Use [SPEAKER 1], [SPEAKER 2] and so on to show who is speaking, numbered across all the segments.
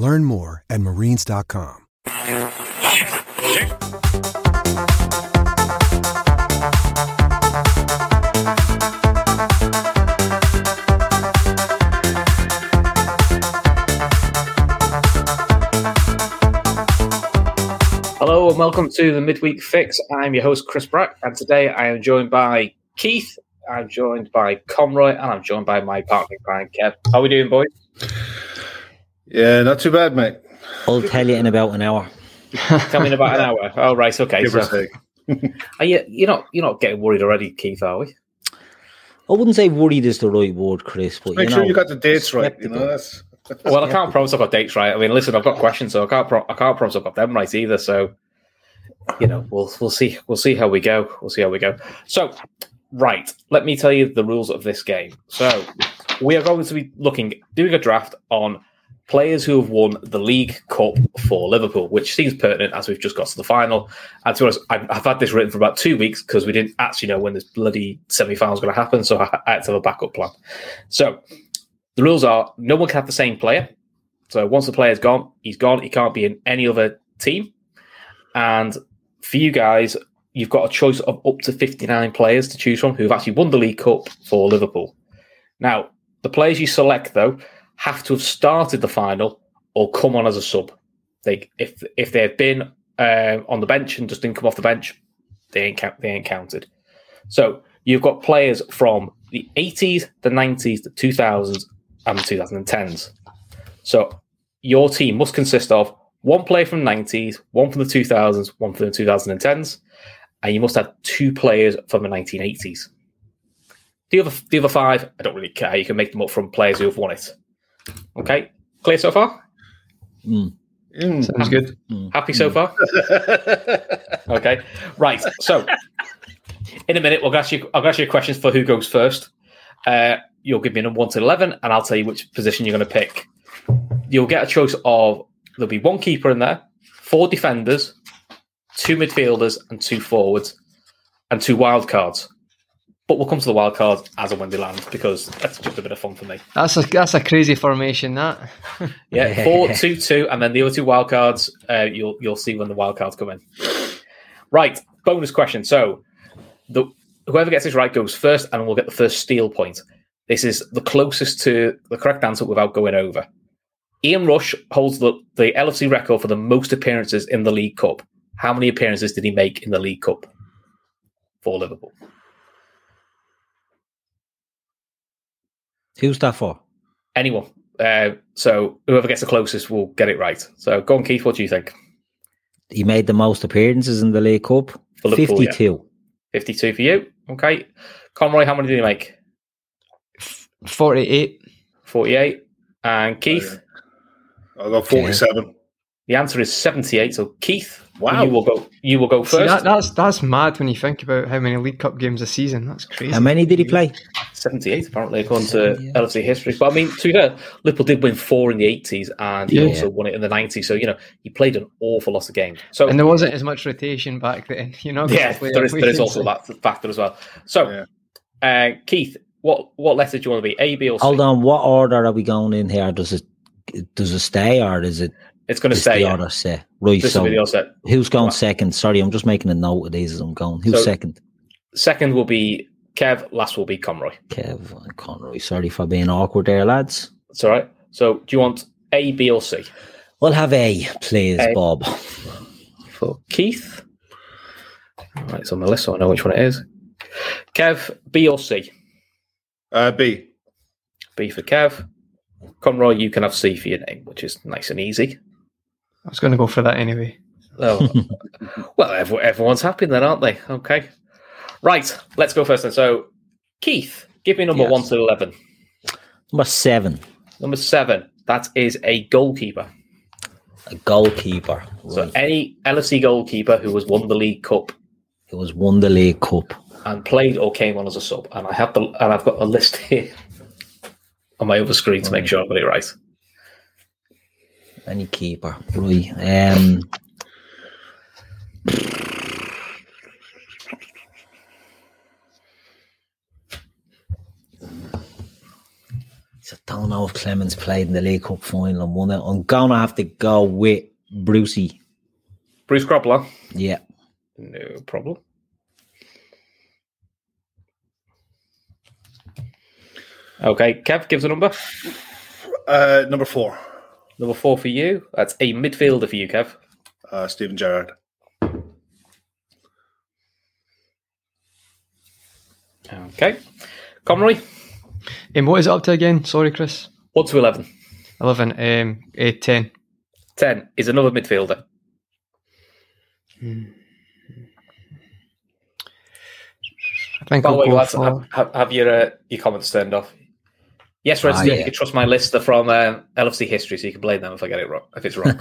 [SPEAKER 1] Learn more at marines.com.
[SPEAKER 2] Hello and welcome to the Midweek Fix. I'm your host, Chris Brack, and today I am joined by Keith, I'm joined by Conroy, and I'm joined by my partner, Brian Keb. How we doing, boys?
[SPEAKER 3] Yeah, not too bad, mate.
[SPEAKER 4] I'll tell you in about an hour.
[SPEAKER 2] Tell me in about an hour. Oh, right, okay.
[SPEAKER 3] Give or
[SPEAKER 2] So,
[SPEAKER 3] take.
[SPEAKER 2] are you, you're, not, you're not getting worried already, Keith, are we?
[SPEAKER 4] I wouldn't say worried is the right word, Chris, but
[SPEAKER 3] Make
[SPEAKER 4] you know,
[SPEAKER 3] sure you got the dates right. You know,
[SPEAKER 4] skeptical.
[SPEAKER 3] that's
[SPEAKER 2] Well, I can't promise I've got dates right. I mean, listen, I've got questions, so I can't, pro- I can't promise I've got them right either. So, you know, we'll we'll see we'll see how we go. We'll see how we go. So, right, let me tell you the rules of this game. So, we are going to be looking doing a draft on players who have won the League Cup for Liverpool, which seems pertinent as we've just got to the final. And to be honest, I've, I've had this written for about two weeks because we didn't actually know when this bloody semi final was going to happen, so I, I had to have a backup plan. So. The rules are no one can have the same player. So once the player's gone, he's gone. He can't be in any other team. And for you guys, you've got a choice of up to 59 players to choose from who've actually won the League Cup for Liverpool. Now, the players you select, though, have to have started the final or come on as a sub. They, if if they've been um on the bench and just didn't come off the bench, they ain't, count, they ain't counted. So you've got players from the 80s, the 90s, the 2000s, and the 2010s. So your team must consist of one player from the 90s, one from the 2000s, one from the 2010s, and you must have two players from the 1980s. The other, the other five, I don't really care. You can make them up from players who have won it. Okay, clear so far?
[SPEAKER 3] Mm.
[SPEAKER 2] Sounds
[SPEAKER 3] good.
[SPEAKER 2] Happy so far? okay, right. So, in a minute, we'll ask you. I'll ask you questions for who goes first. Uh, you'll give me a number one to eleven, and I'll tell you which position you're going to pick. You'll get a choice of there'll be one keeper in there, four defenders, two midfielders, and two forwards, and two wild cards. But we'll come to the wild cards as and when they land because that's just a bit of fun for me.
[SPEAKER 5] That's a that's a crazy formation. That
[SPEAKER 2] Yeah, four, two, two, and then the other two wild cards. Uh, you'll you'll see when the wild cards come in. Right, bonus question. So, the whoever gets this right goes first, and we'll get the first steal point. This is the closest to the correct answer without going over. Ian Rush holds the, the LFC record for the most appearances in the League Cup. How many appearances did he make in the League Cup for Liverpool?
[SPEAKER 4] who's that for?
[SPEAKER 2] Anyone. Uh, so whoever gets the closest will get it right. So go on, Keith. What do you think?
[SPEAKER 4] He made the most appearances in the League Cup.
[SPEAKER 2] For Liverpool, yeah.
[SPEAKER 4] Fifty-two.
[SPEAKER 2] Fifty-two for you. Okay, Conroy. How many did he make?
[SPEAKER 5] forty eight.
[SPEAKER 2] 48. And Keith,
[SPEAKER 3] I got 47.
[SPEAKER 2] the answer is 78. So Keith,
[SPEAKER 3] Wow.
[SPEAKER 2] you will go you will go
[SPEAKER 5] See,
[SPEAKER 2] first.
[SPEAKER 5] that, that's that's mad when you think about how many League Cup games a season. That's crazy.
[SPEAKER 4] How many did he play?
[SPEAKER 2] 78, apparently, according to LFC history. But I mean, to be fair, Liverpool did win four in the 80s and he
[SPEAKER 5] Yeah.
[SPEAKER 2] also won it in the 90s. So, you know, he played an awful lot of games. So,
[SPEAKER 5] And there wasn't as much rotation back then, you know. 'cause
[SPEAKER 2] yeah,
[SPEAKER 5] the player-
[SPEAKER 2] there is, there is also that factor as well. So, uh, Keith, what, what letter do you want to be? A, B, or C?
[SPEAKER 4] Hold on, what order are we going in here? Does it does it stay or is it
[SPEAKER 2] It's going to
[SPEAKER 4] just
[SPEAKER 2] say.
[SPEAKER 4] the
[SPEAKER 2] yeah.
[SPEAKER 4] order set? Right,
[SPEAKER 2] This
[SPEAKER 4] so
[SPEAKER 2] will be the order set.
[SPEAKER 4] who's going
[SPEAKER 2] Right.
[SPEAKER 4] second? Sorry, I'm just making a note of these as I'm going. Who's
[SPEAKER 2] So-
[SPEAKER 4] second?
[SPEAKER 2] Second will be Kev, last will be Conroy.
[SPEAKER 4] Kev and Conroy. Sorry for being awkward there, lads.
[SPEAKER 2] That's all right. So, do you want A, B, or C?
[SPEAKER 4] We'll have A, please,
[SPEAKER 2] A.
[SPEAKER 4] Bob.
[SPEAKER 2] for Keith. Right, it's on my list, so I know which one it is. Kev, B or C?
[SPEAKER 3] Uh, B.
[SPEAKER 2] B for Kev. Conroy, you can have C for your name, which is nice and easy.
[SPEAKER 5] I was going to go for that anyway.
[SPEAKER 2] Oh, well, ev- everyone's happy then, aren't they? Okay. Right, let's go first then. So, Keith, give me number
[SPEAKER 4] Yes.
[SPEAKER 2] 1 to 11.
[SPEAKER 4] Number seven,
[SPEAKER 2] Number 7, that is a goalkeeper.
[SPEAKER 4] a goalkeeper.
[SPEAKER 2] So,
[SPEAKER 4] Right.
[SPEAKER 2] any LFC goalkeeper who has won the League Cup
[SPEAKER 4] it was won the League Cup.
[SPEAKER 2] and played or came on as a sub. And I have the and I've got a list here on my other screen to make sure I've got it right.
[SPEAKER 4] Any keeper. Right. Um So don't know if Clemens played in the League Cup final and won it. I'm gonna have to go with Brucey.
[SPEAKER 2] Bruce Grobler.
[SPEAKER 4] Yeah.
[SPEAKER 2] No problem. Okay, Kev gives a number.
[SPEAKER 3] Uh, number four.
[SPEAKER 2] Number four for you. That's a midfielder for you, Kev.
[SPEAKER 3] Uh, Stephen Gerrard.
[SPEAKER 2] Okay. Conroy,
[SPEAKER 5] Um, what is it up to again? Sorry, Chris.
[SPEAKER 2] 1 to 11.
[SPEAKER 5] Eleven. Um, eight, ten.
[SPEAKER 2] 10 is another midfielder.
[SPEAKER 5] I think
[SPEAKER 2] By the
[SPEAKER 5] I'll
[SPEAKER 2] way,
[SPEAKER 5] go
[SPEAKER 2] lads,
[SPEAKER 5] for.
[SPEAKER 2] have, have, have your uh, your comments turned off. Yes, Red
[SPEAKER 4] Ah,
[SPEAKER 2] Steel,
[SPEAKER 4] yeah.
[SPEAKER 2] you can trust my list. They're from uh, LFC history, so you can blame them if I get it wrong. If it's wrong,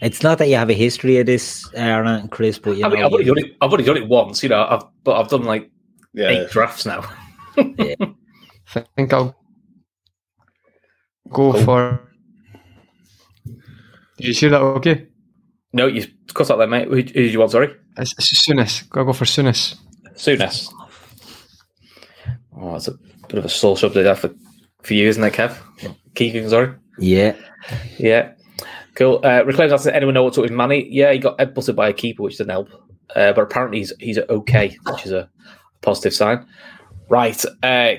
[SPEAKER 4] It's not that you have a history of this, Aaron and Chris, but you
[SPEAKER 2] I mean,
[SPEAKER 4] know
[SPEAKER 2] I've already
[SPEAKER 4] you-
[SPEAKER 2] done it. I've already done it once, you know. I've but I've done like
[SPEAKER 3] Yeah.
[SPEAKER 2] eight drafts now.
[SPEAKER 5] I think I'll go for. You sure that okay?
[SPEAKER 2] No, you cut out there, mate. Who, who do you want? Sorry,
[SPEAKER 5] It's, it's Sunis. Gotta go for Sunis.
[SPEAKER 2] Soonest. Oh, that's a bit of a sore subject there for for you, isn't it, Kev? Keegan, sorry.
[SPEAKER 4] Yeah.
[SPEAKER 2] Yeah, cool. Uh, Reclaimed asks, anyone know what's up with Manny? Yeah, he got headbutted by a keeper, which didn't help. Uh, but apparently he's he's okay, which is a positive sign. Right, uh,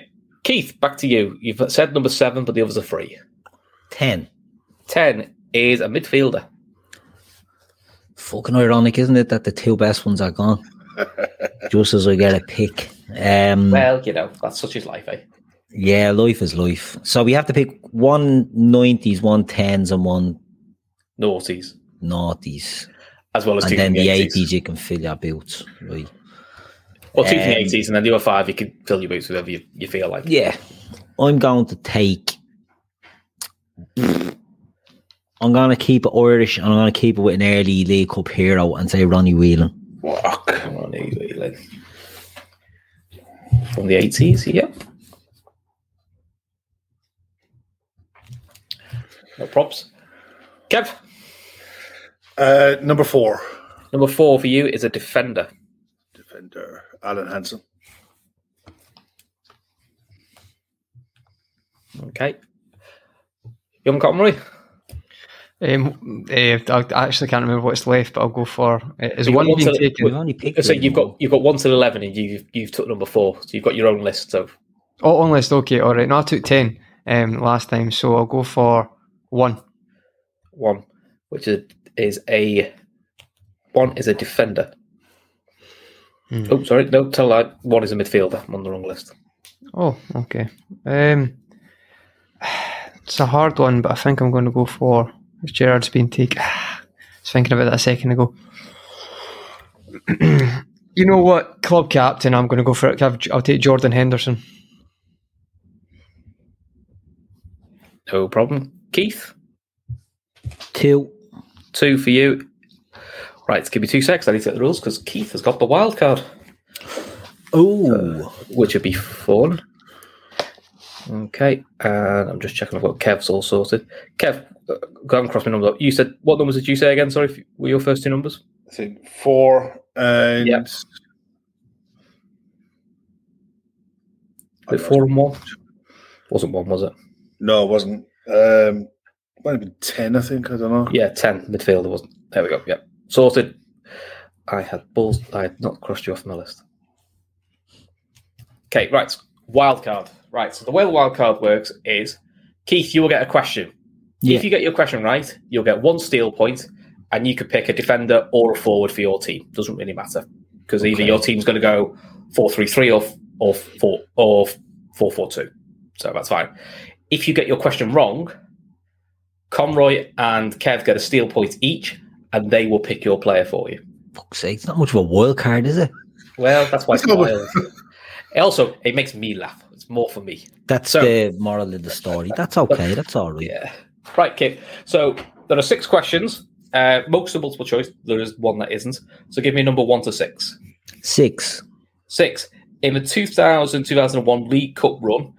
[SPEAKER 2] Keith, back to you. You've said number seven, but the others are free.
[SPEAKER 4] Ten.
[SPEAKER 2] Ten is a midfielder.
[SPEAKER 4] Fucking ironic, isn't it, that the two best ones are gone? Just as I get a pick. Um,
[SPEAKER 2] Well, you know that's such is life, eh?
[SPEAKER 4] yeah, life is life. So we have to pick one nineties, one tens, and one
[SPEAKER 2] Noughties,
[SPEAKER 4] noughties.
[SPEAKER 2] as well as two
[SPEAKER 4] And then
[SPEAKER 2] from
[SPEAKER 4] the
[SPEAKER 2] the
[SPEAKER 4] eighties
[SPEAKER 2] eighties.
[SPEAKER 4] you can fill your boots. Right.
[SPEAKER 2] Well, two from the
[SPEAKER 4] Um,
[SPEAKER 2] eighties, and then the other five you can fill your boots with whatever you, you feel like.
[SPEAKER 4] Yeah. I'm going to take I'm gonna keep it Irish and I'm gonna keep it with an early League Cup hero and say Ronnie Whelan.
[SPEAKER 2] Come on, Ian Whelan. From the eighties, yep. No props. Kev,
[SPEAKER 3] Uh, number four.
[SPEAKER 2] number four for you is a defender.
[SPEAKER 3] Defender. Alan Hansen.
[SPEAKER 2] Okay. Young Conroy,
[SPEAKER 5] Um, eh, I I actually can't remember what's left, but I'll go for. eh, Is
[SPEAKER 2] You got
[SPEAKER 5] one
[SPEAKER 2] one
[SPEAKER 5] being
[SPEAKER 2] to-
[SPEAKER 5] taken?
[SPEAKER 4] We've only picked
[SPEAKER 2] so
[SPEAKER 4] one.
[SPEAKER 2] you've got you've got one to eleven, and you've you've took number four, so you've got your own list. So
[SPEAKER 5] Oh, on list. Okay, all right. No, I took ten um, last time, so I'll go for one.
[SPEAKER 2] one, which is is a one is a defender. Oh, sorry, no, tell that one is a midfielder. I'm on the wrong list.
[SPEAKER 5] Oh, okay. Um, it's a hard one, but I think I'm going to go for if Gerard's been taken. I was thinking about that a second ago. you know what, club captain? I'm going to go for it. I've- I'll take Jordan Henderson.
[SPEAKER 2] No problem. Keith,
[SPEAKER 4] two.
[SPEAKER 2] two for you. Right, give me two secs. I need to get the rules because Keith has got the wild card.
[SPEAKER 4] Oh,
[SPEAKER 2] Uh, which would be fun. Okay, and I'm just checking I've got Kev's all sorted. Kev, uh, go and cross my numbers up. You said what numbers did you say again? Sorry, if you- were your first two numbers?
[SPEAKER 3] I said four and
[SPEAKER 2] Yep. Was it four and one? Wasn't one, was it?
[SPEAKER 3] no, it wasn't. Um, might have been ten, I think. I don't know.
[SPEAKER 2] Yeah, ten midfielder wasn't. There we go. Yeah, sorted. I had balls. I had not crossed you off my list. Okay, right. Wild card. Right. So the way the wild card works is, Keith, you will get a question.
[SPEAKER 4] yeah.
[SPEAKER 2] If you get your question right, you'll get one steal point, and you could pick a defender or a forward for your team. Doesn't really matter because either your team's going to go four three three or or four or four four two. So that's fine. If you get your question wrong, Conroy and Kev get a steal point each, and they will pick your player for you.
[SPEAKER 4] Fuck's sake, it's not much of a wild card, is it?
[SPEAKER 2] Well, that's why it's
[SPEAKER 3] Let's go with-
[SPEAKER 2] wild. also, it makes me laugh. It's more for me.
[SPEAKER 4] That's
[SPEAKER 2] So-
[SPEAKER 4] the moral of the story. That's okay. That's all right.
[SPEAKER 2] Yeah. Right, Kit. So there are six questions. Uh, most are multiple choice. There is one that isn't. So give me a number one to six.
[SPEAKER 4] Six.
[SPEAKER 2] Six. In the 2000 2001 League Cup run,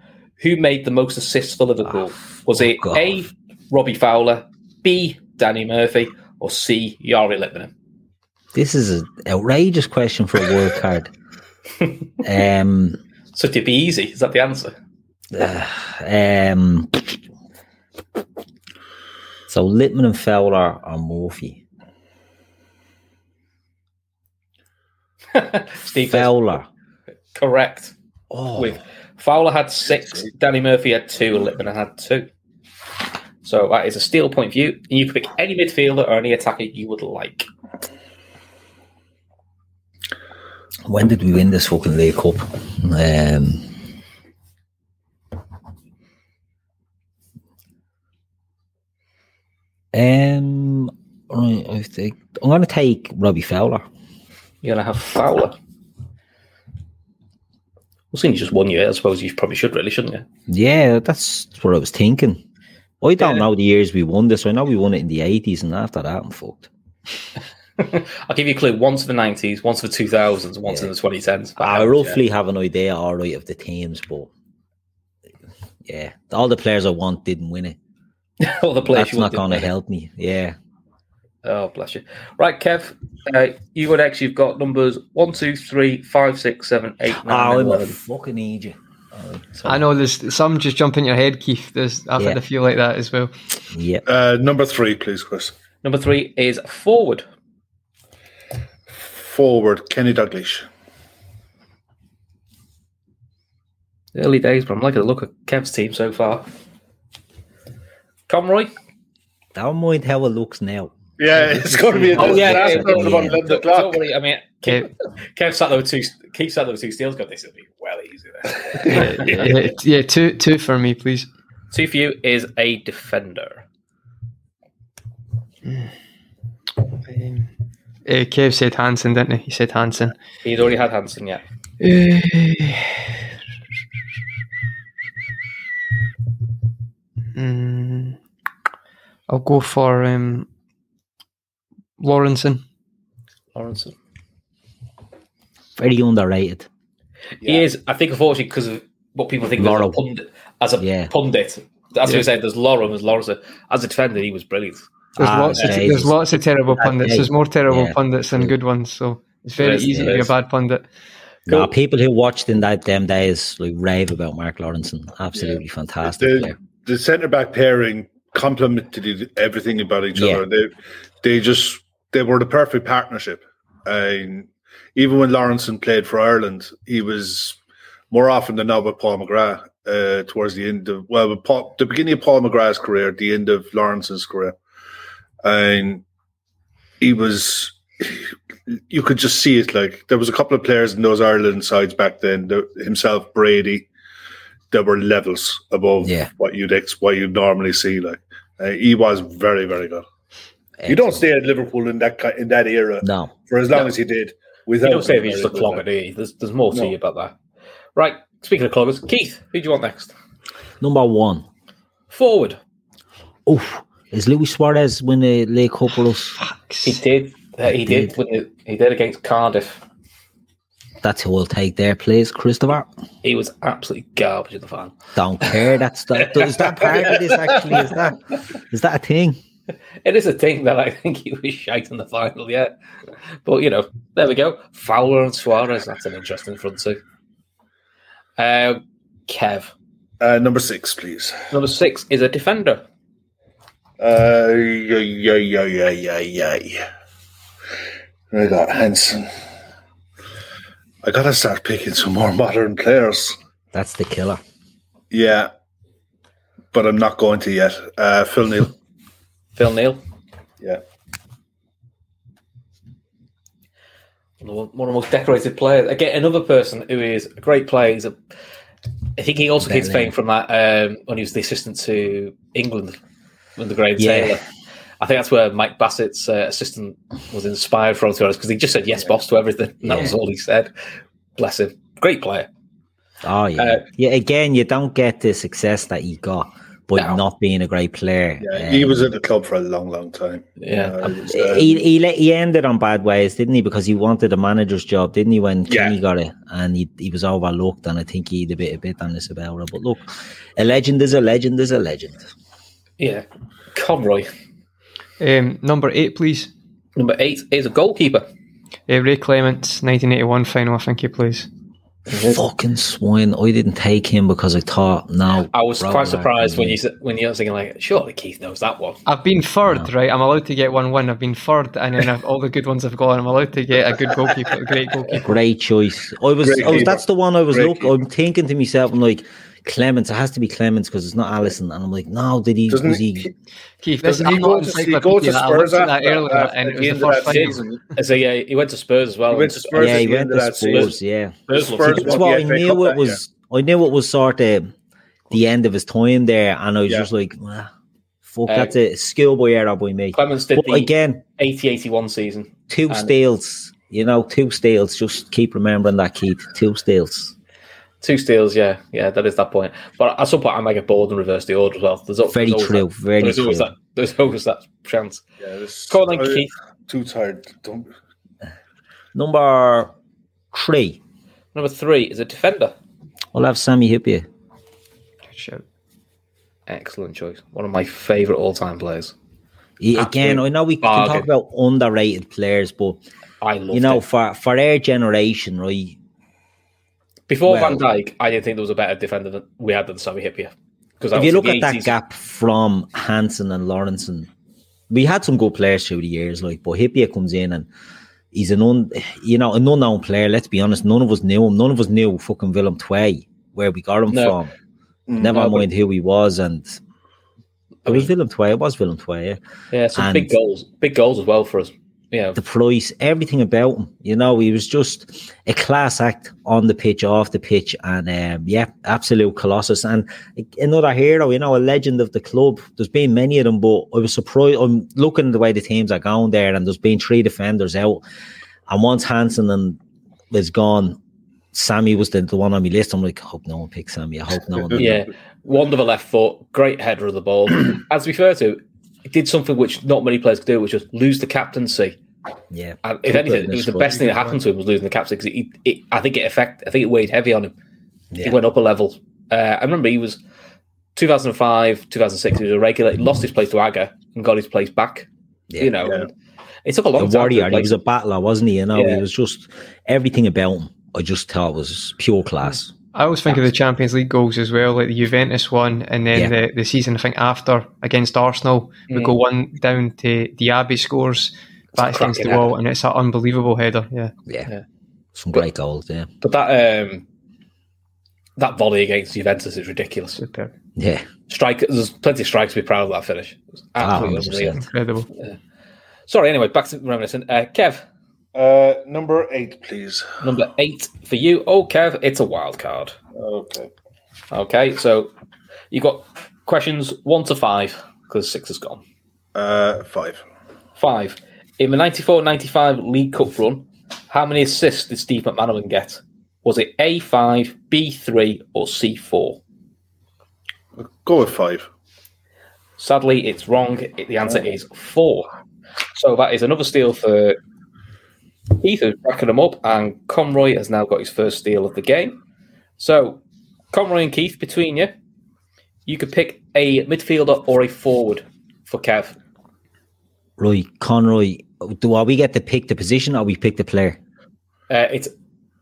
[SPEAKER 2] who made the most assists for Liverpool? Was it
[SPEAKER 4] fuck
[SPEAKER 2] A,
[SPEAKER 4] off.
[SPEAKER 2] Robbie Fowler, B, Danny Murphy, or C, Yari Litmanen?
[SPEAKER 4] This is an outrageous question for a wild card. um,
[SPEAKER 2] So it'd be easy. Is that the answer?
[SPEAKER 4] um, so Littman and Fowler are Morphy.
[SPEAKER 2] Steve, says
[SPEAKER 4] Fowler.
[SPEAKER 2] correct.
[SPEAKER 4] Oh,
[SPEAKER 2] With Fowler had six, Danny Murphy had two, and Lippman had two. So that is a steal point for you. And you can pick any midfielder or any attacker you would like.
[SPEAKER 4] when did we win this fucking League Cup? Um, um, right, I think, I'm going to take Robbie Fowler.
[SPEAKER 2] You're going to have Fowler. Well, seeing he's just one year, I suppose you probably should, really, shouldn't you?
[SPEAKER 4] Yeah, that's what I was thinking. I don't know the years we won this. I know we won it in the eighties, and after that, I'm fucked.
[SPEAKER 2] I'll give you a clue. Once for the 90s, once for the 2000s, once in the 2010s. But
[SPEAKER 4] I roughly have an idea, all right, of the teams, but yeah, all the players I want didn't win it.
[SPEAKER 2] all the players
[SPEAKER 4] that's
[SPEAKER 2] you
[SPEAKER 4] not
[SPEAKER 2] want
[SPEAKER 4] going to help me. Yeah,
[SPEAKER 2] Oh, bless you. Right, Kev, uh, you and X, you've got numbers one, two, three, five, six, seven, eight, nine,
[SPEAKER 4] oh, I'm a
[SPEAKER 2] 11.
[SPEAKER 4] fucking idiot. Alright, so-
[SPEAKER 5] I know there's some just jump in your head, Keith. There's, I've had
[SPEAKER 4] Yeah.
[SPEAKER 5] a few like that as well.
[SPEAKER 4] Yeah,
[SPEAKER 3] Uh, number three, please, Chris.
[SPEAKER 2] Number three is forward.
[SPEAKER 3] Forward, Kenny Dalglish.
[SPEAKER 2] Early days, but I'm liking the look of Kev's team so far. Conroy?
[SPEAKER 4] don't mind how it looks now.
[SPEAKER 3] Yeah, it's going to be a
[SPEAKER 4] Oh, yeah,
[SPEAKER 3] disaster
[SPEAKER 4] yeah,
[SPEAKER 3] for
[SPEAKER 4] yeah.
[SPEAKER 3] Linda
[SPEAKER 2] Don't,
[SPEAKER 3] Clark.
[SPEAKER 2] don't worry, I mean,
[SPEAKER 5] Yeah.
[SPEAKER 2] Kev, Kev sat there with two, Keith sat there with two steals, God, this will be well easy then.
[SPEAKER 5] yeah, yeah, two, two for me, please.
[SPEAKER 2] two for you is a defender.
[SPEAKER 5] Um, eh, Kev said Hansen, didn't he? He said Hansen.
[SPEAKER 2] He'd already had Hansen, yeah.
[SPEAKER 5] Mm, I'll go for um, Lawrenson.
[SPEAKER 2] Lawrence.
[SPEAKER 4] Very underrated.
[SPEAKER 2] He is, I think, unfortunately, because of what people think of as a
[SPEAKER 4] Laurel.
[SPEAKER 2] pundit. As a
[SPEAKER 4] Yeah.
[SPEAKER 2] pundit. As we said, there's Laurel and there's Lawrence. As a defender, he was brilliant.
[SPEAKER 5] There's,
[SPEAKER 4] Ah,
[SPEAKER 5] lots, of,
[SPEAKER 4] okay.
[SPEAKER 5] there's lots of terrible pundits. There's more terrible
[SPEAKER 4] Yeah.
[SPEAKER 5] pundits than good ones, so it's very
[SPEAKER 2] is,
[SPEAKER 5] easy
[SPEAKER 2] it
[SPEAKER 5] to be a
[SPEAKER 2] is.
[SPEAKER 5] bad pundit.
[SPEAKER 4] No,
[SPEAKER 2] Cool.
[SPEAKER 4] people who watched in that damn days like rave about Mark Lawrenson. Absolutely fantastic.
[SPEAKER 3] The-
[SPEAKER 4] player.
[SPEAKER 3] The centre back pairing complemented everything about each
[SPEAKER 4] Yeah.
[SPEAKER 3] other. They, they just they were the perfect partnership. And even when Lawrenson played for Ireland, he was more often than not with Paul McGrath. Uh, towards the end of well, with Paul, the beginning of Paul McGrath's career, the end of Lawrence's career, and he was. You could just see it. Like there was a couple of players in those Ireland sides back then. The, himself, Brady, there were levels above
[SPEAKER 4] Yeah.
[SPEAKER 3] what you'd ex- what you'd normally see. Like uh, he was very, very good. You don't stay at Liverpool in that ki- in that era
[SPEAKER 4] No,
[SPEAKER 3] for as long as he did. Without
[SPEAKER 2] You don't say
[SPEAKER 3] being
[SPEAKER 2] he's eh? just a
[SPEAKER 3] very good.
[SPEAKER 2] clogger, do you? There's, there's more to
[SPEAKER 3] No.
[SPEAKER 2] you about that. Right, speaking of cloggers, Keith, who do you want next?
[SPEAKER 4] number one.
[SPEAKER 2] Forward.
[SPEAKER 4] Oof, is Luis Suarez win the League Cup for us?
[SPEAKER 2] uh, He did. He, did. with it. He did against Cardiff.
[SPEAKER 4] That's who I'll take there, please, Christopher.
[SPEAKER 2] He was absolutely garbage in the final.
[SPEAKER 4] Don't care. That's that. Is that part of this actually? Is that is that a thing?
[SPEAKER 2] It is a thing that I think he was shite in the final, yeah. But you know, there we go. Fowler and Suarez. That's an interesting front two. Uh, Kev,
[SPEAKER 3] Uh, number six, please.
[SPEAKER 2] number six is a defender.
[SPEAKER 3] Uh, yeah, yeah, yeah, yeah, yeah, yeah. I got Henson. I gotta start picking some more modern players.
[SPEAKER 4] That's the killer.
[SPEAKER 3] Yeah, but I'm not going to yet. Uh, Phil Neal.
[SPEAKER 2] Phil Neal,
[SPEAKER 3] Yeah.
[SPEAKER 2] one of the most decorated players. Again, another person who is a great player. He's a, I think he also gets fame from that um, when he was the assistant to England with the great
[SPEAKER 4] Yeah.
[SPEAKER 2] Taylor. I think that's where Mike Bassett's uh, assistant was inspired from, to be honest, because he just said yes, boss, to everything. And that was all he said. Bless him. Great player.
[SPEAKER 4] Oh yeah.
[SPEAKER 2] Uh,
[SPEAKER 4] yeah. Again, you don't get the success that he got by
[SPEAKER 2] No.
[SPEAKER 4] not being a great player.
[SPEAKER 3] Yeah,
[SPEAKER 4] Um,
[SPEAKER 3] he was at the club for a long, long time.
[SPEAKER 2] Yeah.
[SPEAKER 3] Uh, he was, uh,
[SPEAKER 4] he he, let, he ended on bad ways, didn't he? Because he wanted a manager's job, didn't he? When
[SPEAKER 3] Yeah.
[SPEAKER 4] Kenny got it, and he, he was overlooked, and I think he had a bit a bit on this about it. But look, a legend is a legend is a legend.
[SPEAKER 2] Yeah. Conroy.
[SPEAKER 5] Um, number eight, please.
[SPEAKER 2] Number eight is a goalkeeper.
[SPEAKER 5] Uh, Ray Clements, 1981 final, I think he plays.
[SPEAKER 4] Fucking swine! I didn't take him because I thought no.
[SPEAKER 2] I was
[SPEAKER 4] Rowan
[SPEAKER 2] quite surprised when
[SPEAKER 4] Atkinson.
[SPEAKER 2] you said- when you were thinking like, surely Keith knows that one.
[SPEAKER 5] I've been third, right? I'm allowed to get one win. I've been third, and then I've, all the good ones I've got, and I'm allowed to get a good goalkeeper, a great goalkeeper.
[SPEAKER 4] Great choice. I was,
[SPEAKER 3] Great
[SPEAKER 4] I was
[SPEAKER 3] keeper.
[SPEAKER 4] that's the one I was
[SPEAKER 3] Great
[SPEAKER 4] look.
[SPEAKER 3] keeper.
[SPEAKER 4] I'm thinking to myself, I'm like, Clements, it has to be Clements because it's not Allison. And I'm like, no, did he
[SPEAKER 3] Doesn't
[SPEAKER 4] was
[SPEAKER 3] he-
[SPEAKER 4] he,
[SPEAKER 5] Keith, this,
[SPEAKER 3] Doesn't
[SPEAKER 5] I'm
[SPEAKER 3] he go
[SPEAKER 5] not
[SPEAKER 3] to, he go to
[SPEAKER 5] encyclopedia. I looked
[SPEAKER 3] Spurs
[SPEAKER 5] at
[SPEAKER 3] after,
[SPEAKER 5] that earlier,
[SPEAKER 3] after
[SPEAKER 5] and it
[SPEAKER 3] the
[SPEAKER 5] was
[SPEAKER 3] end
[SPEAKER 5] the
[SPEAKER 3] of
[SPEAKER 5] first
[SPEAKER 3] that
[SPEAKER 5] final.
[SPEAKER 3] season?
[SPEAKER 2] So yeah, uh, he went to Spurs as well.
[SPEAKER 3] He went to Spurs
[SPEAKER 4] Yeah,
[SPEAKER 3] at
[SPEAKER 4] he
[SPEAKER 3] the
[SPEAKER 4] went
[SPEAKER 3] end of
[SPEAKER 4] to
[SPEAKER 3] that
[SPEAKER 4] Spurs,
[SPEAKER 3] season.
[SPEAKER 4] yeah.
[SPEAKER 2] Spurs
[SPEAKER 3] Spurs
[SPEAKER 2] looked-
[SPEAKER 3] won
[SPEAKER 4] That's
[SPEAKER 3] the
[SPEAKER 4] why I
[SPEAKER 3] FA Cup
[SPEAKER 4] knew it
[SPEAKER 3] that
[SPEAKER 4] was I knew it was sort of the end of his time there, and I was
[SPEAKER 3] Yeah.
[SPEAKER 4] just like, "Ah, fuck,
[SPEAKER 2] Uh,
[SPEAKER 4] that's a schoolboy error by me.
[SPEAKER 2] Clemens did
[SPEAKER 4] But
[SPEAKER 2] the
[SPEAKER 4] again,
[SPEAKER 2] 80-81 season.
[SPEAKER 4] two steals, you know, two steals. Just keep remembering that, Keith. Two steals.
[SPEAKER 2] Two steals, yeah, yeah, that is that point. But at some point, I might get bored and reverse the order as well. There's, al-
[SPEAKER 4] Very
[SPEAKER 2] there's always
[SPEAKER 4] true,
[SPEAKER 2] That,
[SPEAKER 4] very
[SPEAKER 2] there's always
[SPEAKER 4] true.
[SPEAKER 2] that. There's always that chance.
[SPEAKER 3] Yeah, this-
[SPEAKER 2] Go on then,
[SPEAKER 3] I-
[SPEAKER 2] Keith.
[SPEAKER 3] Too tired. Don't.
[SPEAKER 4] Number three,
[SPEAKER 2] Number three is a defender.
[SPEAKER 4] I'll have Sammy Hippier.
[SPEAKER 5] Shout.
[SPEAKER 2] Excellent choice. One of my favourite all-time players.
[SPEAKER 4] He- Again, I know we can
[SPEAKER 2] bargain.
[SPEAKER 4] talk about underrated players, but
[SPEAKER 2] I love
[SPEAKER 4] you know, for for our generation, right?
[SPEAKER 2] Before
[SPEAKER 4] Well-
[SPEAKER 2] Van Dijk, I didn't think there was a better defender than we had than Sammy Hippier. Because
[SPEAKER 4] if you look at that gap from Hansen and Lawrenson, we had some good players through the years, like but Hippia comes in and he's an un, you know, an unknown player. Let's be honest, none of us knew him. None of us knew fucking Willem Tway where we got him
[SPEAKER 2] No. Mm,
[SPEAKER 4] from. Never
[SPEAKER 2] no, but-
[SPEAKER 4] mind who he was, and it was Willem Tway. It was Willem Tway. Yeah.
[SPEAKER 2] yeah, some
[SPEAKER 4] and-
[SPEAKER 2] big goals, big goals as well for us. Yeah,
[SPEAKER 4] The price, everything about him, you know, he was just a class act on the pitch, off the pitch, and um, yeah, absolute colossus. And another hero, you know, a legend of the club. There's been many of them, but I was surprised. I'm looking at the way the teams are going there, and there's been three defenders out. And once Hansen and was gone, Sammy was the, the one on my list. I'm like, I hope no one picks Sammy. I hope no one.
[SPEAKER 2] yeah, wonderful left foot, great header of the ball. As referred to, it did something which not many players could do, which was lose the captaincy.
[SPEAKER 4] yeah.
[SPEAKER 2] And if anything, it was the best thing that happened to him was losing the captaincy because it, it, I think it affect, I think it weighed heavy on him. He
[SPEAKER 4] Yeah.
[SPEAKER 2] went up a level. Uh, I remember he was 2005, 2006. He was a regular. He lost his place to Aga and got his place back.
[SPEAKER 4] Yeah.
[SPEAKER 2] you know, and it took a long
[SPEAKER 4] a
[SPEAKER 2] time.
[SPEAKER 4] warrior.
[SPEAKER 2] to
[SPEAKER 4] He
[SPEAKER 2] replace
[SPEAKER 4] was a battler, wasn't he? You know,
[SPEAKER 2] Yeah.
[SPEAKER 4] he was just everything about him. I just thought was pure class.
[SPEAKER 5] I always think of the Champions League goals as well, like the Juventus one, and then the, the season I think after against Arsenal, we
[SPEAKER 3] Mm.
[SPEAKER 5] go one down to Diaby scores, backs against the
[SPEAKER 2] cracking
[SPEAKER 5] wall, and it's an unbelievable header. Yeah,
[SPEAKER 4] Yeah.
[SPEAKER 2] Yeah.
[SPEAKER 4] Some great goals, yeah.
[SPEAKER 2] But that um, that volley against Juventus is ridiculous.
[SPEAKER 5] superb,
[SPEAKER 4] Yeah.
[SPEAKER 2] Strike. There's plenty of strikes to be proud of that finish. It was
[SPEAKER 4] Ah,
[SPEAKER 2] Absolutely unreal.
[SPEAKER 4] 100%.
[SPEAKER 5] incredible.
[SPEAKER 2] Sorry, anyway, back to reminiscent. Uh, Kev,
[SPEAKER 3] Uh, number eight, please.
[SPEAKER 2] number eight for you. Oh, Kev, it's a wild card.
[SPEAKER 3] Okay.
[SPEAKER 2] Okay, so you got questions one to five because six is gone.
[SPEAKER 3] Uh, five.
[SPEAKER 2] Five. In the 94 95 League Cup run, how many assists did Steve McManaman get? Was it A5, B3, or C4?
[SPEAKER 3] Go with five.
[SPEAKER 2] Sadly,
[SPEAKER 4] Oh.
[SPEAKER 2] it's wrong. It- The answer is four. So that is another steal for Heath is backing them up, and Conroy has now got his first steal of the game. So, Conroy and Keith, between you, you could pick a midfielder or a forward for Kev.
[SPEAKER 4] Right, Conroy. Do are we get to pick the position or we pick the player?
[SPEAKER 2] Uh, it's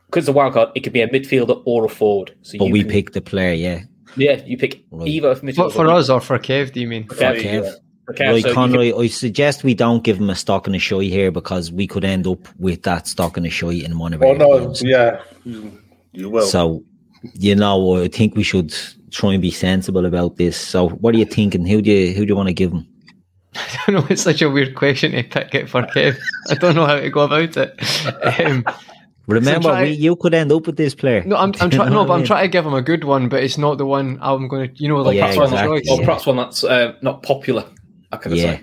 [SPEAKER 2] because the wild card. It could be a midfielder or a forward. So
[SPEAKER 4] But
[SPEAKER 2] you
[SPEAKER 4] we
[SPEAKER 2] can-
[SPEAKER 4] pick the player, yeah.
[SPEAKER 2] Yeah, you pick
[SPEAKER 4] Right.
[SPEAKER 2] either of midfielder.
[SPEAKER 5] But for us or for Kev, do you mean?
[SPEAKER 2] For Kev,
[SPEAKER 4] Kev.
[SPEAKER 2] yeah. For Kev,
[SPEAKER 4] Right,
[SPEAKER 2] so you
[SPEAKER 4] Conroy, I suggest we don't give him a stock and a show here because we could end up with that stock and a show in one of our
[SPEAKER 3] Oh no,
[SPEAKER 4] games.
[SPEAKER 3] yeah, you, you will.
[SPEAKER 4] So, you know, I think we should try and be sensible about this. So, what are you thinking? Who do you who do you want to give him?
[SPEAKER 5] I know it's such a weird question to pick it for Kev. I don't know how to go about it. Um,
[SPEAKER 4] Remember,
[SPEAKER 5] try-
[SPEAKER 4] we, you could end up with this player.
[SPEAKER 5] no, I'm, I'm
[SPEAKER 4] You know
[SPEAKER 5] trying. No,
[SPEAKER 4] what
[SPEAKER 5] but
[SPEAKER 4] I
[SPEAKER 5] I'm
[SPEAKER 4] mean?
[SPEAKER 5] trying to give him a good one, but it's not the one I'm going to. You know, like
[SPEAKER 4] yeah,
[SPEAKER 5] that's one
[SPEAKER 2] Perhaps one
[SPEAKER 4] exactly.
[SPEAKER 5] choice.
[SPEAKER 2] that's, or perhaps one that's uh, not popular. I can
[SPEAKER 4] Yeah,
[SPEAKER 2] say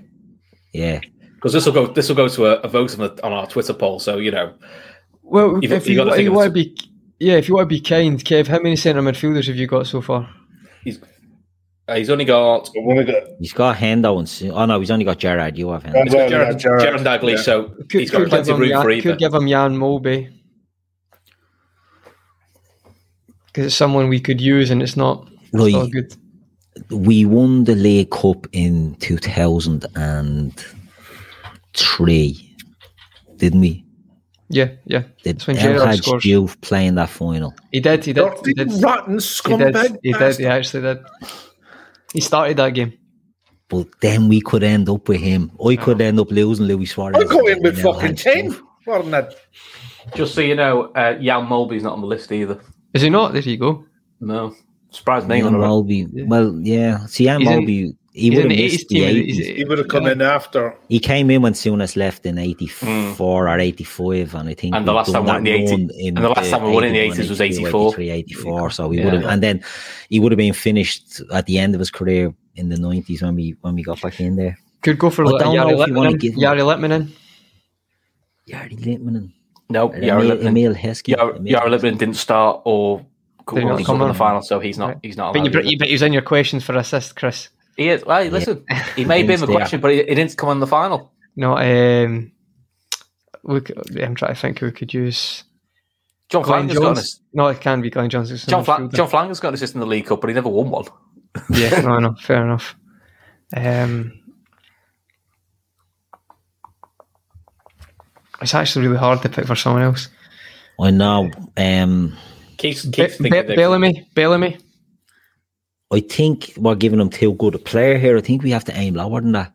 [SPEAKER 4] yeah.
[SPEAKER 2] because this will go this will go to a, a vote on, the, on our Twitter poll. So you know,
[SPEAKER 5] Well,
[SPEAKER 2] You've- you've
[SPEAKER 5] if you,
[SPEAKER 2] got to
[SPEAKER 5] wa-
[SPEAKER 2] think
[SPEAKER 5] you
[SPEAKER 2] of
[SPEAKER 5] want to be, yeah, if you want to be kind, Kev, how many centre midfielders have you got so far?
[SPEAKER 2] he's uh, he's only got
[SPEAKER 3] I want to get
[SPEAKER 4] He's got Hendo and S- oh no, he's only got Gerard. You have Hendo.
[SPEAKER 2] he's
[SPEAKER 3] That's
[SPEAKER 2] got
[SPEAKER 3] right,
[SPEAKER 2] Gerard,
[SPEAKER 3] yeah, Gerrard.
[SPEAKER 2] Gerrard Dagley,
[SPEAKER 3] Yeah.
[SPEAKER 2] so he's got plenty of
[SPEAKER 5] him
[SPEAKER 2] room
[SPEAKER 5] Jan,
[SPEAKER 2] for either.
[SPEAKER 5] could give him Jan Mulby because it's someone we could use, and it's not. It's
[SPEAKER 4] Right,
[SPEAKER 5] not good.
[SPEAKER 4] we won the League Cup in two thousand and three, didn't we?
[SPEAKER 5] Yeah, yeah.
[SPEAKER 4] Did
[SPEAKER 5] That's when Gerard
[SPEAKER 4] Elhaj
[SPEAKER 5] scored.
[SPEAKER 4] Juve play in that final?
[SPEAKER 5] He did. He did.
[SPEAKER 3] dirty,
[SPEAKER 5] He did.
[SPEAKER 3] rotten
[SPEAKER 5] He did.
[SPEAKER 3] scumbag.
[SPEAKER 5] He did. He actually did. He started that game.
[SPEAKER 4] But then we could end up with him. I could end up losing Luis Suarez.
[SPEAKER 3] I go in
[SPEAKER 4] and
[SPEAKER 3] with
[SPEAKER 4] Elhaj
[SPEAKER 3] fucking
[SPEAKER 4] Juve.
[SPEAKER 3] ten. What on that?
[SPEAKER 2] Just so you know, uh, Jan Mulby's not on the list either.
[SPEAKER 5] Is he not? There you go.
[SPEAKER 2] No, surprised me.
[SPEAKER 4] Ian
[SPEAKER 2] on that.
[SPEAKER 4] Mulby. Well, yeah. See, Ian
[SPEAKER 5] He's in-
[SPEAKER 4] Mulby, he
[SPEAKER 5] He's
[SPEAKER 4] would
[SPEAKER 5] in
[SPEAKER 4] have
[SPEAKER 5] the eighties
[SPEAKER 4] missed the
[SPEAKER 5] team. and
[SPEAKER 4] 80s.
[SPEAKER 5] he's-
[SPEAKER 3] He would have come in after.
[SPEAKER 4] He came in when Souness left in 84 or 85, and I think.
[SPEAKER 2] Mm. And the
[SPEAKER 4] we'd
[SPEAKER 2] last
[SPEAKER 4] done
[SPEAKER 2] time we won in
[SPEAKER 4] that
[SPEAKER 2] the
[SPEAKER 4] run
[SPEAKER 2] 80s and the last time we won in the
[SPEAKER 4] 81,
[SPEAKER 2] 80s was
[SPEAKER 4] 82,
[SPEAKER 2] 84.
[SPEAKER 4] 83, 84, so he
[SPEAKER 5] Yeah.
[SPEAKER 4] would have, and then he would have been finished at the end of his career in the 90s when we when we got back in there.
[SPEAKER 5] Could go for
[SPEAKER 4] I
[SPEAKER 5] like
[SPEAKER 4] don't know
[SPEAKER 5] Yari
[SPEAKER 4] if you wanna
[SPEAKER 5] Litmanen.
[SPEAKER 4] give him-
[SPEAKER 5] Yari Litmanen.
[SPEAKER 4] Yardy Littman
[SPEAKER 2] No,
[SPEAKER 4] and
[SPEAKER 2] Yara
[SPEAKER 4] Emil,
[SPEAKER 2] Lippman.
[SPEAKER 4] Emil Heskey.
[SPEAKER 2] Yara
[SPEAKER 4] Emil-
[SPEAKER 2] Yara Lippman didn't start or
[SPEAKER 5] Did
[SPEAKER 2] couldn't
[SPEAKER 5] not
[SPEAKER 2] come
[SPEAKER 5] come
[SPEAKER 2] in the
[SPEAKER 5] on.
[SPEAKER 2] final, so he's not. He's
[SPEAKER 4] Oh,
[SPEAKER 2] not.
[SPEAKER 5] But you,
[SPEAKER 2] allowed
[SPEAKER 5] but you
[SPEAKER 2] either.
[SPEAKER 5] but he was in your questions for assist, Chris.
[SPEAKER 2] He is. Well, listen, he may be in the
[SPEAKER 4] He's there.
[SPEAKER 2] question, but he, he didn't come in the final.
[SPEAKER 5] No, um, we, c- I'm trying to think who we could use.
[SPEAKER 2] John
[SPEAKER 5] Glenn
[SPEAKER 2] Flanger's got an ass-
[SPEAKER 5] Jones. No, it can be Glenn Johnson.
[SPEAKER 2] John, Fla- John Flanger's got an assist in the League Cup, but he never won one.
[SPEAKER 5] Yeah, no, no, fair enough. Um, it's actually really hard to pick for someone else.
[SPEAKER 4] I know. Um,
[SPEAKER 2] Keith's,
[SPEAKER 5] Be-
[SPEAKER 2] Keith's
[SPEAKER 5] Be-
[SPEAKER 2] thinking that-
[SPEAKER 5] Bellamy, Bellamy.
[SPEAKER 4] I think we're giving him too good a player here. I think we have to aim lower than that.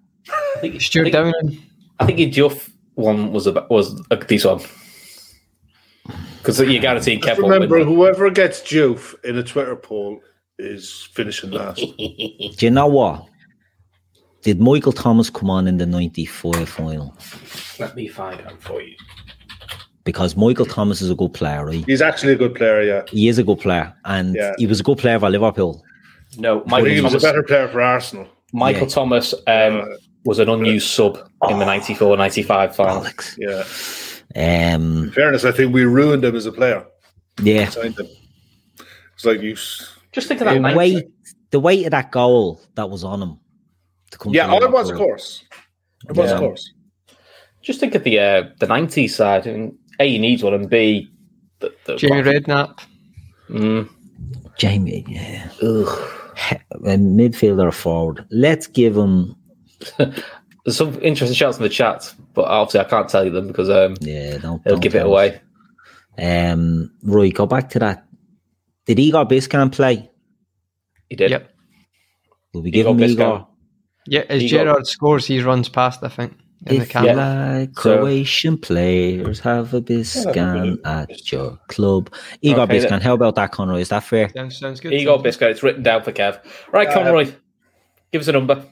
[SPEAKER 2] I think-
[SPEAKER 5] Stuart
[SPEAKER 2] I think,
[SPEAKER 5] Downing.
[SPEAKER 2] I think your Duff one was a was a decent one because you guarantee
[SPEAKER 3] Just
[SPEAKER 2] Kev will win.
[SPEAKER 3] remember,
[SPEAKER 2] that.
[SPEAKER 3] whoever gets Juve in a Twitter poll is finishing last.
[SPEAKER 4] Do you know what? Did Michael Thomas come on in the 94 final?
[SPEAKER 2] Let me find out for you.
[SPEAKER 4] Because Michael Thomas is a good player, right?
[SPEAKER 3] He's actually a good player, yeah.
[SPEAKER 4] He is a good player, and
[SPEAKER 3] Yeah.
[SPEAKER 4] he was a good player for Liverpool.
[SPEAKER 2] No,
[SPEAKER 3] I think
[SPEAKER 2] Michael
[SPEAKER 3] he was a
[SPEAKER 2] Thomas.
[SPEAKER 3] better player for Arsenal.
[SPEAKER 2] Michael
[SPEAKER 4] Yeah.
[SPEAKER 2] Thomas um, was an unused sub in the 94-95 final.
[SPEAKER 4] Alex.
[SPEAKER 3] Yeah.
[SPEAKER 4] Um,
[SPEAKER 3] In fairness, I think we ruined him as a player.
[SPEAKER 4] yeah.
[SPEAKER 3] Signed him. It's like you. s-
[SPEAKER 2] Just think of that.
[SPEAKER 4] The
[SPEAKER 2] 90
[SPEAKER 4] weight, the weight of that goal that was on him. To come
[SPEAKER 3] Yeah,
[SPEAKER 4] to
[SPEAKER 3] oh, it was, of
[SPEAKER 4] Liverpool.
[SPEAKER 3] course. It was,
[SPEAKER 2] Yeah.
[SPEAKER 3] of course.
[SPEAKER 2] Just think of the uh, the nineties side. I mean, A, you need one, and B, the, the
[SPEAKER 5] Jamie Redknapp.
[SPEAKER 2] Mm.
[SPEAKER 4] Jamie, yeah. Ugh. A midfielder or forward. Let's give him.
[SPEAKER 2] There's some interesting shouts in the chat, but obviously I can't tell you them because um,
[SPEAKER 4] Yeah, don't.
[SPEAKER 2] it'll
[SPEAKER 4] don't
[SPEAKER 2] give it
[SPEAKER 4] tell us.
[SPEAKER 2] away.
[SPEAKER 4] Um, Roy, go back to that. Did Igor Biscan play?
[SPEAKER 2] He did.
[SPEAKER 5] Yep.
[SPEAKER 4] Will we give
[SPEAKER 2] Igor
[SPEAKER 4] him
[SPEAKER 2] Biscan.
[SPEAKER 4] Igor?
[SPEAKER 5] Yeah, as
[SPEAKER 2] He got-
[SPEAKER 5] Gerard scores, he runs past. I think in
[SPEAKER 4] If
[SPEAKER 5] the
[SPEAKER 4] you
[SPEAKER 5] camera.
[SPEAKER 4] like
[SPEAKER 2] So-
[SPEAKER 4] Croatian players, have a Biscan at your club. Igor
[SPEAKER 2] Okay,
[SPEAKER 4] Biscan,
[SPEAKER 2] that-
[SPEAKER 4] how about that, Conroy? Is that fair?
[SPEAKER 5] Sounds, sounds good.
[SPEAKER 2] Ego Bisco, it's written down for Kev. Right, Conroy, give us a number.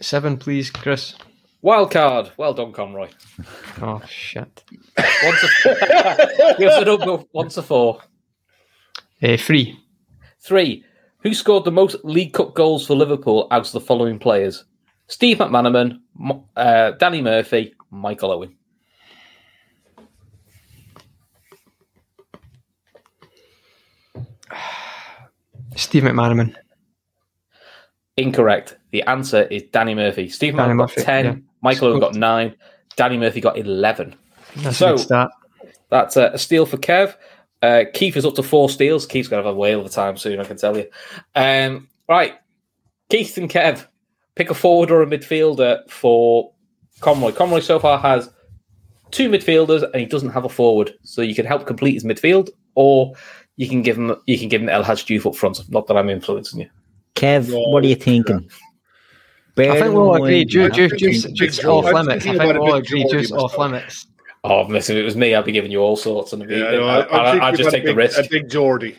[SPEAKER 5] Seven, please, Chris.
[SPEAKER 2] Wild card. Well done, Conroy.
[SPEAKER 5] Oh shit.
[SPEAKER 2] One to give us a number. One to four.
[SPEAKER 5] Uh, three.
[SPEAKER 2] Three. Who scored the most League Cup goals for Liverpool out of the following players? Steve McManaman, Mo- uh, Danny Murphy, Michael Owen.
[SPEAKER 5] Steve McManaman.
[SPEAKER 2] Incorrect. The answer is Danny Murphy. Stephen
[SPEAKER 5] Danny
[SPEAKER 2] Mann got
[SPEAKER 5] Murphy,
[SPEAKER 2] ten.
[SPEAKER 5] yeah.
[SPEAKER 2] Michael Owen got nine. Danny Murphy got eleven.
[SPEAKER 5] That's
[SPEAKER 2] So-
[SPEAKER 5] a good start.
[SPEAKER 2] That's uh, a steal for Kev. Uh, Keith is up to four steals. Keith's going to have a whale of a time soon, I can tell you. Um, right, Keith and Kev, pick a forward or a midfielder for Conroy. Conroy so far has two midfielders and he doesn't have a forward, so you can help complete his midfield, or you can give him you can give him El Hadj Diouf up front. Not that I'm influencing you.
[SPEAKER 4] Kev, what are you thinking?
[SPEAKER 5] I think we'll all agree. Ju- ju-
[SPEAKER 3] think
[SPEAKER 5] Juice,
[SPEAKER 3] big
[SPEAKER 5] juice
[SPEAKER 3] Joe-
[SPEAKER 5] off
[SPEAKER 3] I'm
[SPEAKER 5] limits. I
[SPEAKER 3] thinking
[SPEAKER 5] think
[SPEAKER 3] about a
[SPEAKER 5] we'll all
[SPEAKER 3] big
[SPEAKER 5] agree.
[SPEAKER 3] Geordie
[SPEAKER 5] Juice off
[SPEAKER 3] myself.
[SPEAKER 5] limits.
[SPEAKER 2] Oh, miss, if it was me, I'd be giving you all sorts. And
[SPEAKER 3] Yeah, no,
[SPEAKER 2] I,
[SPEAKER 3] I, I'm
[SPEAKER 2] I,
[SPEAKER 3] thinking
[SPEAKER 2] I'd just
[SPEAKER 3] about
[SPEAKER 2] take
[SPEAKER 3] a
[SPEAKER 2] the
[SPEAKER 3] big,
[SPEAKER 2] risk.
[SPEAKER 3] A big Geordie,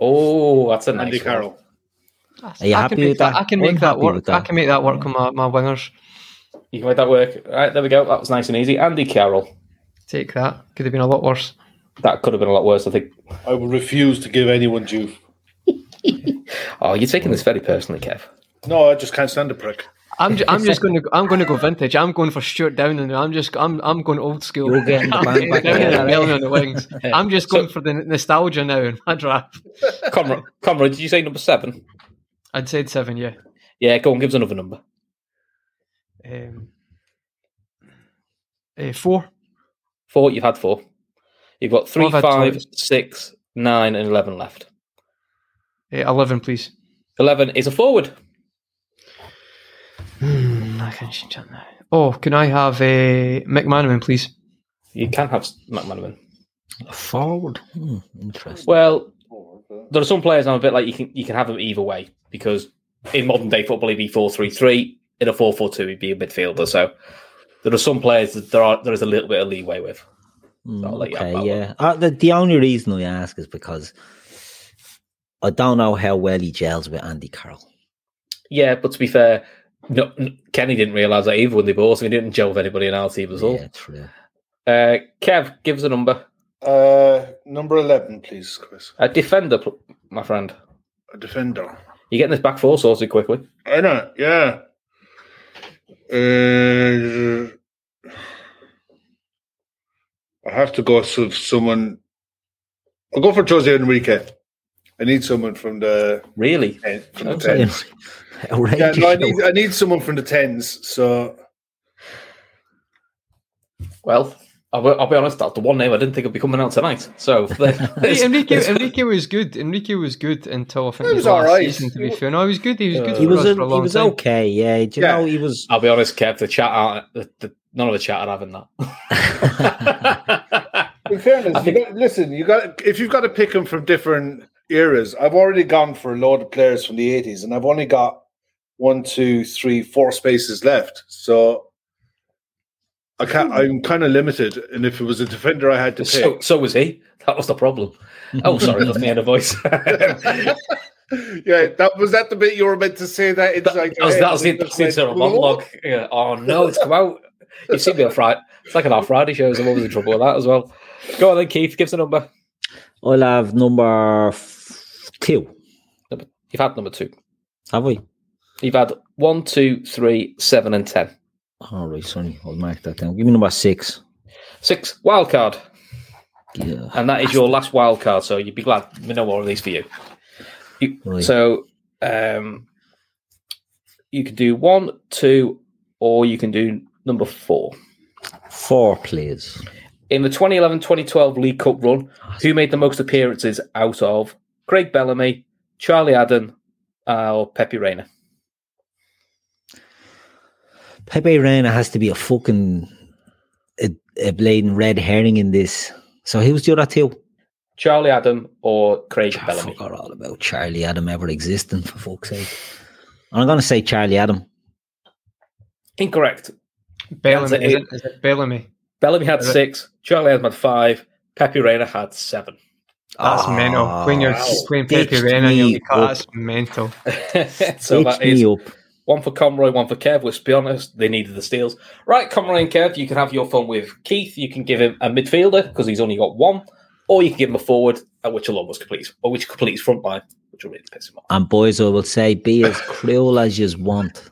[SPEAKER 2] Oh, that's a nice
[SPEAKER 3] Andy
[SPEAKER 2] one.
[SPEAKER 3] Carroll.
[SPEAKER 4] Are you
[SPEAKER 5] I
[SPEAKER 4] happy
[SPEAKER 5] can make
[SPEAKER 4] with that?
[SPEAKER 5] I can
[SPEAKER 4] I'm
[SPEAKER 5] make that
[SPEAKER 4] happy with
[SPEAKER 5] work. I
[SPEAKER 4] that.
[SPEAKER 5] can make that work on my, my wingers.
[SPEAKER 2] You can make that work. All right, there we go. That was nice and easy. Andy Carroll.
[SPEAKER 5] Take that. Could have been a lot worse.
[SPEAKER 2] That could have been a lot worse, I think.
[SPEAKER 3] I will refuse to give anyone due.
[SPEAKER 2] Oh, you're taking this very personally, Kev.
[SPEAKER 3] No, I just can't stand a prick.
[SPEAKER 5] I'm ju- I'm just going to I'm going to go vintage. I'm going for Stuart Downing. I'm just I'm I'm going old school.
[SPEAKER 4] You're getting the
[SPEAKER 5] I'm
[SPEAKER 4] bang
[SPEAKER 5] getting
[SPEAKER 4] back
[SPEAKER 5] Downing
[SPEAKER 4] there,
[SPEAKER 5] and Milner on the wings. I'm just going for the nostalgia now in my draft.
[SPEAKER 2] Comrade, Comrade, did you say number seven?
[SPEAKER 5] I'd said seven. Yeah.
[SPEAKER 2] Yeah, go on, give us another number.
[SPEAKER 5] Um, eh, four.
[SPEAKER 2] Four, you've had four. You've got three,
[SPEAKER 5] I've had
[SPEAKER 2] five, six, nine,
[SPEAKER 5] choice.
[SPEAKER 2] and 11 left.
[SPEAKER 5] Eh, Eleven, please.
[SPEAKER 2] 11 is a forward.
[SPEAKER 5] I can change that now. Oh, can I have a McManaman, please?
[SPEAKER 2] You can have McManaman.
[SPEAKER 4] Forward. Hmm, interesting.
[SPEAKER 2] Well, there are some players I'm a bit like you can you can have them either way because in modern day football he'd be four three three in a four four two he'd be a midfielder. So there are some players that there are there is a little bit of leeway with. So I'll let you have that
[SPEAKER 4] Mm, Okay,
[SPEAKER 2] one.
[SPEAKER 4] yeah. Uh, the, the only reason I ask is because I don't know how well he gels with Andy Carroll.
[SPEAKER 2] Yeah, but to be fair, no, n- Kenny didn't realise that either when they bought him. He didn't gel with anybody in our team at all.
[SPEAKER 4] Yeah, true.
[SPEAKER 2] Uh, Kev, give us a number.
[SPEAKER 3] Uh, number 11, please, Chris.
[SPEAKER 2] A defender, pl- my friend.
[SPEAKER 3] A defender.
[SPEAKER 2] You're getting this back four sorted quickly.
[SPEAKER 3] I know, yeah. Uh, I have to go with someone. I'll go for Jose Enrique. I need someone from the.
[SPEAKER 2] Really?
[SPEAKER 3] From the
[SPEAKER 2] Okay.
[SPEAKER 3] tens. Yeah, no, I uh, need, I need someone from the tens. So
[SPEAKER 2] Well, I'll, be- I'll be honest, that's the one name I didn't think would be coming out tonight. So,
[SPEAKER 5] Hey,
[SPEAKER 2] there's-
[SPEAKER 5] Enrique,
[SPEAKER 2] there's-
[SPEAKER 5] Enrique was good. Enrique was good until I think
[SPEAKER 3] He
[SPEAKER 5] his
[SPEAKER 3] was all
[SPEAKER 5] last
[SPEAKER 3] right.
[SPEAKER 5] season. To be fair, no, he was good. He was good.
[SPEAKER 4] Uh, he
[SPEAKER 5] for
[SPEAKER 4] was
[SPEAKER 5] us
[SPEAKER 4] a,
[SPEAKER 5] for a
[SPEAKER 4] he
[SPEAKER 5] long
[SPEAKER 4] was
[SPEAKER 5] time.
[SPEAKER 4] okay, yeah. Do you
[SPEAKER 3] Yeah.
[SPEAKER 4] know he was
[SPEAKER 2] I'll be honest, Kev, the chat aren't, the, the, none of the chat are having that.
[SPEAKER 3] In fairness, you got, listen, you got if you've got to pick them from different eras. I've already gone for a load of players from the eighties, and I've only got one, two, three, four spaces left. So I can't. I'm kind of limited. And if it was a defender, I had to pick.
[SPEAKER 2] Hmm. so, so was he. That was the problem. Oh, sorry, that's the end of voice. that,
[SPEAKER 3] yeah, that was that the bit you were meant to say that inside. your
[SPEAKER 2] was,
[SPEAKER 3] head?
[SPEAKER 2] that was the, that's
[SPEAKER 3] Just
[SPEAKER 2] the
[SPEAKER 3] went,
[SPEAKER 2] internal monologue. Yeah. Oh, no, it's come out. You see me on Friday. It's like an our Friday shows. I'm always in trouble with that as well. Go on then, Keith. Give us a number.
[SPEAKER 4] I'll have number f- two,
[SPEAKER 2] Number- You've had number two.
[SPEAKER 4] have we?
[SPEAKER 2] You've had one, two, three, seven, and ten.
[SPEAKER 4] All right, Sonny, I'll mark that down. Give me number six.
[SPEAKER 2] Six wild card,
[SPEAKER 4] Yeah.
[SPEAKER 2] and that is your last wild card. So you'd be glad we no more of these for you. You-
[SPEAKER 4] Right.
[SPEAKER 2] So um, you can do one, two, or you can do number four.
[SPEAKER 4] Four, please.
[SPEAKER 2] In the 2011-2012 League Cup run, who made the most appearances out of Craig Bellamy, Charlie Adam, uh, or Pepe Reina?
[SPEAKER 4] Pepe Reina has to be a fucking a, a blatant red herring in this. So who's the other two?
[SPEAKER 2] Charlie Adam or Craig
[SPEAKER 4] I
[SPEAKER 2] Bellamy?
[SPEAKER 4] forgot all about Charlie Adam ever existing for fuck's sake. I'm gonna say Charlie Adam.
[SPEAKER 2] Incorrect.
[SPEAKER 5] Bellamy,
[SPEAKER 2] That's it.
[SPEAKER 5] is it, is it Bellamy?
[SPEAKER 2] Bellamy had
[SPEAKER 5] Is it-
[SPEAKER 2] six. Charlie Adam had five. Pepe Reina had seven.
[SPEAKER 5] That's
[SPEAKER 4] Ah,
[SPEAKER 5] mental. When you're playing
[SPEAKER 4] Stitched
[SPEAKER 5] Pepe Reina, you'll
[SPEAKER 4] me
[SPEAKER 5] be cut.
[SPEAKER 4] up.
[SPEAKER 5] That's mental.
[SPEAKER 2] so
[SPEAKER 4] Stitch
[SPEAKER 2] that is
[SPEAKER 4] me up.
[SPEAKER 2] one for Conroy, one for Kev. Let's be honest, they needed the steals. Right, Conroy and Kev, you can have your fun with Keith. You can give him a midfielder because he's only got one, or you can give him a forward, uh, which will almost complete, or which completes front line, which will really piss him off.
[SPEAKER 4] And boys, I will say, be as cruel as you want.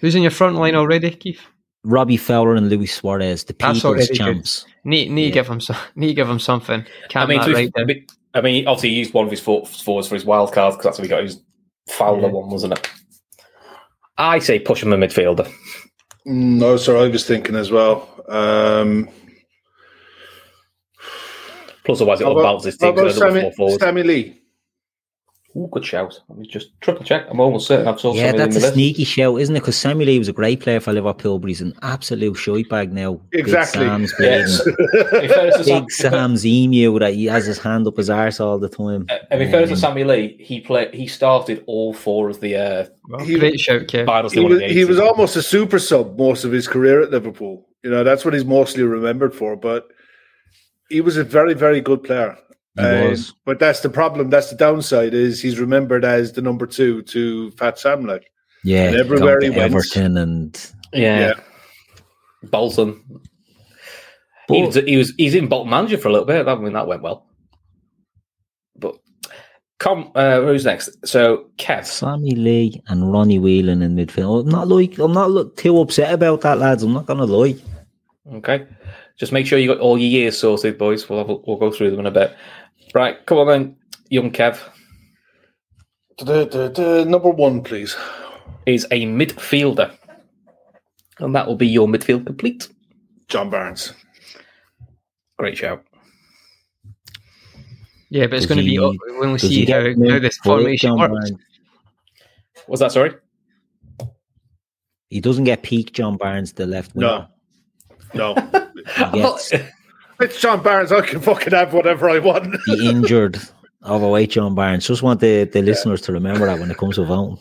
[SPEAKER 5] Who's in your front line already, Keith?
[SPEAKER 4] Robbie Fowler and Luis Suarez, the
[SPEAKER 5] That's
[SPEAKER 4] people's
[SPEAKER 5] already good.
[SPEAKER 4] champs.
[SPEAKER 5] Need need to give him some. Need to give him something.
[SPEAKER 2] I
[SPEAKER 5] Can't
[SPEAKER 2] mean, to be-
[SPEAKER 5] right
[SPEAKER 2] I
[SPEAKER 5] there.
[SPEAKER 2] mean, I mean, obviously he used one of his for- forwards for his wild card because that's how he got his Fowler one, wasn't it? I say push him a midfielder.
[SPEAKER 3] No, sir. I was thinking as well. Um,
[SPEAKER 2] Plus, otherwise
[SPEAKER 3] How
[SPEAKER 2] it'll
[SPEAKER 3] about-
[SPEAKER 2] bounce his
[SPEAKER 3] how
[SPEAKER 2] team
[SPEAKER 3] about
[SPEAKER 2] because they're number
[SPEAKER 3] Sammy,
[SPEAKER 2] four forward.
[SPEAKER 3] Sammy Lee?
[SPEAKER 2] Ooh, good shout. Let me just triple check. I'm almost certain I've saw
[SPEAKER 4] Yeah,
[SPEAKER 2] something in
[SPEAKER 4] that's
[SPEAKER 2] the
[SPEAKER 4] a
[SPEAKER 2] list.
[SPEAKER 4] sneaky shout, isn't it? Because Samuel Lee was a great player for Liverpool, but he's an absolute shite bag now. Big
[SPEAKER 3] Exactly.
[SPEAKER 4] Sam's
[SPEAKER 2] Yes.
[SPEAKER 4] bleeding.
[SPEAKER 2] In fairness to Sam-
[SPEAKER 4] Big Sam's emu that he has his hand up his arse all the time.
[SPEAKER 2] And uh, in fairness to Sammy Lee, he played. He started all four of the uh,
[SPEAKER 5] Well,
[SPEAKER 3] He-
[SPEAKER 5] great shout, Kev.
[SPEAKER 2] finals.
[SPEAKER 3] He was, he was almost a super sub most of his career at Liverpool. You know, that's what he's mostly remembered for. But he was a very, very good player.
[SPEAKER 4] He
[SPEAKER 3] Um,
[SPEAKER 4] was.
[SPEAKER 3] but that's the problem. That's the downside. Is he's remembered as the number two to Fat Sam? Like,
[SPEAKER 4] Yeah,
[SPEAKER 3] and everywhere he
[SPEAKER 4] gone to
[SPEAKER 3] went.
[SPEAKER 4] Everton and
[SPEAKER 2] yeah.
[SPEAKER 3] yeah,
[SPEAKER 2] Bolton. he, was, he was he's in Bolton manager for a little bit. I mean that went well. But come uh, who's next? So Kev.
[SPEAKER 4] Sammy Lee and Ronnie Whelan in midfield. I'm not like I'm not look, too upset about that, lads. I'm not gonna lie.
[SPEAKER 2] Okay, just make sure you got all your years sorted, boys. We'll have, a- we'll go through them in a bit. Right, come on then, young Kev.
[SPEAKER 3] Da-da-da-da. number one, please.
[SPEAKER 2] Is a midfielder, and that will be your midfield complete.
[SPEAKER 3] John Barnes.
[SPEAKER 2] Great shout.
[SPEAKER 5] Yeah, but it's
[SPEAKER 4] Does
[SPEAKER 5] going to be
[SPEAKER 4] he-
[SPEAKER 5] up when we
[SPEAKER 4] does
[SPEAKER 5] see
[SPEAKER 4] he
[SPEAKER 5] how,
[SPEAKER 4] get moved
[SPEAKER 5] how this
[SPEAKER 4] forward,
[SPEAKER 5] formation
[SPEAKER 4] John
[SPEAKER 5] works.
[SPEAKER 4] Barnes?
[SPEAKER 2] Was that sorry?
[SPEAKER 4] He doesn't get peak John Barnes the left
[SPEAKER 3] No,
[SPEAKER 4] winger.
[SPEAKER 3] no.
[SPEAKER 4] He gets
[SPEAKER 3] it's John Barnes. I can fucking have whatever I want.
[SPEAKER 4] the injured overweight John Barnes. Just want the, the listeners to remember that when it comes to voting.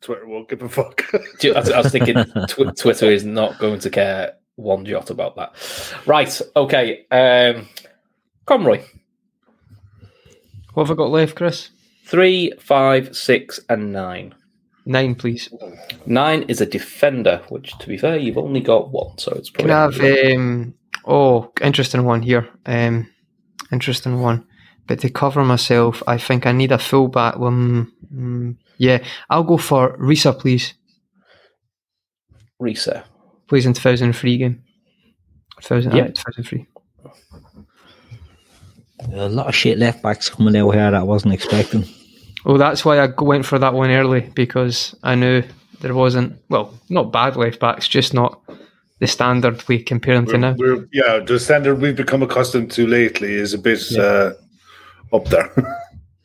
[SPEAKER 3] Twitter won't give a fuck.
[SPEAKER 2] Do you- I was, I was thinking tw- Twitter is not going to care one jot about that. Right. Okay. Um, Conroy.
[SPEAKER 5] What have I got left, Chris?
[SPEAKER 2] Three, five, six, and nine.
[SPEAKER 5] Nine, please.
[SPEAKER 2] Nine is a defender, which, to be fair, you've only got one, so it's
[SPEAKER 5] Can
[SPEAKER 2] probably.
[SPEAKER 5] I have um oh interesting one here. Um interesting one. But to cover myself, I think I need a fullback. Um, mm, yeah, I'll go for Risa, please.
[SPEAKER 2] Risa.
[SPEAKER 5] Plays in 2003 game. 2000,
[SPEAKER 2] Yep.
[SPEAKER 5] aye, 2003.
[SPEAKER 4] A lot of shit left backs coming out here that I wasn't expecting.
[SPEAKER 5] Oh, that's why I g- went for that one early because I knew there wasn't, well, not bad left backs, just not the standard we compare them to now.
[SPEAKER 3] We're, yeah, the standard we've become accustomed to lately is a bit uh, up there.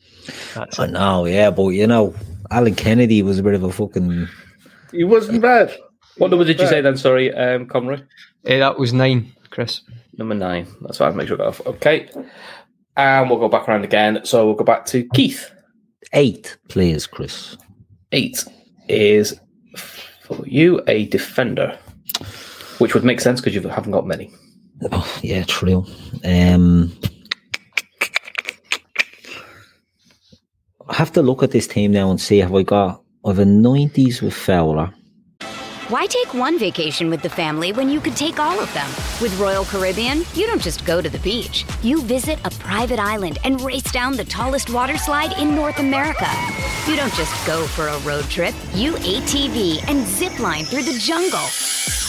[SPEAKER 4] I know, yeah, but you know, Alan Kennedy was a bit of a fucking
[SPEAKER 3] he wasn't bad.
[SPEAKER 2] What number did you say then? Sorry, um, Conroy.
[SPEAKER 5] Eh, that was nine, Chris.
[SPEAKER 2] Number nine. That's why I make sure I got off. Okay. And we'll go back around again. So we'll go back to Keith.
[SPEAKER 4] eight players, Chris.
[SPEAKER 2] Eight is for you a defender, which would make sense because you haven't got many.
[SPEAKER 4] Oh, yeah, true. Um, I have to look at this team now and see have I got of a nineties with Fowler.
[SPEAKER 6] Why take one vacation with the family when you could take all of them? With Royal Caribbean, you don't just go to the beach. You visit a private island and race down the tallest water slide in North America. You don't just go for a road trip. You ATV and zip line through the jungle.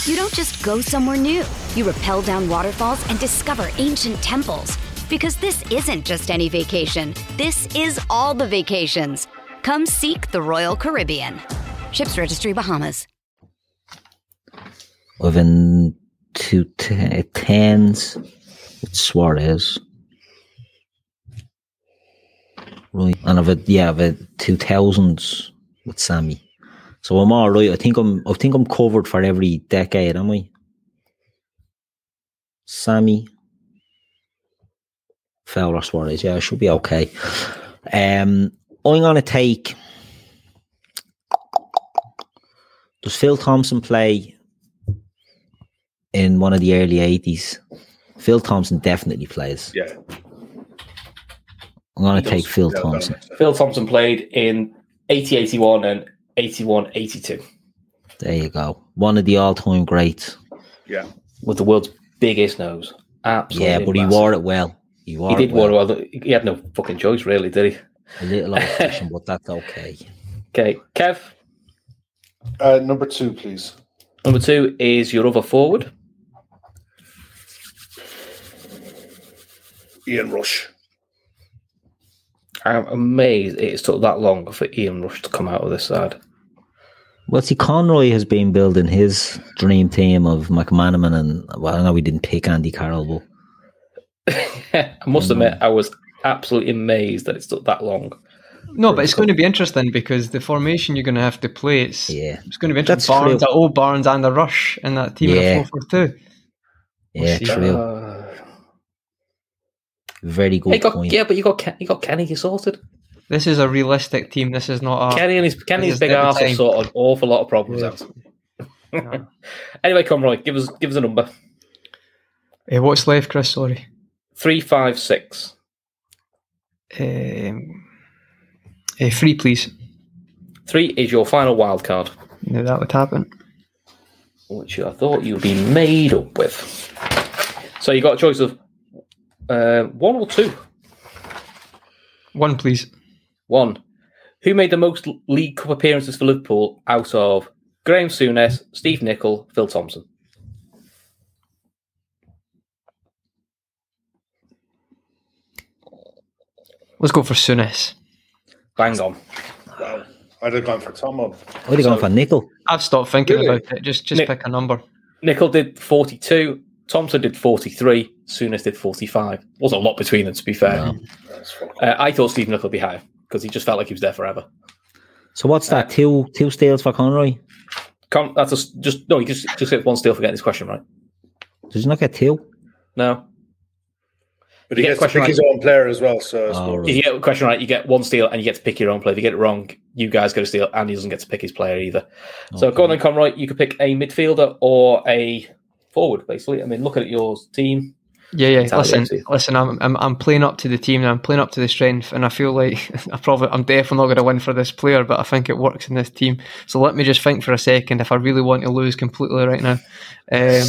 [SPEAKER 6] You don't just go somewhere new. You rappel down waterfalls and discover ancient temples. Because this isn't just any vacation. This is all the vacations. Come seek the Royal Caribbean. Ships Registry Bahamas.
[SPEAKER 4] Of a two te- tens with Suarez. Right. And of a yeah, of a two thousands with Sammy. So I'm all right. I think I'm I think I'm covered for every decade, am I? Sammy, Fowler, Suarez. Yeah, I should be okay. Um, I'm gonna take. Does Phil Thompson play in one of the early '80s? Phil Thompson definitely plays.
[SPEAKER 3] Yeah,
[SPEAKER 4] I'm gonna
[SPEAKER 3] He
[SPEAKER 4] take
[SPEAKER 3] does.
[SPEAKER 4] Phil
[SPEAKER 3] Yeah, that
[SPEAKER 4] Thompson.
[SPEAKER 3] makes sense.
[SPEAKER 2] Phil Thompson played in 80 81 and 81 82
[SPEAKER 4] There you go. One of the all-time greats.
[SPEAKER 3] Yeah,
[SPEAKER 2] with the world's biggest nose. Absolutely.
[SPEAKER 4] yeah, but he
[SPEAKER 2] massive.
[SPEAKER 4] wore it well. He wore
[SPEAKER 2] He did
[SPEAKER 4] it well.
[SPEAKER 2] wear well. He had no fucking choice, really, did he?
[SPEAKER 4] A little old fashioned, but that's okay.
[SPEAKER 2] Okay, Kev.
[SPEAKER 3] uh, number two, please.
[SPEAKER 2] Number two is your other forward.
[SPEAKER 3] Ian Rush.
[SPEAKER 2] I'm amazed it's took that long for Ian Rush to come out of this side.
[SPEAKER 4] Well, see, Conroy has been building his dream team of McManaman and well, I know we didn't pick Andy Carroll, but
[SPEAKER 2] I must admit, I was absolutely amazed that it took that long.
[SPEAKER 5] No, but it's going to be interesting because the formation you're going to have to play, it's,
[SPEAKER 4] Yeah.
[SPEAKER 5] it's going to be interesting.
[SPEAKER 4] That's
[SPEAKER 5] Barnes,
[SPEAKER 4] true.
[SPEAKER 5] at old Barnes and a rush in that team
[SPEAKER 4] Yeah.
[SPEAKER 5] of 4 for 2.
[SPEAKER 4] Yeah,
[SPEAKER 5] see.
[SPEAKER 4] true.
[SPEAKER 2] Uh,
[SPEAKER 4] Very good
[SPEAKER 2] you got,
[SPEAKER 4] point.
[SPEAKER 2] yeah, but you got Ken, you got Kenny. You sorted.
[SPEAKER 5] This is a realistic team. This is not a.
[SPEAKER 2] Kenny and his Kenny's
[SPEAKER 5] is
[SPEAKER 2] big
[SPEAKER 5] every
[SPEAKER 2] ass
[SPEAKER 5] time.
[SPEAKER 2] have sorted an awful lot of problems
[SPEAKER 5] Yeah.
[SPEAKER 2] out. Anyway, Conroy, give us give us a number.
[SPEAKER 5] Eh, what's left, Chris? Sorry.
[SPEAKER 2] Three, five, six.
[SPEAKER 5] Um, eh, three, please.
[SPEAKER 2] Three is your final wild card,
[SPEAKER 5] Knew that would happen.
[SPEAKER 2] which I thought you'd be made up with. So you got a choice of uh, one or two.
[SPEAKER 5] One, please.
[SPEAKER 2] One, who made the most League Cup appearances for Liverpool out of Graham Souness, Steve Nichol, Phil Thompson?
[SPEAKER 5] Let's go for Sunis.
[SPEAKER 2] Bang on.
[SPEAKER 3] I'd have gone for Tomo.
[SPEAKER 4] I'd have gone for nickel.
[SPEAKER 5] I've stopped thinking
[SPEAKER 3] Really?
[SPEAKER 5] about it. Just just
[SPEAKER 2] Nick-
[SPEAKER 5] pick a number.
[SPEAKER 2] Nichol did 42, Thompson did 43, Souness did 45. Wasn't a lot between them, to be fair. Uh, I thought Steve Nichol would be higher because he just felt like he was there forever.
[SPEAKER 4] So what's that? Two two steals for Conroy?
[SPEAKER 2] Con- that's a s just no. You just just get one steal for getting this question right.
[SPEAKER 4] Did you not get two?
[SPEAKER 2] No,
[SPEAKER 3] But he
[SPEAKER 2] Yeah,
[SPEAKER 3] gets to
[SPEAKER 2] question Ah.
[SPEAKER 3] pick his own player as well. So,
[SPEAKER 4] Oh,
[SPEAKER 2] if
[SPEAKER 4] right.
[SPEAKER 2] you get a question right, you get one steal and you get to pick your own player. If you get it wrong, you guys go to steal and he doesn't get to pick his player either. So go on then, Conroy. You could pick a midfielder or a forward, basically. I mean, looking at your team,
[SPEAKER 5] Yeah, yeah.
[SPEAKER 2] Exactly,
[SPEAKER 5] Listen,
[SPEAKER 2] absolutely.
[SPEAKER 5] listen. I'm, I'm I'm playing up to the team. and I'm playing up to the strength, and I feel like I probably I'm definitely not going to win for this player, but I think it works in this team. So let me just think for a second. If I really want to lose completely right now, um,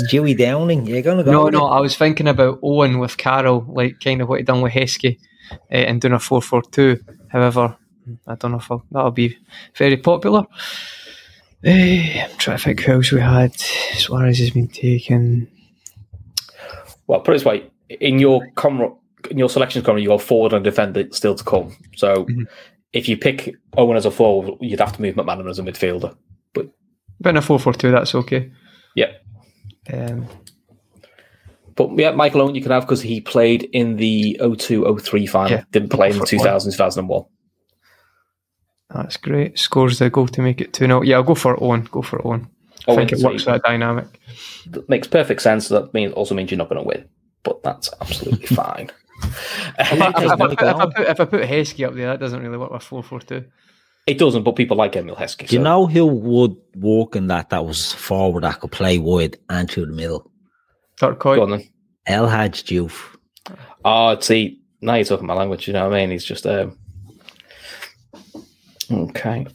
[SPEAKER 4] Stewie Downing, you're gonna go.
[SPEAKER 5] no,
[SPEAKER 4] with
[SPEAKER 5] no.
[SPEAKER 4] it.
[SPEAKER 5] I was thinking about Owen with Carroll, like kind of what he done with Heskey, uh, and doing a four four two. However, I don't know if I'll, that'll be very popular. Eh, I'm trying to think who else we had. Suarez has been taken.
[SPEAKER 2] well, put it this way: in your Conroy, in your selections, Conroy, you have forward and defender still to come. So if you pick Owen as a forward, you'd have to move McManaman as a midfielder. But
[SPEAKER 5] Been a four four two. That's okay.
[SPEAKER 2] yeah,
[SPEAKER 5] Um,
[SPEAKER 2] But yeah, Michael Owen you can have because he played in the 02 03 final,
[SPEAKER 5] Yeah.
[SPEAKER 2] didn't play in the 2000 2001.
[SPEAKER 5] That's great. Scores the goal to make it 2 0. Yeah, I'll go for Owen. Go for Owen. I
[SPEAKER 2] Owen
[SPEAKER 5] think it
[SPEAKER 2] is
[SPEAKER 5] works
[SPEAKER 2] the-
[SPEAKER 5] that dynamic.
[SPEAKER 2] That makes perfect sense. so That means also means you're not going to win, but that's absolutely fine.
[SPEAKER 5] If I, if, I
[SPEAKER 4] Michael
[SPEAKER 5] put, if, I
[SPEAKER 4] Owen.
[SPEAKER 5] put, if I put Heskey up there, that doesn't really work with 4 4 2.
[SPEAKER 2] It doesn't, but people like Emil Heskey.
[SPEAKER 4] Do you
[SPEAKER 2] so-
[SPEAKER 4] know who would walk in that that was forward that could play wide and through the middle?
[SPEAKER 2] Go
[SPEAKER 5] Turcoy.
[SPEAKER 2] on then.
[SPEAKER 4] El Hadj Diouf.
[SPEAKER 2] Oh, see, now you're talking my language. You know what I mean? He's just um. Okay.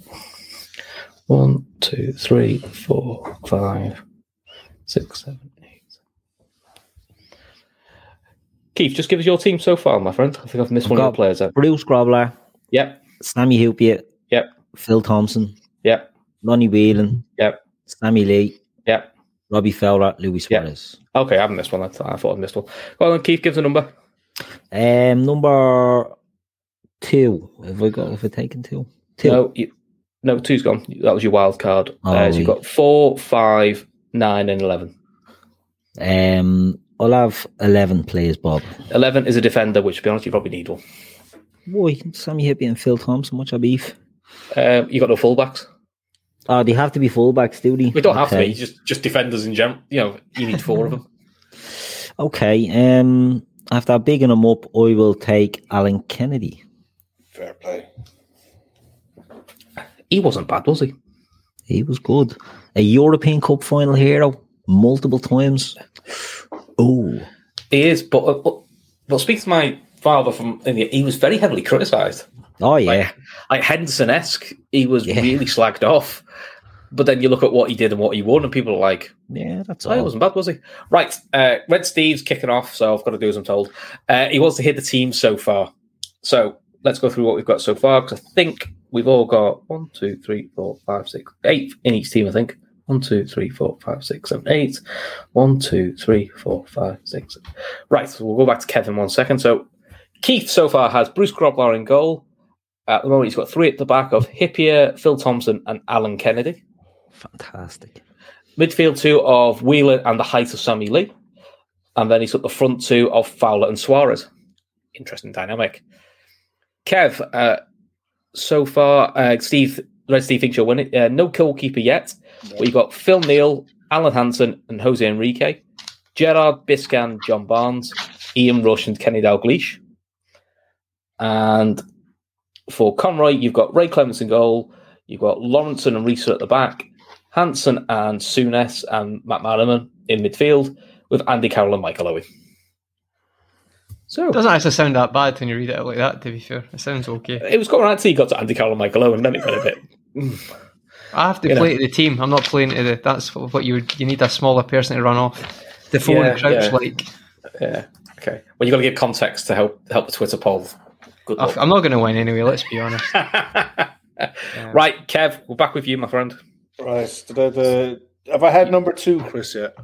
[SPEAKER 2] One, two, three, four, five, six, seven, eight. Keith, just give us your team so far, my friend. I think I've missed one of
[SPEAKER 4] got-
[SPEAKER 2] your players. There.
[SPEAKER 4] Bruce Grobler,
[SPEAKER 2] Yep,
[SPEAKER 4] Sammy Hoopier,
[SPEAKER 2] yep,
[SPEAKER 4] Phil Thompson,
[SPEAKER 2] yep,
[SPEAKER 4] Lonnie Whelan,
[SPEAKER 2] yep,
[SPEAKER 4] Sammy Lee,
[SPEAKER 2] yep.
[SPEAKER 4] Robbie Fowler, Louis
[SPEAKER 2] Yeah.
[SPEAKER 4] Suarez.
[SPEAKER 2] Okay, I haven't missed one. I thought I thought I'd missed one. Well, then, Keith, give us a number.
[SPEAKER 4] Um, number two. Have I got? Have I taken two? Two.
[SPEAKER 2] No, you, no, two's gone. That was your wild card. uh,
[SPEAKER 4] Oh,
[SPEAKER 2] so you've
[SPEAKER 4] yeah.
[SPEAKER 2] got four, five, nine, and eleven.
[SPEAKER 4] Um, I'll have eleven players, Bob.
[SPEAKER 2] 11 is a defender, which, to be honest, you probably need one.
[SPEAKER 4] Boy, Sammy Hoopier and Phil Thompson. Much a beef.
[SPEAKER 2] Um, you got no fullbacks.
[SPEAKER 4] Oh, they have to be fullbacks, do they?
[SPEAKER 2] We don't have to
[SPEAKER 4] Okay.
[SPEAKER 2] be just just defenders in general. You know, you need four of them.
[SPEAKER 4] Okay. Um, after bigging him up, I will take Alan Kennedy.
[SPEAKER 3] fair play.
[SPEAKER 2] He wasn't bad, was he?
[SPEAKER 4] He was good. A European Cup final hero multiple times. Oh,
[SPEAKER 2] He is, but uh, but, but speak to my father from India. He was very heavily criticised,
[SPEAKER 4] oh yeah.
[SPEAKER 2] like Henderson esque. He was
[SPEAKER 4] Yeah.
[SPEAKER 2] really slagged off. But then you look at what he did and what he won, and people are like,
[SPEAKER 4] Yeah, that's
[SPEAKER 2] "Oh, he
[SPEAKER 4] all.
[SPEAKER 2] wasn't bad, was he?" Right, uh, Red Steve's kicking off, so I've got to do as I'm told. Uh, he wants to hear the team so far, so let's go through what we've got so far because I think we've all got one, two, three, four, five, six, eight in each team. I think one, two, three, four, five, six, seven, eight. One, two, three, four, five, six. Right, so we'll go back to Kevin one second. So Keith so far has Bruce Grobler in goal. At the moment, he's got three at the back of Hippier, Phil Thompson, and Alan Kennedy
[SPEAKER 4] Fantastic.
[SPEAKER 2] midfield two of Wheeler and the height of Sammy Lee. and then he took the front two of Fowler and Suarez. Interesting dynamic. Kev, uh, so far, uh, Steve, Red Steve thinks you'll win it. Uh, no goalkeeper yet, but you've got Phil Neal, Alan Hansen, and Jose Enrique, Gerard Biscan, John Barnes, Ian Rush, and Kenny Dalglish. And for Conroy, you've got Ray Clements in goal, you've got Lawrence and Reeser at the back, Hansen and Souness and Matt Mariman in midfield, with Andy Carroll and Michael Owen. So
[SPEAKER 5] Doesn't actually sound that bad when you read it out like that. To be fair, it sounds okay.
[SPEAKER 2] it was quite right until you got to Andy Carroll and Michael Owen, then it got a bit.
[SPEAKER 5] I have to
[SPEAKER 2] You
[SPEAKER 5] play
[SPEAKER 2] know.
[SPEAKER 5] to the team. I'm not playing to the. That's what what you would- you need a smaller person to run off. The phone
[SPEAKER 2] Yeah,
[SPEAKER 5] the crouch
[SPEAKER 2] yeah.
[SPEAKER 5] like.
[SPEAKER 2] Yeah. Okay. Well, you've got to give context to help help the Twitter poll. Good
[SPEAKER 5] I-
[SPEAKER 2] luck.
[SPEAKER 5] I'm not going to win anyway. Let's be honest.
[SPEAKER 2] Right, Kev, we're back with you, my friend.
[SPEAKER 3] Right. Did I, uh, have I had number two, Chris, yet?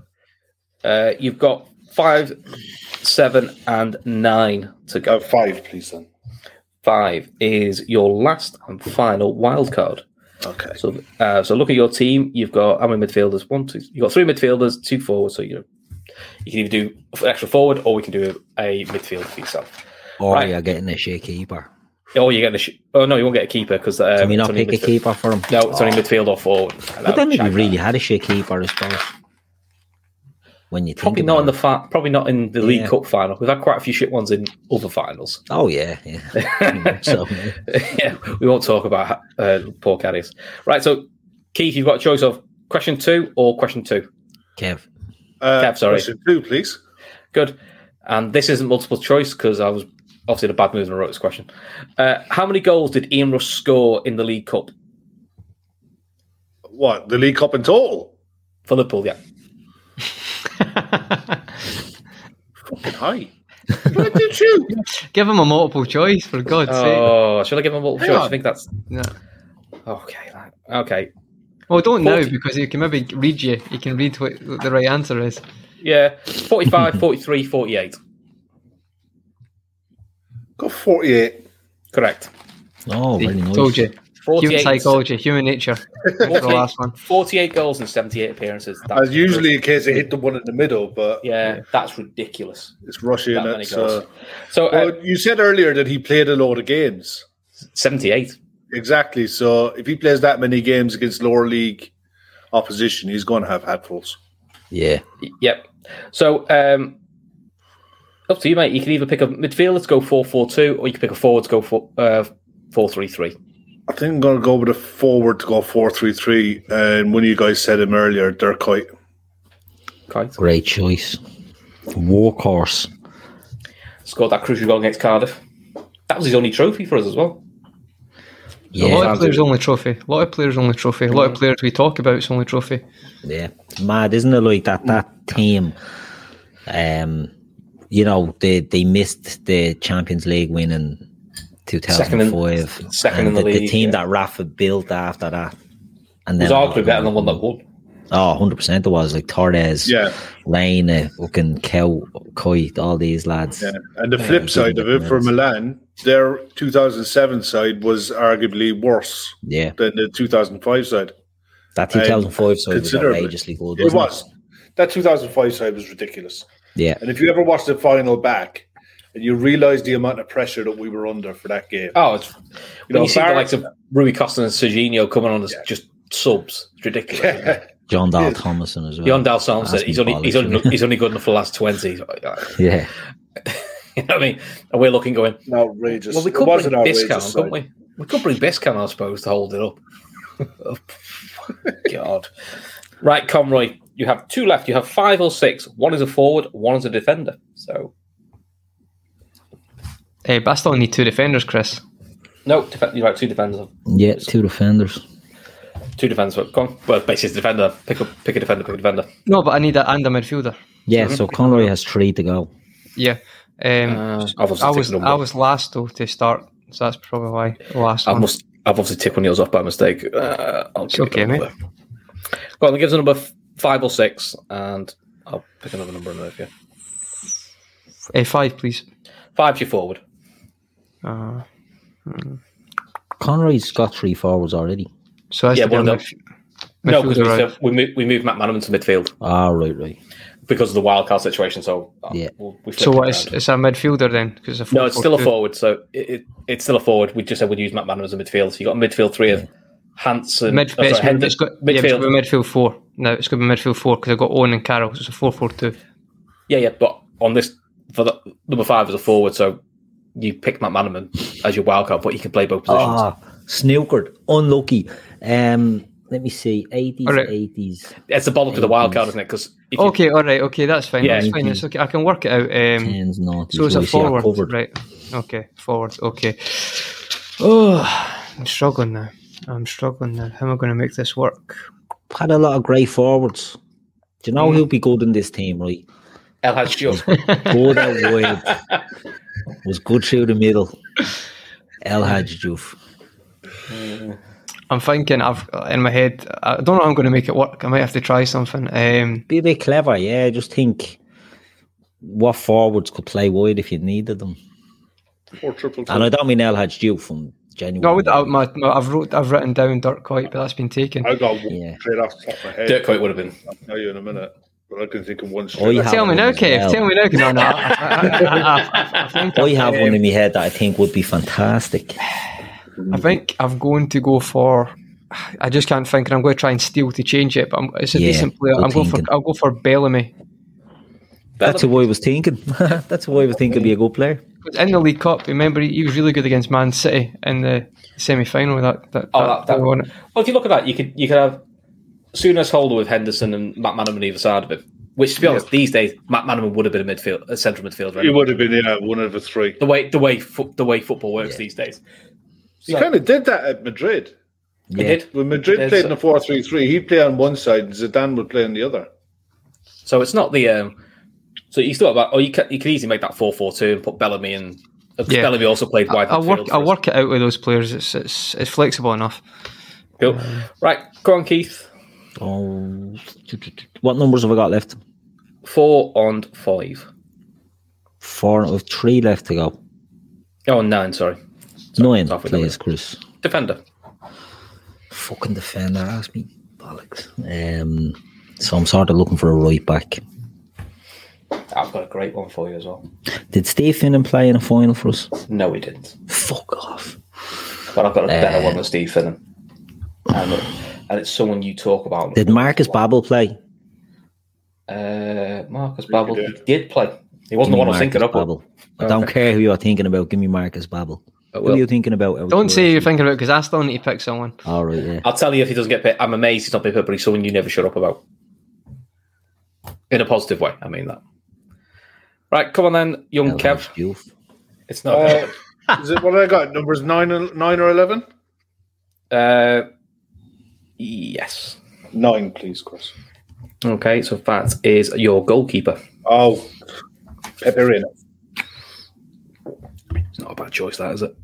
[SPEAKER 2] Uh, you've got five, seven, and nine to go.
[SPEAKER 3] Uh, five, please, then.
[SPEAKER 2] Five is your last and final wild card.
[SPEAKER 3] Okay.
[SPEAKER 2] So, uh, so look at your team. You've got how many midfielders? One, two. You've got three midfielders, two forwards. So you know, you can either do an extra forward, or we can do a, a midfield for yourself.
[SPEAKER 4] Or
[SPEAKER 2] Right.
[SPEAKER 4] you're Oh, getting a shakekeeper.
[SPEAKER 2] Or you get a sh- oh no, you won't get a keeper because um,
[SPEAKER 4] Can we
[SPEAKER 2] it's
[SPEAKER 4] not
[SPEAKER 2] only
[SPEAKER 4] pick a
[SPEAKER 2] midfield-
[SPEAKER 4] keeper for him?
[SPEAKER 2] No, it's only midfield or forward.
[SPEAKER 4] I don't think we really had a shakekeeper, I suppose. When you think
[SPEAKER 2] Probably
[SPEAKER 4] about
[SPEAKER 2] not in the
[SPEAKER 4] it.
[SPEAKER 2] fi- probably not in the League
[SPEAKER 4] Yeah.
[SPEAKER 2] Cup final. We've had quite a few shit ones in other finals.
[SPEAKER 4] Oh yeah, yeah. Pretty much so, yeah.
[SPEAKER 2] yeah, we won't talk about uh, poor caddies. Right, so Keith, you've got a choice of question two or question two.
[SPEAKER 4] Kev.
[SPEAKER 3] Uh,
[SPEAKER 2] Kev, sorry.
[SPEAKER 3] Question two, please.
[SPEAKER 2] Good. And this isn't multiple choice because I was obviously in a bad mood when I wrote this question. Uh, how many goals did Ian Rush score in the League Cup
[SPEAKER 3] What? The League Cup in total?
[SPEAKER 2] for Liverpool? Yeah,
[SPEAKER 3] Fucking high. Where did you?
[SPEAKER 5] Give him a multiple choice for God's sake.
[SPEAKER 2] Oh, should I give him a multiple
[SPEAKER 3] Hang
[SPEAKER 2] choice? I
[SPEAKER 3] on.
[SPEAKER 2] think that's
[SPEAKER 5] No.
[SPEAKER 2] okay. that- Okay.
[SPEAKER 5] Well, don't know
[SPEAKER 2] 40.
[SPEAKER 5] because he can maybe read you. He can read what what the right answer is.
[SPEAKER 2] Yeah, 45, 43, 48.
[SPEAKER 3] Got 48.
[SPEAKER 2] Correct.
[SPEAKER 4] Oh, very nice.
[SPEAKER 5] Told you. Human
[SPEAKER 2] 48.
[SPEAKER 5] psychology, human nature. That's the
[SPEAKER 2] 48,
[SPEAKER 5] last one.
[SPEAKER 2] 48 goals and 78 appearances. That's
[SPEAKER 3] As usually, in case they hit the one in the middle, but
[SPEAKER 2] yeah, that's ridiculous.
[SPEAKER 3] it's Russia
[SPEAKER 2] That
[SPEAKER 3] in
[SPEAKER 2] many
[SPEAKER 3] it.
[SPEAKER 2] goals.
[SPEAKER 3] So.
[SPEAKER 2] So uh,
[SPEAKER 3] Well, you said earlier that he played a lot of games.
[SPEAKER 2] 78.
[SPEAKER 3] Exactly. So if he plays that many games against lower league opposition, he's going to have hatfuls.
[SPEAKER 4] Yeah.
[SPEAKER 2] Yep. So um, up to you, mate. You can either pick a midfielder to go 4 4 2, or you can pick a forward to go 4 uh, 4 3 3.
[SPEAKER 3] I think I'm going to go with a forward to go four three three. And one of you guys said him earlier, Dirk Hoyt.
[SPEAKER 2] Correct.
[SPEAKER 4] Great choice. Warhorse.
[SPEAKER 2] Scored that crucial goal against Cardiff. That was his only trophy for us as well.
[SPEAKER 5] A lot
[SPEAKER 4] Yeah,
[SPEAKER 5] of players only trophy. A lot of players only trophy. A lot
[SPEAKER 2] Mm.
[SPEAKER 5] of players we talk about is only trophy.
[SPEAKER 4] yeah. Mad, isn't it? Like that that team. Um, you know, they they missed the Champions League win in two
[SPEAKER 2] Second in-
[SPEAKER 4] thousand five.
[SPEAKER 2] second in the
[SPEAKER 4] the
[SPEAKER 2] league,
[SPEAKER 4] team
[SPEAKER 2] yeah.
[SPEAKER 4] that Rafa built after that. And
[SPEAKER 2] It was arguably better than the one that won.
[SPEAKER 4] Oh, 100% it was like Torres,
[SPEAKER 3] Yeah.
[SPEAKER 4] Lane, uh, fucking Kel, Coit, all these lads.
[SPEAKER 3] Yeah. And the flip side of it for Milan, their 2007 side was arguably worse
[SPEAKER 4] Yeah.
[SPEAKER 3] than the 2005 side.
[SPEAKER 4] That 2005 side was
[SPEAKER 3] Considerably.
[SPEAKER 4] outrageously good.
[SPEAKER 3] It
[SPEAKER 4] wasn't
[SPEAKER 3] was. That 2005 side was ridiculous.
[SPEAKER 4] Yeah.
[SPEAKER 3] And if you ever watch the final back, and you realise the amount of pressure that we were under for that game.
[SPEAKER 2] Oh, it's, when
[SPEAKER 3] know,
[SPEAKER 2] you see the
[SPEAKER 3] Barry-
[SPEAKER 2] likes of Rui Costa and Serginho coming on as just subs, it's ridiculous. isn't it?
[SPEAKER 4] John Dahl Thomason as well.
[SPEAKER 2] Beyond Dal Salm said
[SPEAKER 4] That's
[SPEAKER 2] he's only he's only
[SPEAKER 4] bollocks,
[SPEAKER 2] he's only good enough for the last twenty. You know
[SPEAKER 4] Yeah.
[SPEAKER 2] what I mean, and we're looking going.
[SPEAKER 3] outrageous.
[SPEAKER 2] Well, we
[SPEAKER 3] It
[SPEAKER 2] could
[SPEAKER 3] was an
[SPEAKER 2] bring
[SPEAKER 3] outrageous
[SPEAKER 2] Biscan,
[SPEAKER 3] side.
[SPEAKER 2] couldn't we? We could bring Biscan, I suppose, to hold it up. Oh, God. Right, Conroy, you have two left. You have five or six. One is a forward, one is a defender. So,
[SPEAKER 5] Hey, Eh, but I still need two defenders, Chris.
[SPEAKER 2] no, def- you're right, two defenders.
[SPEAKER 4] Yeah, two defenders.
[SPEAKER 2] Two defenders. but Go on. Well, basically, it's a defender. Pick a, pick a defender, pick a defender.
[SPEAKER 5] No, but I need a and a midfielder.
[SPEAKER 4] Yeah, so Conroy has three to go.
[SPEAKER 5] Yeah. Um,
[SPEAKER 2] Uh, I've obviously
[SPEAKER 5] I
[SPEAKER 2] ticked
[SPEAKER 5] was
[SPEAKER 2] number.
[SPEAKER 5] I was last though to start, so that's probably why the last
[SPEAKER 2] I
[SPEAKER 5] one.
[SPEAKER 2] must, I've obviously ticked one of yours off by mistake. Uh, I'll give
[SPEAKER 5] okay,
[SPEAKER 2] it another. Go on, give us a number f- five or six, and I'll pick another number in there for you.
[SPEAKER 5] Hey, five, please.
[SPEAKER 2] Five's your forward.
[SPEAKER 5] Uh,
[SPEAKER 4] Conroy's got three forwards already.
[SPEAKER 5] so that's
[SPEAKER 2] Yeah,
[SPEAKER 5] the
[SPEAKER 2] one of
[SPEAKER 5] midf-
[SPEAKER 2] No, because
[SPEAKER 5] midfielder
[SPEAKER 2] we,
[SPEAKER 5] out.
[SPEAKER 2] still- we, move, we moved Matt Manaman to midfield.
[SPEAKER 4] Ah, right, right.
[SPEAKER 2] because of the wild card situation. So uh,
[SPEAKER 4] Yeah.
[SPEAKER 2] we'll- we
[SPEAKER 5] So
[SPEAKER 2] flipped it
[SPEAKER 5] what? It's,
[SPEAKER 2] around.
[SPEAKER 5] it's a midfielder then? Because
[SPEAKER 2] No, it's still a forward. So it, it, it's still a forward. We just said we'd use Matt Manham as a midfield. So you got a midfield three of Hanson,
[SPEAKER 5] Mid,
[SPEAKER 2] oh,
[SPEAKER 5] it's,
[SPEAKER 2] sorry, Hendon-
[SPEAKER 5] it's got, yeah, it's
[SPEAKER 2] midfield.
[SPEAKER 5] got to be midfield four. No, it's got to be midfield four because I've got Owen and Carroll. So it's a four-four-two.
[SPEAKER 2] Yeah, yeah, but on this for the number five is a forward, so you pick Matt Manaman as your wild card, but he can play both positions.
[SPEAKER 4] Ah, snookered, unlucky. Um, let me see, eighties,
[SPEAKER 5] All right.
[SPEAKER 4] eighties.
[SPEAKER 2] it's the bottom of the wild card, isn't it? Because
[SPEAKER 5] Okay, all right, okay, that's fine.
[SPEAKER 2] Yeah.
[SPEAKER 5] that's fine. It's okay. I can work it out. Um,
[SPEAKER 4] Tens, noughties.
[SPEAKER 5] so it's a
[SPEAKER 4] obviously are
[SPEAKER 5] forward,
[SPEAKER 4] covered.
[SPEAKER 5] right? Okay, forward. Okay. Oh, I'm struggling now. I'm struggling now. How am I going to make this work?
[SPEAKER 4] Had a lot of great forwards. Do you know
[SPEAKER 5] Mm.
[SPEAKER 4] who'll be good in this team, right?
[SPEAKER 2] El Hadj Diop.
[SPEAKER 4] Good out wide. Was good through the middle. El Hadj Diouf.
[SPEAKER 5] I'm thinking. I've in my head. I don't know. how I'm going to make it work. I might have to try something. Um,
[SPEAKER 4] Be a bit clever, yeah. Just think what forwards could play wide if you needed them.
[SPEAKER 3] Or triple.
[SPEAKER 4] And I don't mean El Hadj Diouf from
[SPEAKER 5] no, I
[SPEAKER 4] genuine.
[SPEAKER 5] would, I, my, my, I've wrote. I've written down Dirk Coit, but that's been taken.
[SPEAKER 3] I got one
[SPEAKER 4] Yeah.
[SPEAKER 3] straight off the top of my head.
[SPEAKER 2] Dirk Coit would have been.
[SPEAKER 3] I'll tell you in a minute, but I can think of one
[SPEAKER 4] Oh,
[SPEAKER 3] straight.
[SPEAKER 4] you
[SPEAKER 3] off.
[SPEAKER 4] have-
[SPEAKER 5] Tell me
[SPEAKER 4] one
[SPEAKER 5] now,
[SPEAKER 4] as
[SPEAKER 5] Kev.
[SPEAKER 4] well.
[SPEAKER 5] Tell me now, 'cause no, no. I, I- I- I think
[SPEAKER 4] I have one in my head that I think would be fantastic.
[SPEAKER 5] I think I'm going to go for. I just can't think, and I'm going to try and steal to change it. But I'm, it's a
[SPEAKER 4] Yeah,
[SPEAKER 5] decent player.
[SPEAKER 4] good
[SPEAKER 5] I'm going for.
[SPEAKER 4] thinking.
[SPEAKER 5] I'll go for Bellamy.
[SPEAKER 4] That's who I was thinking. That's who I was thinking would be a good player.
[SPEAKER 5] 'Cause In the League Cup, remember he, he was really good against Man City in the semi final. That that,
[SPEAKER 2] Oh,
[SPEAKER 5] that,
[SPEAKER 2] that- that-
[SPEAKER 5] that one.
[SPEAKER 2] Well, if you look at that, you could you could have Souness Holder with Henderson and Matt Manaman either side of it. Which, to be honest, these days Matt Manaman would have been a midfield, a central midfielder.
[SPEAKER 3] He
[SPEAKER 2] Anyway.
[SPEAKER 3] would have been yeah, one of the three.
[SPEAKER 2] The way the way fo- the way football works these days.
[SPEAKER 3] He kind of did that at Madrid.
[SPEAKER 2] He
[SPEAKER 4] Yeah.
[SPEAKER 2] did.
[SPEAKER 3] When Madrid
[SPEAKER 2] There's-
[SPEAKER 3] played in a 4 3 3, he'd play on one side and Zidane would play on the other.
[SPEAKER 2] So it's not the. Um, so you still about, or you can, you can easily make that four four two and put Bellamy in. uh, 'cause
[SPEAKER 5] Yeah.
[SPEAKER 2] Bellamy also played wide.
[SPEAKER 5] I'll
[SPEAKER 2] midfield
[SPEAKER 5] work.
[SPEAKER 2] for
[SPEAKER 5] I'll
[SPEAKER 2] us.
[SPEAKER 5] work it out with those players. It's it's it's flexible enough.
[SPEAKER 2] Cool. Right, go on, Keith.
[SPEAKER 4] Oh, what numbers have I got left?
[SPEAKER 2] Four and five.
[SPEAKER 4] Four of three left to go.
[SPEAKER 2] Oh, and nine. Sorry,
[SPEAKER 4] Nine
[SPEAKER 2] off with
[SPEAKER 4] players, Chris.
[SPEAKER 2] defender.
[SPEAKER 4] Fucking defender, ask me bollocks. Um, so I'm sort of looking for a right back.
[SPEAKER 2] I've got a great one for you as well.
[SPEAKER 4] Did Steve Finnan play in a final for us?
[SPEAKER 2] No, we didn't.
[SPEAKER 4] Fuck off.
[SPEAKER 2] But I've got a better
[SPEAKER 4] Uh,
[SPEAKER 2] one than Steve Finnan. And, it- and it's someone you talk about.
[SPEAKER 4] Did Marcus Babel play?
[SPEAKER 2] Uh, Marcus Babel he did play. He wasn't the
[SPEAKER 4] Give
[SPEAKER 2] one I
[SPEAKER 4] me
[SPEAKER 2] was thinking of. but-
[SPEAKER 4] Marcus Babbel. I don't care who you're thinking about. Give me Marcus Babel. Who
[SPEAKER 2] will.
[SPEAKER 4] are you thinking about? Eric
[SPEAKER 5] Don't say
[SPEAKER 4] Lewis?
[SPEAKER 5] you're thinking about because I still need to pick someone.
[SPEAKER 4] All right, yeah.
[SPEAKER 2] I'll tell you if he doesn't get picked. I'm amazed he's not been picked, but he's someone you never shut up about. In a positive way, I mean that. Right, come on then, young Kev.
[SPEAKER 4] Youth.
[SPEAKER 2] It's not.
[SPEAKER 3] Uh, is it what I got? Numbers 9, and- nine or 11?
[SPEAKER 2] Uh, yes.
[SPEAKER 3] 9, please, Chris.
[SPEAKER 2] Okay, so that is your goalkeeper.
[SPEAKER 3] Oh, Peperino.
[SPEAKER 2] It's not a bad choice, that is it?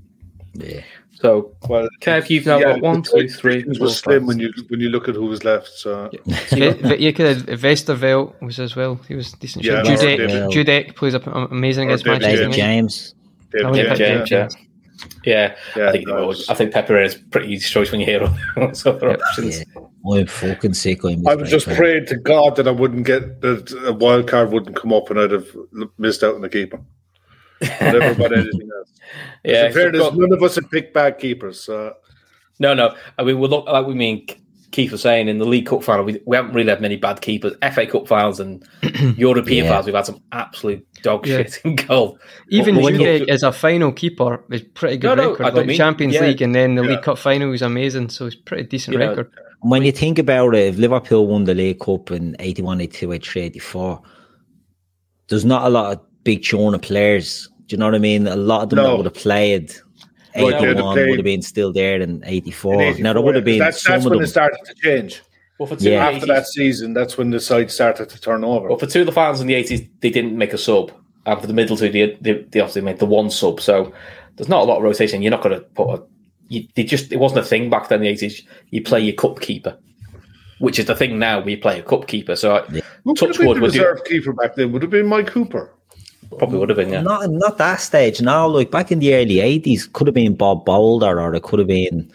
[SPEAKER 4] Yeah.
[SPEAKER 2] So,
[SPEAKER 3] Well,
[SPEAKER 2] Kev, you've now
[SPEAKER 3] yeah,
[SPEAKER 2] got one,
[SPEAKER 3] the
[SPEAKER 2] two, three,
[SPEAKER 3] It
[SPEAKER 2] four,
[SPEAKER 3] was slim
[SPEAKER 2] five.
[SPEAKER 3] when you, when you look at who was left. So
[SPEAKER 5] Ve- Ve- you could have Vesterveld was as well. He was decent.
[SPEAKER 3] Yeah,
[SPEAKER 5] Yeah,
[SPEAKER 3] Laura
[SPEAKER 5] Judek,
[SPEAKER 4] David.
[SPEAKER 5] Judek plays up amazing against
[SPEAKER 3] David
[SPEAKER 5] Manchester.
[SPEAKER 4] David
[SPEAKER 3] Yeah.
[SPEAKER 5] United.
[SPEAKER 4] James.
[SPEAKER 5] I
[SPEAKER 3] David
[SPEAKER 5] would
[SPEAKER 2] Yeah,
[SPEAKER 5] have
[SPEAKER 3] James,
[SPEAKER 5] picked
[SPEAKER 2] James, yeah.
[SPEAKER 5] James,
[SPEAKER 2] Yeah,
[SPEAKER 3] Yeah,
[SPEAKER 2] I think
[SPEAKER 3] no,
[SPEAKER 2] was,
[SPEAKER 3] it's-
[SPEAKER 2] I think Pepper is a pretty easy choice when you hear all those other options.
[SPEAKER 4] Yeah. I'm fucking sick. I'm
[SPEAKER 3] I was just praying to God that I wouldn't get that a wild card wouldn't come up and I'd have l- missed out on the keeper. Whatever about anything else.
[SPEAKER 2] Yeah,
[SPEAKER 3] in fairness,
[SPEAKER 2] got-
[SPEAKER 3] none of us have picked bad keepers. So
[SPEAKER 2] no, no. I mean, we look like we mean Keith was saying in the League Cup final, we, we haven't really had many bad keepers. FA Cup finals and European
[SPEAKER 4] Yeah.
[SPEAKER 2] finals, we've had some absolute dog
[SPEAKER 5] Yeah.
[SPEAKER 2] shit in goal.
[SPEAKER 5] Even
[SPEAKER 2] But when you-
[SPEAKER 5] Judek as a final keeper is pretty good
[SPEAKER 2] No, no,
[SPEAKER 5] record.
[SPEAKER 2] I don't
[SPEAKER 5] like
[SPEAKER 2] mean-
[SPEAKER 5] Champions
[SPEAKER 2] yeah,
[SPEAKER 5] League and then the
[SPEAKER 3] yeah.
[SPEAKER 5] League Cup final is amazing, so it's pretty decent
[SPEAKER 2] You know,
[SPEAKER 5] record.
[SPEAKER 4] When you think about it, if Liverpool won the League Cup in 81, 82, 83, 84, there's not a lot of big churn of players. Do you know what I mean? A lot of them
[SPEAKER 3] No.
[SPEAKER 4] that would have played.
[SPEAKER 3] Right, they'd have
[SPEAKER 4] 81
[SPEAKER 3] played-
[SPEAKER 4] would have been still there in 84.
[SPEAKER 3] in
[SPEAKER 4] Now,
[SPEAKER 3] 84,
[SPEAKER 4] there would have been
[SPEAKER 3] that's,
[SPEAKER 4] some
[SPEAKER 3] that's
[SPEAKER 4] of
[SPEAKER 3] when
[SPEAKER 4] them.
[SPEAKER 3] it started to change.
[SPEAKER 2] Well, for two,
[SPEAKER 4] Yeah.
[SPEAKER 2] of the
[SPEAKER 3] After
[SPEAKER 2] 80s
[SPEAKER 3] that season, that's when the side started to turn over.
[SPEAKER 2] well, for two of the finals in the eighties, they didn't make a sub. And for the middle two, they, they, they obviously made the one sub. So there's not a lot of rotation. You're not going to put a. You, they just it wasn't a thing back then in the eighties. You play your cup keeper, which is the thing now. We play a cup keeper. So I,
[SPEAKER 3] Who
[SPEAKER 2] touch
[SPEAKER 3] could have been
[SPEAKER 2] wood,
[SPEAKER 3] the
[SPEAKER 2] would you-
[SPEAKER 3] reserve keeper back then? Would have been Mike Cooper.
[SPEAKER 2] probably would have been yeah.
[SPEAKER 4] Not not that stage. Now, like back in the early eighties, could have been Bob Boulder, or it could have been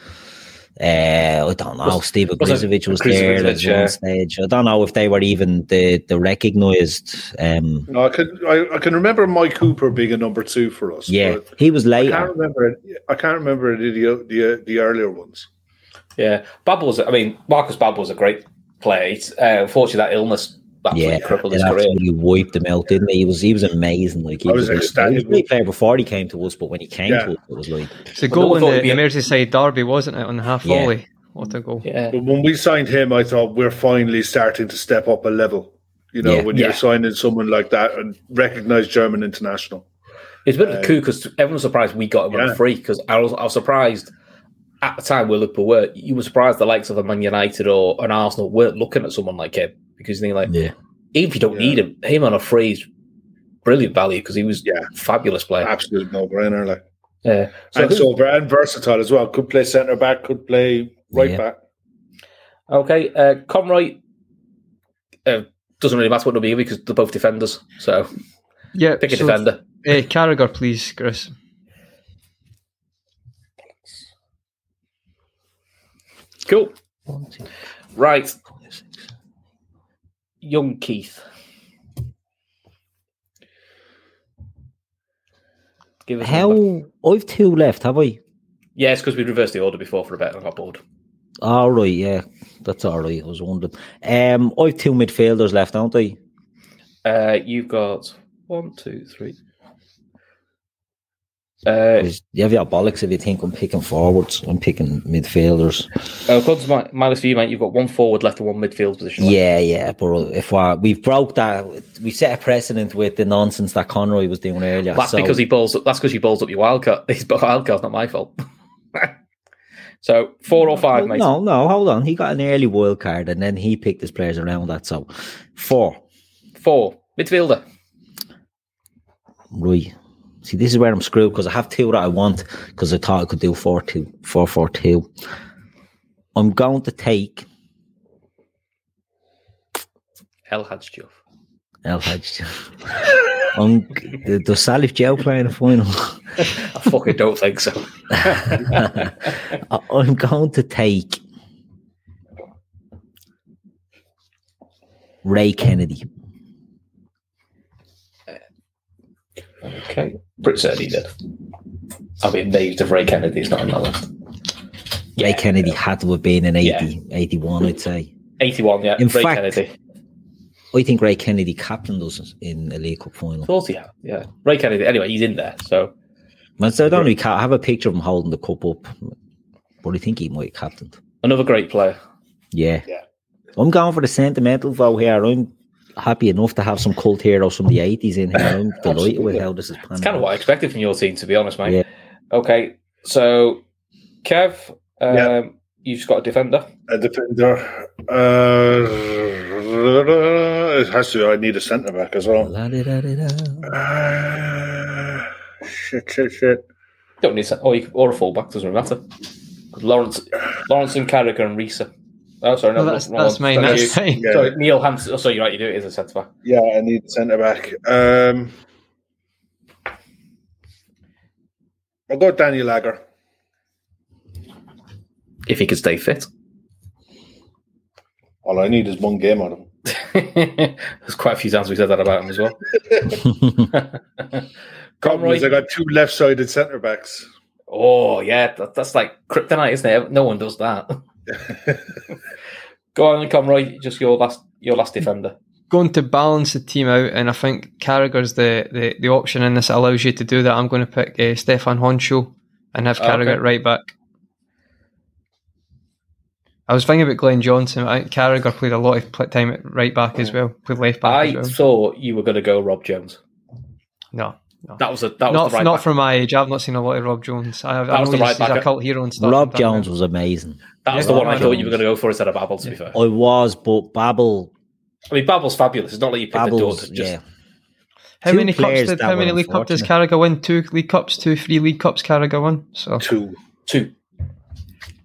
[SPEAKER 4] Uh, I don't know.
[SPEAKER 2] Was-
[SPEAKER 4] Steve
[SPEAKER 2] was it
[SPEAKER 4] Grizovic was there
[SPEAKER 2] Grizovic,
[SPEAKER 4] at
[SPEAKER 2] yeah.
[SPEAKER 4] one stage. I don't know if they were even the the recognised. Um,
[SPEAKER 3] No, I could I, I can remember Mike Cooper being a number two for us.
[SPEAKER 4] yeah,
[SPEAKER 3] but
[SPEAKER 4] he was
[SPEAKER 3] I can't
[SPEAKER 4] later.
[SPEAKER 3] remember. It, I can't remember any of the the, the earlier ones.
[SPEAKER 2] Yeah, Babel's. I mean, Marcus Babel's a great player. He's, uh, unfortunately, that illness absolutely
[SPEAKER 4] Yeah,
[SPEAKER 2] crippled
[SPEAKER 4] it
[SPEAKER 2] his career.
[SPEAKER 4] absolutely wiped him out, didn't he? He was he was amazing. Like he
[SPEAKER 3] I
[SPEAKER 4] was,
[SPEAKER 3] was
[SPEAKER 4] a-
[SPEAKER 3] ecstatic.
[SPEAKER 4] he was a great player before he came to us, but when he came
[SPEAKER 3] Yeah.
[SPEAKER 4] to us, it was like
[SPEAKER 5] It's the
[SPEAKER 2] Well, no
[SPEAKER 5] goal
[SPEAKER 2] one
[SPEAKER 5] in
[SPEAKER 2] thought
[SPEAKER 5] the,
[SPEAKER 2] it'd be
[SPEAKER 5] the
[SPEAKER 2] a-
[SPEAKER 5] Merseyside derby, wasn't it, on the half
[SPEAKER 4] Yeah.
[SPEAKER 5] volley? What a goal!
[SPEAKER 2] Yeah,
[SPEAKER 3] But when we signed him, I thought we're finally starting to step up a level. You know,
[SPEAKER 4] Yeah.
[SPEAKER 3] when
[SPEAKER 2] Yeah.
[SPEAKER 3] you're signing someone like that and recognized German international.
[SPEAKER 2] it's a bit of a coup because everyone was surprised we got him on
[SPEAKER 3] Uh, Yeah.
[SPEAKER 2] free because I was, I was surprised at the time where Liverpool were. You were surprised the likes of a Man United or an Arsenal weren't looking at someone like him because you think like
[SPEAKER 4] yeah.
[SPEAKER 2] even if you don't
[SPEAKER 3] Yeah.
[SPEAKER 2] need him, him on a free is brilliant value because he was
[SPEAKER 3] Yeah.
[SPEAKER 2] fabulous player.
[SPEAKER 3] Absolute no brainer. Like
[SPEAKER 2] Yeah. So,
[SPEAKER 3] and sober and versatile as well. Could play centre back, could play right
[SPEAKER 4] Yeah.
[SPEAKER 3] back.
[SPEAKER 2] okay, uh, Conroy uh, doesn't really matter what they'll be because they're both defenders. So
[SPEAKER 5] Yeah,
[SPEAKER 2] pick a
[SPEAKER 5] so,
[SPEAKER 2] defender.
[SPEAKER 5] Uh, Carragher, please, Chris.
[SPEAKER 2] Cool. Right, young Keith. Give us number.
[SPEAKER 4] How I've two left, have I?
[SPEAKER 2] Yeah, it's because we reversed the order before for a bit and I got bored.
[SPEAKER 4] All right, yeah, that's all right. I was wondering. Um, I've two midfielders left, don't I?
[SPEAKER 2] Uh, you've got one, two, three. Uh,
[SPEAKER 4] 'Cause You have your bollocks if you think I'm picking forwards. I'm picking midfielders.
[SPEAKER 2] uh, according to my, my list for you, mate, you've got one forward left and one midfield position. left.
[SPEAKER 4] Yeah, yeah, but if I, we've broke that, we set a precedent with the nonsense that Conroy was doing earlier.
[SPEAKER 2] That's
[SPEAKER 4] so,
[SPEAKER 2] because he balls. Up, that's because he balls up your wild card. His wild card's not my fault. so four or five, mate.
[SPEAKER 4] No, no, hold on. He got an early wild card, and then he picked his players around that. So four,
[SPEAKER 2] Four midfielder.
[SPEAKER 4] right. See, this is where I'm screwed because I have two that I want because I thought I could do four two, four four two. I'm going to take
[SPEAKER 2] Hell had stuff.
[SPEAKER 4] El Hadj. I'm the, the Salif Joe playing the final.
[SPEAKER 2] I fucking don't think so.
[SPEAKER 4] I, I'm going to take Ray Kennedy.
[SPEAKER 2] Okay, Brit certainly did. I'll be amazed if Ray Kennedy's not on that list.
[SPEAKER 4] Ray Kennedy had to have been in 80,
[SPEAKER 2] Yeah.
[SPEAKER 4] 81, I'd say.
[SPEAKER 2] Eighty-one. Yeah,
[SPEAKER 4] In
[SPEAKER 2] Ray
[SPEAKER 4] fact-
[SPEAKER 2] Kennedy.
[SPEAKER 4] I think Ray Kennedy captained us in a League Cup final.
[SPEAKER 2] Thought he had. Yeah, Ray Kennedy. Anyway, he's in there. So
[SPEAKER 4] Man, so I don't really ca- I have a picture of him holding the cup up, but I think he might have captained.
[SPEAKER 2] another great player.
[SPEAKER 4] Yeah.
[SPEAKER 3] Yeah.
[SPEAKER 4] I'm going for the sentimental vote here. I'm happy enough to have some cult heroes from the 80s in here. I'm delighted with how this is panning
[SPEAKER 2] It's kind of
[SPEAKER 4] out.
[SPEAKER 2] what I expected from your team, to be honest, mate.
[SPEAKER 4] Yeah.
[SPEAKER 2] Okay, so Kev, um,
[SPEAKER 3] Yeah.
[SPEAKER 2] you've just got a defender.
[SPEAKER 3] A defender. Uh, it has to. I need a centre back as well.
[SPEAKER 4] La-di-da-di-da.
[SPEAKER 3] Uh, shit, shit, shit.
[SPEAKER 2] Don't need to, or, you, or a fullback doesn't really matter. 'Cause Lawrence, Lawrence and Carragher and Risa. Oh, sorry, no,
[SPEAKER 5] No, that's
[SPEAKER 2] wrong- wrong
[SPEAKER 5] that's
[SPEAKER 2] one.
[SPEAKER 5] mine.
[SPEAKER 3] Thank
[SPEAKER 5] That's
[SPEAKER 3] you.
[SPEAKER 5] mine.
[SPEAKER 3] Yeah.
[SPEAKER 2] Sorry, Neil Hansen. Oh, sorry, you're right. You do it as a centre back.
[SPEAKER 3] Yeah, I need centre back. Um, I'll go Daniel Lager.
[SPEAKER 2] If he could stay fit,
[SPEAKER 3] All I need is one game on him.
[SPEAKER 2] there's quite a few times we said that about him as well.
[SPEAKER 3] Problem
[SPEAKER 2] Conroy.
[SPEAKER 3] is, I got two left-sided centre backs.
[SPEAKER 2] Oh yeah, that, that's like kryptonite, isn't it? No one does that. Go on, Conroy. Just your last, your
[SPEAKER 5] Mm-hmm.
[SPEAKER 2] last defender.
[SPEAKER 5] Going to balance the team out, and I think Carragher's the, the, the option in this that allows you to do that. I'm going to pick uh, Stefan Honcho and have
[SPEAKER 2] Ah, Okay.
[SPEAKER 5] Carragher at right back. I was thinking about Glenn Johnson. I think Carragher played a lot of pl- time at right back as well, played left back
[SPEAKER 2] I
[SPEAKER 5] as well.
[SPEAKER 2] thought you were going to go Rob Jones.
[SPEAKER 5] No,
[SPEAKER 2] That was a that was
[SPEAKER 5] not
[SPEAKER 2] the right
[SPEAKER 5] not
[SPEAKER 2] back.
[SPEAKER 5] for my age. I've not seen a lot of Rob Jones. I,
[SPEAKER 2] That
[SPEAKER 5] I
[SPEAKER 2] was the
[SPEAKER 5] know he's,
[SPEAKER 2] right
[SPEAKER 5] he's
[SPEAKER 2] back.
[SPEAKER 5] a cult hero and stuff.
[SPEAKER 4] Rob
[SPEAKER 5] but-
[SPEAKER 4] Jones was amazing.
[SPEAKER 2] that was
[SPEAKER 5] Yeah,
[SPEAKER 2] the one I
[SPEAKER 5] Rob
[SPEAKER 2] thought you were
[SPEAKER 4] Jones.
[SPEAKER 2] going to go for instead of Babel. To be fair,
[SPEAKER 4] I was, but Babel,
[SPEAKER 2] I mean Babel's fabulous. It's not like you picked the door.
[SPEAKER 4] Babel's,
[SPEAKER 2] Just,
[SPEAKER 4] yeah.
[SPEAKER 5] How
[SPEAKER 4] Two
[SPEAKER 5] many cups
[SPEAKER 4] players
[SPEAKER 5] did
[SPEAKER 4] that
[SPEAKER 5] how
[SPEAKER 4] were
[SPEAKER 5] many league cups does
[SPEAKER 4] unfortunate.
[SPEAKER 5] Carragher win? Two league cups, two three league cups. Carragher won. So
[SPEAKER 3] Two.
[SPEAKER 2] two.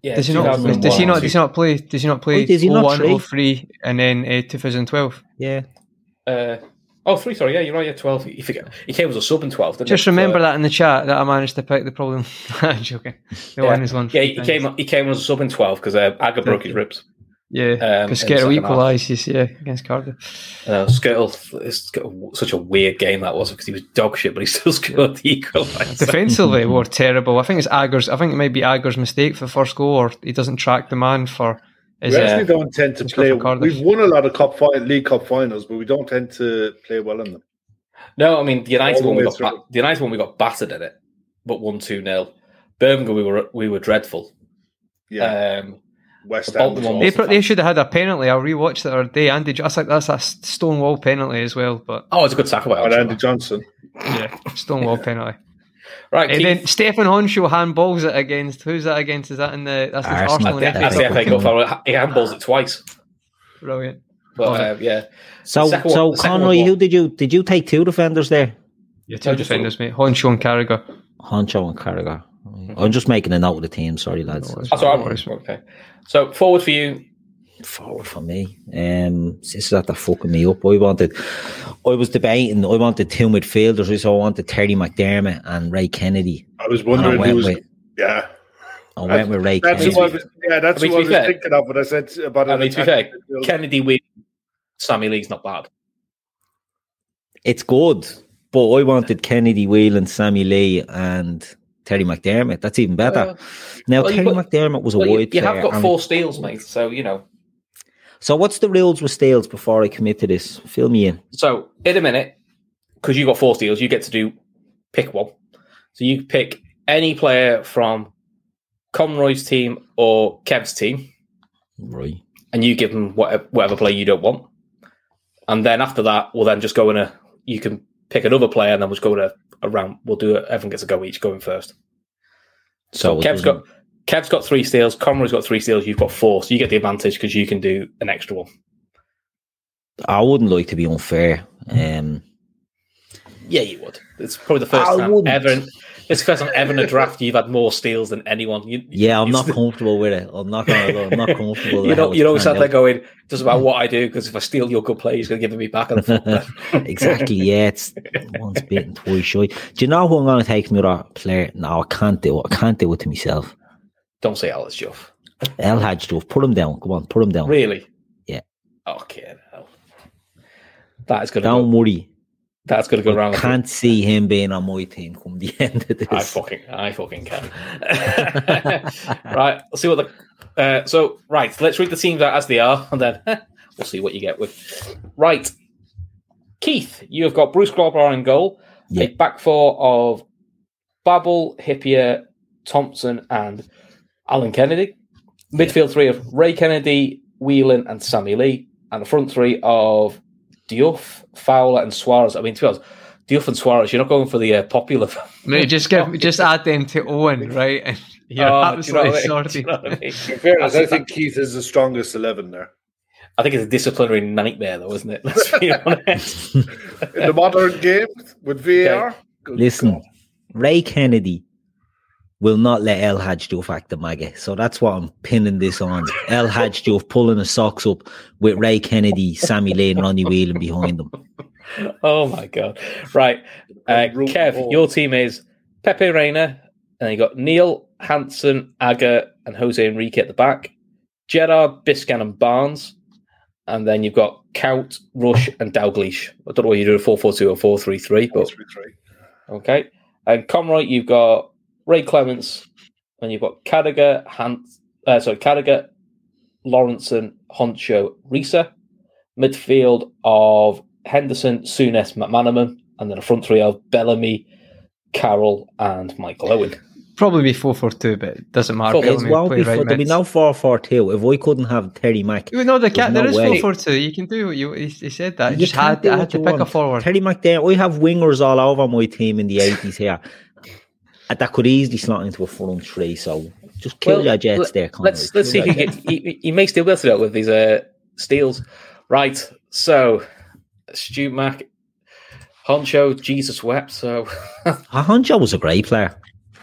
[SPEAKER 2] Yeah,
[SPEAKER 5] does he not?
[SPEAKER 2] 2001.
[SPEAKER 5] Does he not? Does he not play? Does he not play?
[SPEAKER 4] Oh, does he not
[SPEAKER 5] 01,
[SPEAKER 4] three?
[SPEAKER 5] 03, and then uh, 2012.
[SPEAKER 4] Yeah.
[SPEAKER 2] Uh, Oh, three. Sorry, yeah, you're right. Yeah, twelve. He, forget, he came as a sub in twelve. Didn't
[SPEAKER 5] Just
[SPEAKER 2] he? Uh,
[SPEAKER 5] remember
[SPEAKER 2] So-
[SPEAKER 5] that in the chat that I managed to pick the problem. I'm joking. The one is one.
[SPEAKER 2] Yeah, he came. He came as a sub in twelve because uh, Aga broke his ribs.
[SPEAKER 5] Yeah,
[SPEAKER 2] um, in the
[SPEAKER 5] because Skittle
[SPEAKER 2] second half.
[SPEAKER 5] equalises. Yeah, against Cardiff.
[SPEAKER 2] Uh, Skittle, it's got a- such a weird game that was because he was dog shit, but he still scored the equaliser.
[SPEAKER 5] Defensively, were terrible. I think it's Agger's. I think it might be Agger's mistake for the first goal, or he doesn't track the man for. uh, Is
[SPEAKER 3] We
[SPEAKER 5] it-
[SPEAKER 3] actually don't tend to
[SPEAKER 5] Let's go
[SPEAKER 3] play.
[SPEAKER 5] for Cardiff.
[SPEAKER 3] We've won a lot of cup fi- league cup finals, but we don't tend to play well in them.
[SPEAKER 2] No, I mean the United
[SPEAKER 3] All the
[SPEAKER 2] one we
[SPEAKER 3] way
[SPEAKER 2] got. Ba-
[SPEAKER 3] through.
[SPEAKER 2] the United one we got battered in it, but one two 0 Birmingham we were we were dreadful.
[SPEAKER 3] Yeah,
[SPEAKER 2] Um,
[SPEAKER 3] West
[SPEAKER 2] the
[SPEAKER 3] Ham. was
[SPEAKER 2] Bolton one-
[SPEAKER 5] They,
[SPEAKER 3] awful.
[SPEAKER 5] pro- they should have had a penalty. I rewatched it the other day. Andy, that's like that's a stonewall penalty as well, but
[SPEAKER 2] oh, it's a good tackle by
[SPEAKER 3] But Andy
[SPEAKER 2] Armstrong.
[SPEAKER 3] Johnson.
[SPEAKER 5] yeah, stonewall penalty.
[SPEAKER 2] Right,
[SPEAKER 5] And
[SPEAKER 2] Keith,
[SPEAKER 5] then Stefan Honshaw handballs it against. Who's that against? Is that in the that's the
[SPEAKER 4] Arsenal,
[SPEAKER 5] Arsenal?
[SPEAKER 4] yeah,
[SPEAKER 5] and
[SPEAKER 2] that's
[SPEAKER 5] FA
[SPEAKER 2] the
[SPEAKER 5] Cup?
[SPEAKER 2] FA Cup final. He handballs it twice.
[SPEAKER 5] Brilliant.
[SPEAKER 2] But uh, yeah,
[SPEAKER 4] So,
[SPEAKER 2] second
[SPEAKER 4] so
[SPEAKER 2] one- the second one
[SPEAKER 4] Conroy,
[SPEAKER 2] was
[SPEAKER 4] who
[SPEAKER 2] what?
[SPEAKER 4] did you did you take two defenders there?
[SPEAKER 5] Your
[SPEAKER 2] I
[SPEAKER 5] two
[SPEAKER 2] just
[SPEAKER 5] defenders, mate. Honshaw and Carragher.
[SPEAKER 4] Honcho and Carragher. I'm just making a note of the team. Sorry, lads.
[SPEAKER 2] That's all
[SPEAKER 5] Oh,
[SPEAKER 2] right. Oh, Okay, so forward for you.
[SPEAKER 4] forward for me. Um, this is that fucking me up. I wanted, I was debating. I wanted two midfielders. So I wanted Terry McDermott and Ray Kennedy.
[SPEAKER 3] I was
[SPEAKER 4] And I
[SPEAKER 3] wondering who
[SPEAKER 4] went
[SPEAKER 3] was.
[SPEAKER 4] with.
[SPEAKER 3] Yeah,
[SPEAKER 4] I went with Ray
[SPEAKER 3] that's
[SPEAKER 4] Kennedy.
[SPEAKER 3] who I was. Yeah, that's
[SPEAKER 2] I mean,
[SPEAKER 3] who I
[SPEAKER 2] to
[SPEAKER 3] was
[SPEAKER 2] be fair-
[SPEAKER 3] thinking of when I said about.
[SPEAKER 2] I
[SPEAKER 3] an
[SPEAKER 2] mean, to be fair,
[SPEAKER 3] attacking midfielder.
[SPEAKER 2] Kennedy with Sammy Lee's not bad.
[SPEAKER 4] It's good, but I wanted Kennedy, Whelan, Sammy Lee, and Terry McDermott. That's even better. now
[SPEAKER 2] well, you
[SPEAKER 4] Terry
[SPEAKER 2] put-
[SPEAKER 4] McDermott was a
[SPEAKER 2] Well, you,
[SPEAKER 4] wide
[SPEAKER 2] you have
[SPEAKER 4] player,
[SPEAKER 2] got
[SPEAKER 4] and-
[SPEAKER 2] four steals, mate. So you know.
[SPEAKER 4] So what's the rules with steals before I commit to this? Fill me in.
[SPEAKER 2] So in a minute, because you got four steals, you get to do pick one. So you pick any player from Conroy's team or Kev's team,
[SPEAKER 4] Right.
[SPEAKER 2] and you give them whatever, whatever player you don't want. And then after that, we'll then just go in a. You can pick another player, and then we'll just go in a, a round. We'll do it. Everyone gets a go each, going first.
[SPEAKER 4] So it
[SPEAKER 2] Kev's got
[SPEAKER 4] doesn't-
[SPEAKER 2] Kev's got three steals. Conroy's got three steals. You've got four, so you get the advantage because you can do an extra one.
[SPEAKER 4] I wouldn't like to be unfair. Um,
[SPEAKER 2] Yeah, you would. It's probably the first
[SPEAKER 4] I
[SPEAKER 2] time
[SPEAKER 4] wouldn't.
[SPEAKER 2] ever. In, it's the first time ever in a draft you've had more steals than anyone. You,
[SPEAKER 4] yeah, I'm
[SPEAKER 2] it's-
[SPEAKER 4] not comfortable with it. I'm not gonna. lie, I'm not comfortable. with
[SPEAKER 2] You
[SPEAKER 4] how
[SPEAKER 2] know,
[SPEAKER 4] it's
[SPEAKER 2] you always
[SPEAKER 4] panned
[SPEAKER 2] sat there
[SPEAKER 4] out.
[SPEAKER 2] going, "Doesn't matter what I do, because if I steal your good play, he's going to give it me back." On the floor.
[SPEAKER 4] exactly. Yeah, it's once bitten, twice shy. Do you know who I'm going to take from the other player? No, I can't do it. I can't do it to myself.
[SPEAKER 2] Don't say Alex Juff.
[SPEAKER 4] El Hadjduf, put him down. Come on, put him down.
[SPEAKER 2] Really?
[SPEAKER 4] Yeah.
[SPEAKER 2] Okay. Hell. That is going to
[SPEAKER 4] Don't
[SPEAKER 2] go.
[SPEAKER 4] worry.
[SPEAKER 2] That's going to go
[SPEAKER 4] I
[SPEAKER 2] round. the-
[SPEAKER 4] can't see him being on my team come the end of this.
[SPEAKER 2] I fucking, I fucking can. right, let's see what the. Uh, so right, let's read the teams out as they are, and then we'll see what you get with. Right, Keith, you have got Bruce Grobbler in goal,
[SPEAKER 4] Yeah.
[SPEAKER 2] a back four of Babel, Hippier, Thompson, and Alan Kennedy. Midfield three of Ray Kennedy, Whelan, and Sammy Lee, and the front three of Diouf, Fowler, and Suarez. I mean, to be honest, Diouf and Suarez, you're not going for the uh, popular
[SPEAKER 5] Mate, just give, just add them to Owen, right? And you're
[SPEAKER 2] Oh, do you know
[SPEAKER 5] absolutely
[SPEAKER 2] what I mean? Do
[SPEAKER 5] sorted.
[SPEAKER 2] you know what I mean?
[SPEAKER 3] In fairness, I
[SPEAKER 2] That's-
[SPEAKER 3] think Keith is the strongest eleven there.
[SPEAKER 2] I think it's a disciplinary nightmare, though, isn't it? Let's be honest.
[SPEAKER 3] In the modern game with VAR. good
[SPEAKER 4] Listen,
[SPEAKER 3] God.
[SPEAKER 4] Ray Kennedy will not let El Hadjduf act the maggot. So that's what I'm pinning this on. El Hadjduf pulling his socks up with Ray Kennedy, Sammy Lane, Ronnie Whelan behind him.
[SPEAKER 2] oh my god! Right, uh,
[SPEAKER 3] Root
[SPEAKER 2] Kev,
[SPEAKER 3] ball.
[SPEAKER 2] your team is Pepe Reina, and you got Neil Hansen, Agger, and Jose Enrique at the back. Gerard, Biscan, and Barnes, and then you've got Count, Rush, and Dalgleish. I don't know what you do a four-four-two or four-three-three, but
[SPEAKER 3] Three, three.
[SPEAKER 2] Okay. And Conroy, you've got Ray Clements, and you've got Carragher, Han- uh, sorry, Carragher, Lawrenson, Honcho, Risa. Midfield of Henderson, Souness, McManaman, and then a front three of Bellamy, Carroll, and Michael Owen.
[SPEAKER 5] Probably be four four two, but it doesn't matter.
[SPEAKER 2] Fuck,
[SPEAKER 5] Bellamy
[SPEAKER 4] It
[SPEAKER 2] Bellamy
[SPEAKER 4] won't
[SPEAKER 5] play
[SPEAKER 4] be
[SPEAKER 5] right
[SPEAKER 4] for, there'll be
[SPEAKER 5] mids.
[SPEAKER 4] no 4 4 2 if I couldn't have Terry Mack.
[SPEAKER 5] Well, No, there
[SPEAKER 4] There's
[SPEAKER 5] can't. There
[SPEAKER 4] no
[SPEAKER 5] is
[SPEAKER 4] way.
[SPEAKER 5] four four two. You can do. what You he, he said that. You
[SPEAKER 4] You
[SPEAKER 5] just
[SPEAKER 4] can't
[SPEAKER 5] had
[SPEAKER 4] do
[SPEAKER 5] I had
[SPEAKER 4] what
[SPEAKER 5] to
[SPEAKER 4] you
[SPEAKER 5] pick a
[SPEAKER 4] want.
[SPEAKER 5] forward.
[SPEAKER 4] Terry McDermott, we have wingers all over my team in the 80s here. And that could easily slot into a front three. So just kill your jets
[SPEAKER 2] let-
[SPEAKER 4] there, Conor.
[SPEAKER 2] Let's let's see
[SPEAKER 4] Kill
[SPEAKER 2] if he,
[SPEAKER 4] your
[SPEAKER 2] get, he he may still be able to do it with these uh, steals. Right, so Stu Mac, Honcho, Jesus wept. So
[SPEAKER 4] Ah, Honcho was a great player.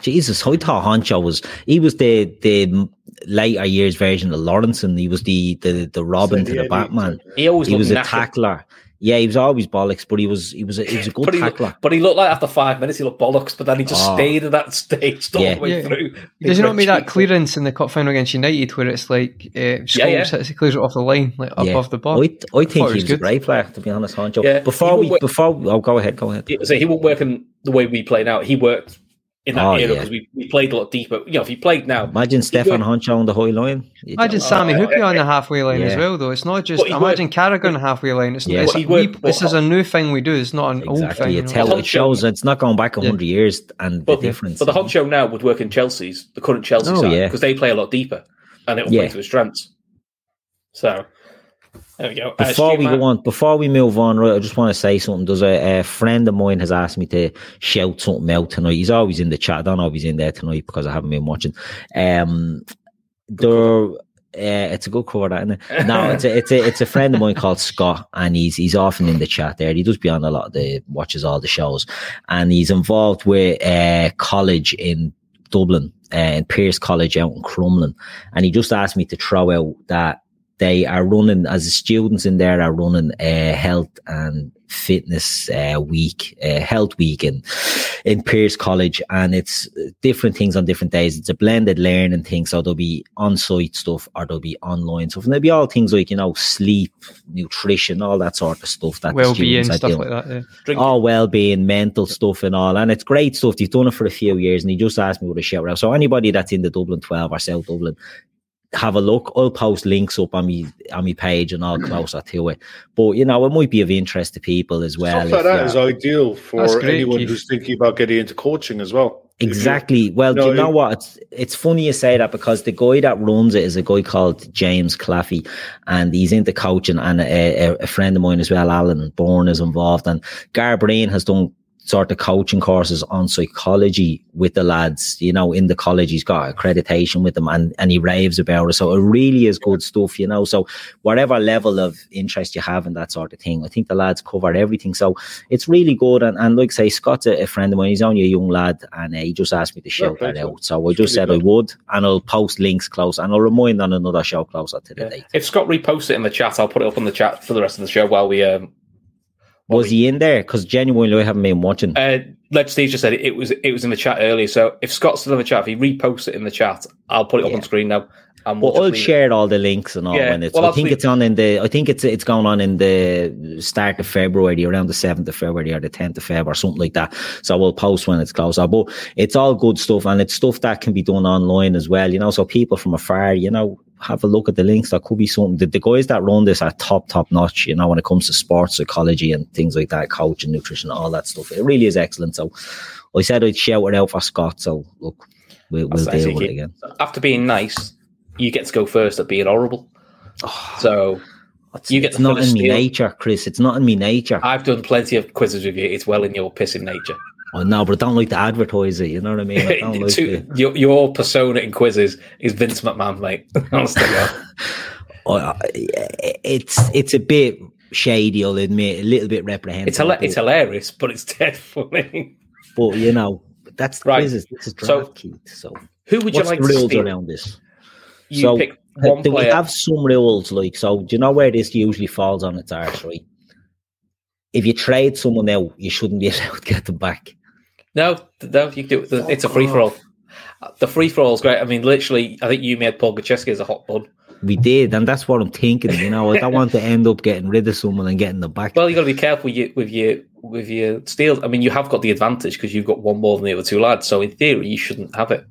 [SPEAKER 4] Jesus, I thought Honcho was he was the the later years version of Lawrence, and he was the the the Robin to the
[SPEAKER 3] Said he had
[SPEAKER 4] Batman.
[SPEAKER 3] eight.
[SPEAKER 2] he always
[SPEAKER 4] He was
[SPEAKER 2] looked
[SPEAKER 4] a
[SPEAKER 2] knackered.
[SPEAKER 4] tackler. Yeah, he was always bollocks, but he was he was a, he was a good
[SPEAKER 2] But he,
[SPEAKER 4] tackler.
[SPEAKER 2] but he looked like after five minutes he looked bollocks, but then he just
[SPEAKER 4] Oh.
[SPEAKER 2] stayed at that stage the
[SPEAKER 4] Yeah.
[SPEAKER 2] whole way
[SPEAKER 5] Yeah.
[SPEAKER 2] through.
[SPEAKER 5] Does he not make that
[SPEAKER 2] Eventually-
[SPEAKER 5] clearance in the cup final against United where it's like uh, Scholes
[SPEAKER 2] yeah.
[SPEAKER 5] hits- he clears it off the line, like up
[SPEAKER 4] yeah.
[SPEAKER 5] off the
[SPEAKER 4] I,
[SPEAKER 5] bar?
[SPEAKER 4] I think he
[SPEAKER 5] thought
[SPEAKER 4] was, a great player, to be honest, Honcho.
[SPEAKER 2] Yeah,
[SPEAKER 4] Before
[SPEAKER 2] he
[SPEAKER 4] we
[SPEAKER 2] wa-
[SPEAKER 4] before oh go ahead, go ahead.
[SPEAKER 2] Yeah, so he won't work in the way we play now. He worked in that
[SPEAKER 4] Oh,
[SPEAKER 2] era
[SPEAKER 4] yeah.
[SPEAKER 2] because we, we played a lot deeper. You know, if he played now,
[SPEAKER 4] Imagine Stefan Honcho on the high line. You
[SPEAKER 5] Imagine
[SPEAKER 4] don't-
[SPEAKER 5] Sammy
[SPEAKER 2] uh,
[SPEAKER 5] Hoopy on the halfway line as
[SPEAKER 4] yeah.
[SPEAKER 5] well, though. It's not just
[SPEAKER 2] he
[SPEAKER 5] imagine
[SPEAKER 2] worked-
[SPEAKER 5] Carragher on the halfway line. It's,
[SPEAKER 4] Yeah.
[SPEAKER 5] it's-
[SPEAKER 4] But
[SPEAKER 2] he worked-
[SPEAKER 5] we- this is a new thing we do. It's not an old thing.
[SPEAKER 4] Exactly.
[SPEAKER 5] you
[SPEAKER 4] It,
[SPEAKER 5] know.
[SPEAKER 4] tell, it
[SPEAKER 2] Honcho-
[SPEAKER 4] shows it's not going back hundred years and the
[SPEAKER 2] But-
[SPEAKER 4] difference.
[SPEAKER 2] but the hot show now would work in Chelsea's, the current Chelsea
[SPEAKER 4] Oh,
[SPEAKER 2] side,
[SPEAKER 4] yeah.
[SPEAKER 2] because they play a lot deeper and it'll
[SPEAKER 4] Yeah.
[SPEAKER 2] play to his strengths. So there we go. Uh,
[SPEAKER 4] Before
[SPEAKER 2] Stu,
[SPEAKER 4] we
[SPEAKER 2] man,
[SPEAKER 4] go on, before we move on, right, I just want to say something. There's a, a friend of mine has asked me to shout something out tonight. He's always in the chat. I don't know if he's in there tonight because I haven't been watching. Um, there, uh, it's a good cover, that, isn't it? No, it's a, it's a it's a friend of mine called Scott, and he's he's often in the chat there. He does be on a lot of the watches all the shows, and he's involved with uh, college in Dublin uh, in Pierce College out in Crumlin, and he just asked me to throw out that they are running as the students in there are running a health and fitness uh, week, uh, health week in in Pierce College, and it's different things on different days. It's a blended learning thing, so there'll be on site stuff or there'll be online stuff, and there'll be all things like you know sleep, nutrition, all that sort of stuff that the
[SPEAKER 5] well-being
[SPEAKER 4] students are
[SPEAKER 5] stuff
[SPEAKER 4] doing
[SPEAKER 5] like that. Yeah.
[SPEAKER 2] drink-
[SPEAKER 4] all well-being, mental stuff, and all. And it's great stuff. He's done it for a few years, and he just asked me what a shout out. So anybody that's in the Dublin 12 or South Dublin, have a look. I'll post links up on me on me page, and I'll closer to it. But you know, it might be of interest to people as well.
[SPEAKER 3] Stuff like
[SPEAKER 4] if
[SPEAKER 3] that
[SPEAKER 2] uh,
[SPEAKER 4] you're-
[SPEAKER 3] is ideal for
[SPEAKER 5] That's great,
[SPEAKER 3] anyone
[SPEAKER 5] Keith.
[SPEAKER 3] who's thinking about getting into coaching as well. If you-
[SPEAKER 4] Exactly. Well,
[SPEAKER 3] No,
[SPEAKER 4] do you know
[SPEAKER 3] it-
[SPEAKER 4] what? It's it's funny you say that because the guy that runs it is a guy called James Claffey, and he's into coaching. And a, a, a friend of mine as well, Alan Bourne, is involved. And Gar Brain has done sort of coaching courses on psychology with the lads. You know, in the college, he's got accreditation with them, and and he raves about it. So it really is good stuff. You know, so whatever level of interest you have in that sort of thing, I think the lads cover everything. So it's really good. And, and like I say, Scott's a, a friend of mine. He's only a young lad, and uh, he just asked me to shout
[SPEAKER 3] thanks,
[SPEAKER 4] that
[SPEAKER 3] man.
[SPEAKER 4] out. So I just
[SPEAKER 3] really
[SPEAKER 4] said I would, and I'll post links close, and I'll remind on another show closer to the
[SPEAKER 2] yeah.
[SPEAKER 4] date.
[SPEAKER 2] If Scott reposts it in the chat, I'll put it up on the chat for the rest of the show while we. Um,
[SPEAKER 4] Was he in there? Because genuinely, I haven't been watching.
[SPEAKER 2] uh, Leg Steve just said it, it was it was in the chat earlier. So if Scott's still in the chat, if he reposts it in the chat, I'll put it up on screen now. And we'll
[SPEAKER 4] Well, I'll
[SPEAKER 2] just leave it.
[SPEAKER 4] share all the links and all
[SPEAKER 2] um, Yeah,
[SPEAKER 4] when it's.
[SPEAKER 2] well,
[SPEAKER 4] I
[SPEAKER 2] absolutely.
[SPEAKER 4] think it's on in the. I think it's it's going on in the start of February, around the seventh of February or the tenth of February or something like that. So we'll post when it's closer. But it's all good stuff, and it's stuff that can be done online as well. You know, so people from afar, you know, have a look at the links. That could be something. The, the guys that run this are top top notch. You know, when it comes to sports psychology and things like that, coaching, nutrition, all that stuff. It really is excellent. So I said I'd shout it out for Scott. So look, we,
[SPEAKER 2] That's
[SPEAKER 4] we'll deal with
[SPEAKER 2] actually-
[SPEAKER 4] it again.
[SPEAKER 2] After being nice, you get to go first at being horrible. So You get
[SPEAKER 4] it's
[SPEAKER 2] the
[SPEAKER 4] not in
[SPEAKER 2] fullest
[SPEAKER 4] me
[SPEAKER 2] deal.
[SPEAKER 4] nature, Chris. It's not in me nature. I,
[SPEAKER 2] I've done plenty of quizzes with you. It's well in your pissing nature.
[SPEAKER 4] Oh, no, but I don't like to advertise it. You know what I mean? I don't like
[SPEAKER 2] Two-
[SPEAKER 4] to.
[SPEAKER 2] your, your persona in quizzes is Vince McMahon, mate. Honest to God.
[SPEAKER 4] I, I- it's it's a bit shady. I'll admit, a little bit reprehensible.
[SPEAKER 2] it's, hila- it's
[SPEAKER 4] but,
[SPEAKER 2] hilarious, but it's dead funny.
[SPEAKER 4] but, you know that's the
[SPEAKER 2] Right.
[SPEAKER 4] quizzes. This is
[SPEAKER 2] So,
[SPEAKER 4] draft, Keith. So
[SPEAKER 2] Who would you
[SPEAKER 4] what's
[SPEAKER 2] like
[SPEAKER 4] the
[SPEAKER 2] to
[SPEAKER 4] rules
[SPEAKER 2] steal?
[SPEAKER 4] around this?
[SPEAKER 2] You
[SPEAKER 4] so uh,
[SPEAKER 2] pick one
[SPEAKER 4] do we
[SPEAKER 2] player.
[SPEAKER 4] have some rules like so? Do you know where this usually falls on its arse? Right. If you trade someone out, you shouldn't be allowed to get them back.
[SPEAKER 2] No, th- no, you do. it. The- It's a free for all. The free for all is great. I mean, literally, I think you made Paul Gacheski as a hot bun.
[SPEAKER 4] We did, and that's what I'm thinking. You know, I don't want to end up getting rid of someone and getting them back.
[SPEAKER 2] Well, you got to be careful with your, with your with your steals. I mean, you have got the advantage because you've got one more than the other two lads. So in theory, you shouldn't have it.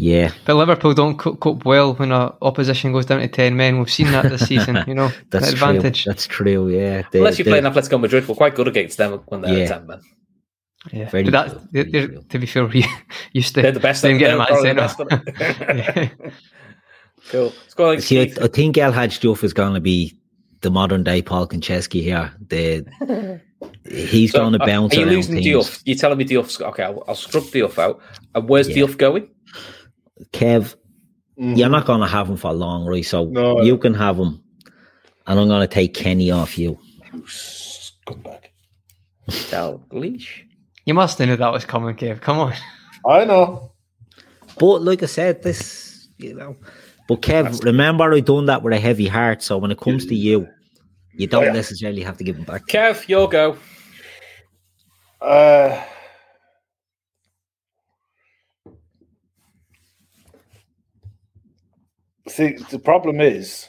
[SPEAKER 4] yeah,
[SPEAKER 5] But Liverpool don't co- cope well when our opposition goes down to 10 men. We've seen that this season, you know,
[SPEAKER 4] That's
[SPEAKER 5] that advantage.
[SPEAKER 4] True. That's true. Yeah. They-
[SPEAKER 2] Unless you're
[SPEAKER 4] they-
[SPEAKER 2] playing Atletico Madrid, we're quite good against them when they're
[SPEAKER 4] Yeah.
[SPEAKER 2] ten men.
[SPEAKER 5] Yeah.
[SPEAKER 4] Very
[SPEAKER 5] But that,
[SPEAKER 4] true,
[SPEAKER 5] they're-
[SPEAKER 4] very
[SPEAKER 5] they're-
[SPEAKER 4] true.
[SPEAKER 5] to be fair, we used to
[SPEAKER 2] They're the best.
[SPEAKER 5] them
[SPEAKER 2] they're
[SPEAKER 5] getting them out of
[SPEAKER 2] probably the
[SPEAKER 5] centre.
[SPEAKER 2] best at it.
[SPEAKER 5] Yeah.
[SPEAKER 2] cool. Let's go on,
[SPEAKER 4] See, I,
[SPEAKER 2] Keith.
[SPEAKER 4] I think El Hadj Duff is going to be the modern day Paul Konchesky here. The he's
[SPEAKER 2] So,
[SPEAKER 4] going to
[SPEAKER 2] are-
[SPEAKER 4] bounce
[SPEAKER 2] Are you
[SPEAKER 4] around
[SPEAKER 2] losing
[SPEAKER 4] teams.
[SPEAKER 2] Diouf? You're telling me Diouf's got- okay. I'll, I'll scrub Diouf out. And where's
[SPEAKER 4] Yeah.
[SPEAKER 2] Diouf going?
[SPEAKER 4] Kev,
[SPEAKER 3] Mhm.
[SPEAKER 4] you're not going to have him for long, right? So
[SPEAKER 3] No.
[SPEAKER 4] you can have him, and I'm going to take Kenny off you.
[SPEAKER 3] Come back.
[SPEAKER 2] Dalglish.
[SPEAKER 5] You must have knew that was coming, Kev. Come on.
[SPEAKER 3] I know.
[SPEAKER 4] But like I said, this you know. But Kev, remember I done that with a heavy heart. So when it comes to you, You
[SPEAKER 3] Oh,
[SPEAKER 4] don't necessarily have to give them back.
[SPEAKER 2] Kev, your go.
[SPEAKER 3] Uh, see, the problem is.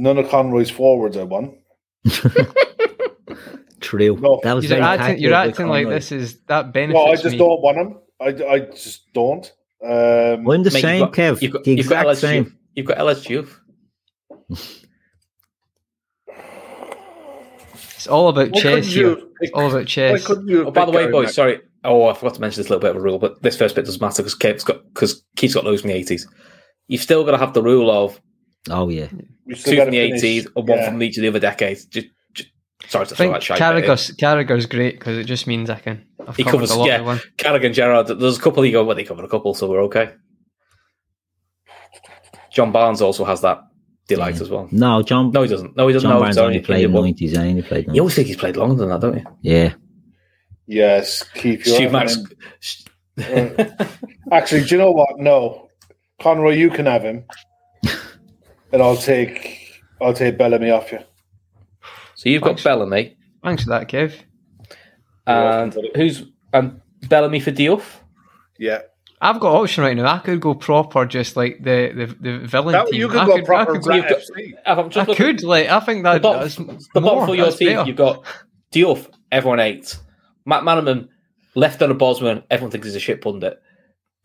[SPEAKER 3] None of Conroy's forwards I won.
[SPEAKER 4] True.
[SPEAKER 3] No.
[SPEAKER 4] That was
[SPEAKER 5] You're
[SPEAKER 4] very
[SPEAKER 5] acting,
[SPEAKER 4] tactical
[SPEAKER 5] you're
[SPEAKER 4] by
[SPEAKER 5] acting like
[SPEAKER 4] Conroy.
[SPEAKER 5] this is that benefits
[SPEAKER 3] No, I just
[SPEAKER 5] me.
[SPEAKER 3] don't want him. I, I just don't. Um,
[SPEAKER 4] I'm the
[SPEAKER 2] Mate,
[SPEAKER 4] same,
[SPEAKER 2] you've got-
[SPEAKER 4] Kev.
[SPEAKER 2] You've got,
[SPEAKER 4] the
[SPEAKER 2] you've got
[SPEAKER 4] exact
[SPEAKER 2] LSU.
[SPEAKER 4] same.
[SPEAKER 2] You've got LSU.
[SPEAKER 5] It's all about
[SPEAKER 3] Why
[SPEAKER 5] chess
[SPEAKER 3] couldn't
[SPEAKER 5] here.
[SPEAKER 3] you-
[SPEAKER 5] It's all about
[SPEAKER 3] why
[SPEAKER 5] chess.
[SPEAKER 3] couldn't you
[SPEAKER 2] Oh, by the
[SPEAKER 3] pick
[SPEAKER 2] way,
[SPEAKER 3] Gary
[SPEAKER 2] boys,
[SPEAKER 3] Mack?
[SPEAKER 2] sorry. Oh, I forgot to mention this little bit of a rule, but this first bit doesn't matter because Kev's got because Keith's got loads in the eighties. You've still got to have the rule of
[SPEAKER 4] Oh yeah.
[SPEAKER 3] We still
[SPEAKER 2] two
[SPEAKER 3] gotta
[SPEAKER 2] from the
[SPEAKER 3] finish.
[SPEAKER 2] eighties and one
[SPEAKER 3] Yeah.
[SPEAKER 2] from each of the other decades. Just, just sorry to
[SPEAKER 5] I
[SPEAKER 2] throw
[SPEAKER 5] think
[SPEAKER 2] that shite. but it-
[SPEAKER 5] Carragher's, Carragher's great because it just means I can. I've
[SPEAKER 2] He
[SPEAKER 5] covered
[SPEAKER 2] covers
[SPEAKER 5] a lot
[SPEAKER 2] yeah.
[SPEAKER 5] of one.
[SPEAKER 2] Carrigan Gerard. There's a couple. You go, well, they covered a couple, so we're okay. John Barnes also has that delight
[SPEAKER 5] Mm.
[SPEAKER 2] as well.
[SPEAKER 4] No, John.
[SPEAKER 2] No, he doesn't. No, he doesn't.
[SPEAKER 4] John
[SPEAKER 2] no,
[SPEAKER 4] Barnes
[SPEAKER 2] sorry.
[SPEAKER 4] only
[SPEAKER 2] He
[SPEAKER 4] played
[SPEAKER 2] did one.
[SPEAKER 4] nineties. I only played.
[SPEAKER 2] You
[SPEAKER 4] 90s.
[SPEAKER 2] always think he's played longer than that, don't you?
[SPEAKER 4] Yeah.
[SPEAKER 3] Yes, keep your
[SPEAKER 2] Stu
[SPEAKER 3] eye
[SPEAKER 2] Max.
[SPEAKER 3] on him. Actually, do you know what? No, Conroy, you can have him, and I'll take I'll take Bellamy off you.
[SPEAKER 2] So you've got
[SPEAKER 5] Thanks.
[SPEAKER 2] Bellamy,
[SPEAKER 5] Thanks for that, Kev.
[SPEAKER 2] and who's and Bellamy for Diouf?
[SPEAKER 3] Yeah,
[SPEAKER 5] I've got option right now. I could go proper, just like the the, the villain
[SPEAKER 3] that,
[SPEAKER 5] team.
[SPEAKER 3] you
[SPEAKER 5] I
[SPEAKER 3] could go
[SPEAKER 5] I
[SPEAKER 3] proper
[SPEAKER 5] could-
[SPEAKER 3] Rat
[SPEAKER 2] got-
[SPEAKER 3] FC.
[SPEAKER 2] I'm
[SPEAKER 5] I
[SPEAKER 2] just looking-
[SPEAKER 5] could like. I think
[SPEAKER 2] The
[SPEAKER 5] that
[SPEAKER 2] bottom,
[SPEAKER 5] that's
[SPEAKER 2] the bottom
[SPEAKER 5] more,
[SPEAKER 2] for your
[SPEAKER 5] that's
[SPEAKER 2] team,
[SPEAKER 5] better.
[SPEAKER 2] you've got Diouf, everyone hates. Matt Manaman, left on a Bosman, everyone thinks he's a shit pundit.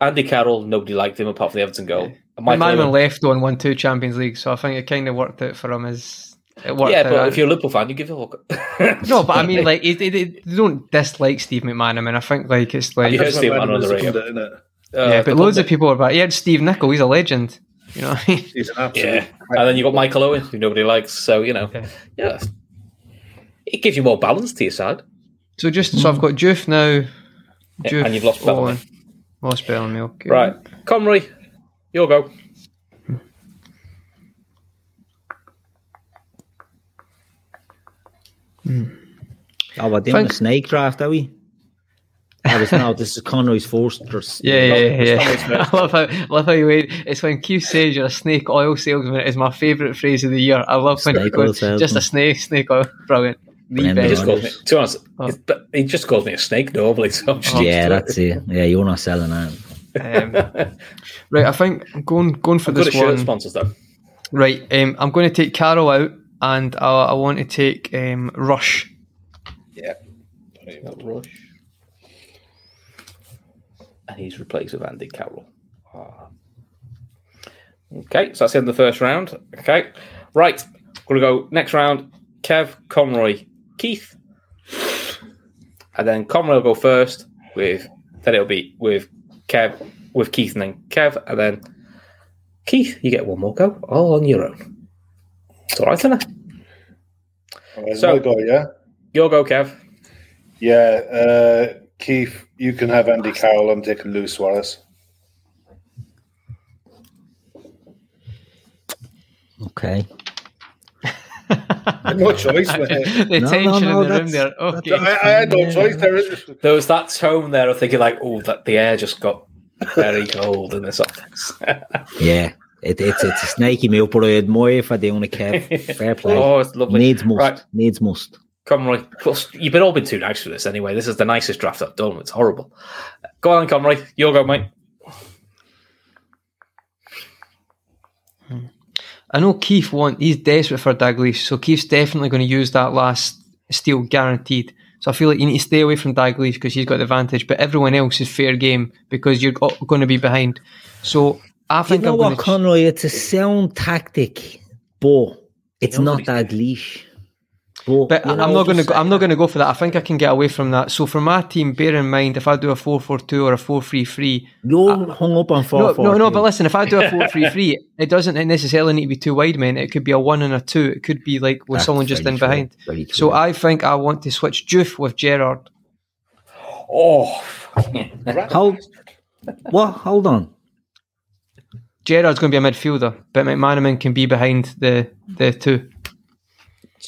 [SPEAKER 2] Andy Carroll, nobody liked him apart from the Everton goal. And
[SPEAKER 5] My
[SPEAKER 2] Michael
[SPEAKER 5] man
[SPEAKER 2] Owen-
[SPEAKER 5] left on one two Champions League, so I think it kind of worked out for him. As it worked
[SPEAKER 2] yeah,
[SPEAKER 5] out.
[SPEAKER 2] but if you're a Liverpool fan, you give a fuck.
[SPEAKER 5] no, but I mean, like, it, it, it, they don't dislike Steve McMahon. I mean, I think like it's like
[SPEAKER 2] you heard Steve Mann on the
[SPEAKER 3] Bellamy is a
[SPEAKER 2] radio?
[SPEAKER 3] pundit, innit?
[SPEAKER 2] Uh,
[SPEAKER 5] yeah, but loads of people are about. Yeah, Steve Nichol, he's a legend. You know, what I mean?
[SPEAKER 3] He's an absolute.
[SPEAKER 2] Yeah, and then you've got Michael Owen, who nobody likes. So you know, yeah, it gives you more balance to your side.
[SPEAKER 5] so just so I've got Joof now.
[SPEAKER 2] Mm. Yeah,
[SPEAKER 5] Joof,
[SPEAKER 2] and you've lost Bellamy.
[SPEAKER 5] Owen. Lost Bellamy. Okay.
[SPEAKER 2] Right, Conroy, your go.
[SPEAKER 4] Oh, we're doing
[SPEAKER 5] Think-
[SPEAKER 4] a snake draft, are we? I was no. This is Conroy's forced. dr-
[SPEAKER 5] Yeah, yeah, yeah. yeah. I love how, love how you wait. It's when Q says you're a snake oil salesman. It's my favourite phrase of the year. I love when
[SPEAKER 4] Snake
[SPEAKER 5] it goes,
[SPEAKER 4] oil salesman.
[SPEAKER 5] just a snake, snake oil. Brilliant. The
[SPEAKER 4] Brilliant.
[SPEAKER 2] He
[SPEAKER 5] best.
[SPEAKER 2] just calls me. To be honest,
[SPEAKER 5] Oh.
[SPEAKER 2] it's- but he just calls me a snake normally. So I'm just
[SPEAKER 4] Yeah, that's it. Yeah, you're not selling that.
[SPEAKER 5] Um, right, I think going going for
[SPEAKER 2] good at
[SPEAKER 5] this
[SPEAKER 2] shirt
[SPEAKER 5] one.
[SPEAKER 2] sponsors though.
[SPEAKER 5] Right, um, I'm going to take Carol out, and I, I want to take um, Rush.
[SPEAKER 2] Rush. And he's replaced with Andy Carroll. Ah. Okay, so that's the end of the first round. Okay. Right. We're going to go next round. Kev, Conroy, Keith. And then Conroy will go first with then it'll be with Kev with Keith and then Kev and then Keith, you get one more go all on your own. It's all right, isn't it?
[SPEAKER 3] There's
[SPEAKER 2] So-
[SPEAKER 3] my guy, yeah,
[SPEAKER 2] Your go, Kev.
[SPEAKER 3] yeah. Uh, Keith, you can have Andy Carroll. I'm taking Lou Suarez.
[SPEAKER 4] Okay.
[SPEAKER 3] No choice. mate.
[SPEAKER 5] The
[SPEAKER 4] No, no,
[SPEAKER 5] tension
[SPEAKER 4] no,
[SPEAKER 5] in the room
[SPEAKER 4] that's-
[SPEAKER 5] there.
[SPEAKER 3] I,
[SPEAKER 5] Okay.
[SPEAKER 3] I had no choice. There is.
[SPEAKER 2] There was that tone there of thinking like, oh, that the air just got very cold in this office.
[SPEAKER 4] Yeah. It, it's it's a snaky meal, but I admire you for doing it, Kev. Fair play.
[SPEAKER 2] oh, it's lovely.
[SPEAKER 4] Needs must.
[SPEAKER 2] Right,
[SPEAKER 4] Needs must.
[SPEAKER 2] Conroy. Plus, you've been all been too nice for this anyway. This is the nicest draft I've done. It's horrible. Go on, Conroy. You'll go, mate.
[SPEAKER 5] I know Keith want he's desperate for Dalglish, so Keith's definitely going to use that last steal guaranteed. So I feel like you need to stay away from Dalglish because he's got the advantage, but everyone else is fair game because you're going to be behind. So I
[SPEAKER 4] You
[SPEAKER 5] think
[SPEAKER 4] know
[SPEAKER 5] I'm
[SPEAKER 4] what,
[SPEAKER 5] going to
[SPEAKER 4] Conroy? It's a sound tactic, but it's not that leash. Well,
[SPEAKER 5] But
[SPEAKER 4] you
[SPEAKER 5] I'm
[SPEAKER 4] know,
[SPEAKER 5] not going
[SPEAKER 4] just-
[SPEAKER 5] to. I'm not going to go for that. I think I can get away from that. So for my team, bear in mind if I do a four four two or a four three three.
[SPEAKER 4] You're hung up on four.
[SPEAKER 5] Uh, No,
[SPEAKER 4] four,
[SPEAKER 5] no, no.
[SPEAKER 4] two.
[SPEAKER 5] But listen, if I do a four three three, it doesn't necessarily need to be two wide men. It could be a one and a two. It could be like with
[SPEAKER 4] That's
[SPEAKER 5] someone just
[SPEAKER 4] Ah, very
[SPEAKER 5] in
[SPEAKER 4] true,
[SPEAKER 5] behind.
[SPEAKER 4] very true.
[SPEAKER 5] So I think I want to switch Juve with Gerard.
[SPEAKER 2] Oh,
[SPEAKER 4] hold. What? Hold on.
[SPEAKER 5] Gerard's going to be a midfielder, but McManaman can be behind the the two.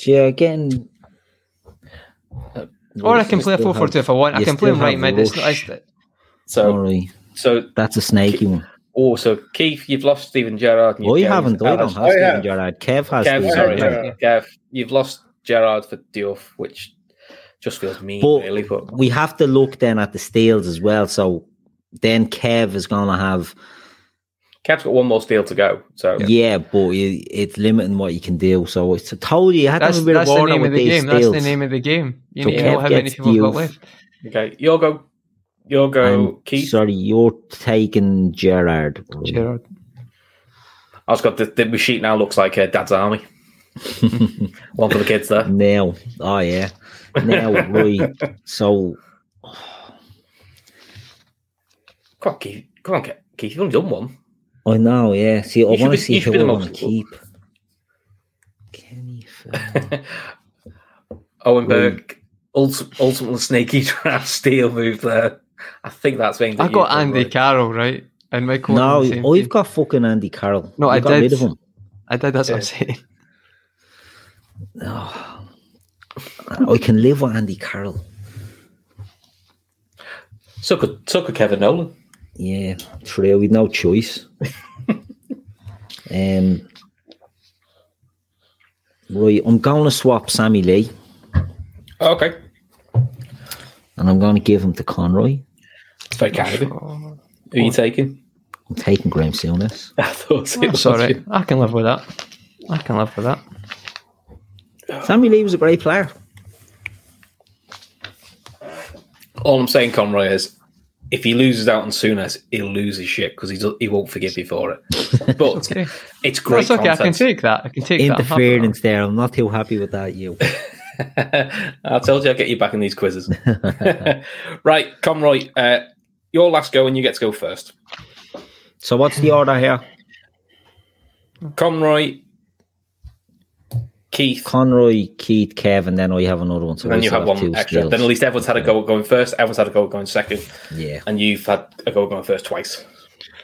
[SPEAKER 4] Yeah, again.
[SPEAKER 5] Or I can play a four four two if I want. I
[SPEAKER 4] you
[SPEAKER 5] can play
[SPEAKER 4] still
[SPEAKER 5] him right
[SPEAKER 4] have
[SPEAKER 5] mid. It's not,
[SPEAKER 4] Rush.
[SPEAKER 5] it's,
[SPEAKER 2] so
[SPEAKER 4] Sorry,
[SPEAKER 2] so
[SPEAKER 4] that's a snaky one.
[SPEAKER 2] oh, so Keith, you've lost Stephen Gerrard. and
[SPEAKER 4] Oh,
[SPEAKER 2] you've
[SPEAKER 4] you
[SPEAKER 2] gained
[SPEAKER 4] haven't. I don't
[SPEAKER 2] Alex-
[SPEAKER 4] have Steven
[SPEAKER 3] yeah.
[SPEAKER 4] Gerrard. Kev has
[SPEAKER 2] Kev,
[SPEAKER 4] Steven
[SPEAKER 2] sorry,
[SPEAKER 4] Gerrard.
[SPEAKER 2] Kev, Kev, you've lost Gerrard for Diouf, which just feels mean,
[SPEAKER 4] But-
[SPEAKER 2] really. But
[SPEAKER 4] we have to look then at the steals as well. So then Kev is going to have
[SPEAKER 2] Kev's got one more steal to go. So
[SPEAKER 4] yeah, but you, it's limiting what you can do. So it's I told you, you had to
[SPEAKER 5] that's
[SPEAKER 4] have a bit of
[SPEAKER 5] that's the
[SPEAKER 4] order
[SPEAKER 5] name of
[SPEAKER 4] with
[SPEAKER 5] the
[SPEAKER 4] these
[SPEAKER 5] game. That's the
[SPEAKER 4] steals.
[SPEAKER 5] name of the game. You
[SPEAKER 4] So
[SPEAKER 5] need to know
[SPEAKER 4] Kev
[SPEAKER 5] how many
[SPEAKER 4] gets
[SPEAKER 5] people have got
[SPEAKER 4] Diouf.
[SPEAKER 5] left.
[SPEAKER 2] okay, you'll go, you'll go,
[SPEAKER 4] And
[SPEAKER 2] Keith.
[SPEAKER 4] Sorry, you're taking Gerard.
[SPEAKER 5] Gerard.
[SPEAKER 2] I was got the, the sheet now looks like uh, Dad's Army. one for the kids there.
[SPEAKER 4] Now, oh yeah, now right. So
[SPEAKER 2] Come on, Keith. Come on, Ke- Keith. You've only done one.
[SPEAKER 4] I know, yeah. See, I
[SPEAKER 2] should
[SPEAKER 4] want
[SPEAKER 2] be-
[SPEAKER 4] to see
[SPEAKER 2] you should
[SPEAKER 4] who
[SPEAKER 2] be
[SPEAKER 4] I
[SPEAKER 2] the
[SPEAKER 4] want to
[SPEAKER 2] most-
[SPEAKER 4] keep. Kenny, Fer-
[SPEAKER 2] Owen Burke, ulti- ultimately sneaky draft steal move there. I think that's aimed
[SPEAKER 5] I
[SPEAKER 2] at you,
[SPEAKER 5] got
[SPEAKER 2] but
[SPEAKER 5] Andy
[SPEAKER 2] right.
[SPEAKER 5] Carroll right, and Michael.
[SPEAKER 4] no,
[SPEAKER 5] on the same
[SPEAKER 4] oh, you've
[SPEAKER 5] team.
[SPEAKER 4] got fucking Andy Carroll.
[SPEAKER 5] No,
[SPEAKER 4] You
[SPEAKER 5] I
[SPEAKER 4] got
[SPEAKER 5] did.
[SPEAKER 4] rid of him.
[SPEAKER 5] I did. That's what I'm saying.
[SPEAKER 4] I can live with Andy Carroll.
[SPEAKER 2] So could so could Kevin Nolan.
[SPEAKER 4] Yeah, true. We'd no choice. um, right, I'm going to swap Sammy Lee,
[SPEAKER 2] Okay,
[SPEAKER 4] and I'm going to give him to Conroy.
[SPEAKER 2] it's very kind of you. Who are you taking?
[SPEAKER 4] I'm taking Graham Souness.
[SPEAKER 2] I thought it was
[SPEAKER 5] Sorry,
[SPEAKER 2] you.
[SPEAKER 5] I can live with that. I can live with that.
[SPEAKER 4] Sammy Lee was a great player.
[SPEAKER 2] All I'm saying, Conroy, is if he loses out on Souness, he'll lose his shit because he do- he won't forgive you for it. But
[SPEAKER 5] Okay.
[SPEAKER 2] it's great.
[SPEAKER 5] That's okay. I can
[SPEAKER 2] content.
[SPEAKER 5] take that. I can take that. I'm happy with that.
[SPEAKER 4] Interference there. I'm not too happy with that. You.
[SPEAKER 2] I told you I'd get you back in these quizzes. right, Conroy, uh, your last go and you get to go first.
[SPEAKER 4] So what's the order here?
[SPEAKER 2] Conroy, Keith,
[SPEAKER 4] Conroy, Keith, Kev, and then I have another one. So
[SPEAKER 2] and then
[SPEAKER 4] we
[SPEAKER 2] you
[SPEAKER 4] still
[SPEAKER 2] have one
[SPEAKER 4] two
[SPEAKER 2] extra. Then at
[SPEAKER 4] skills.
[SPEAKER 2] least everyone's had a go at going first, everyone's had a go at going second,
[SPEAKER 4] yeah.
[SPEAKER 2] and you've had a go at going first twice.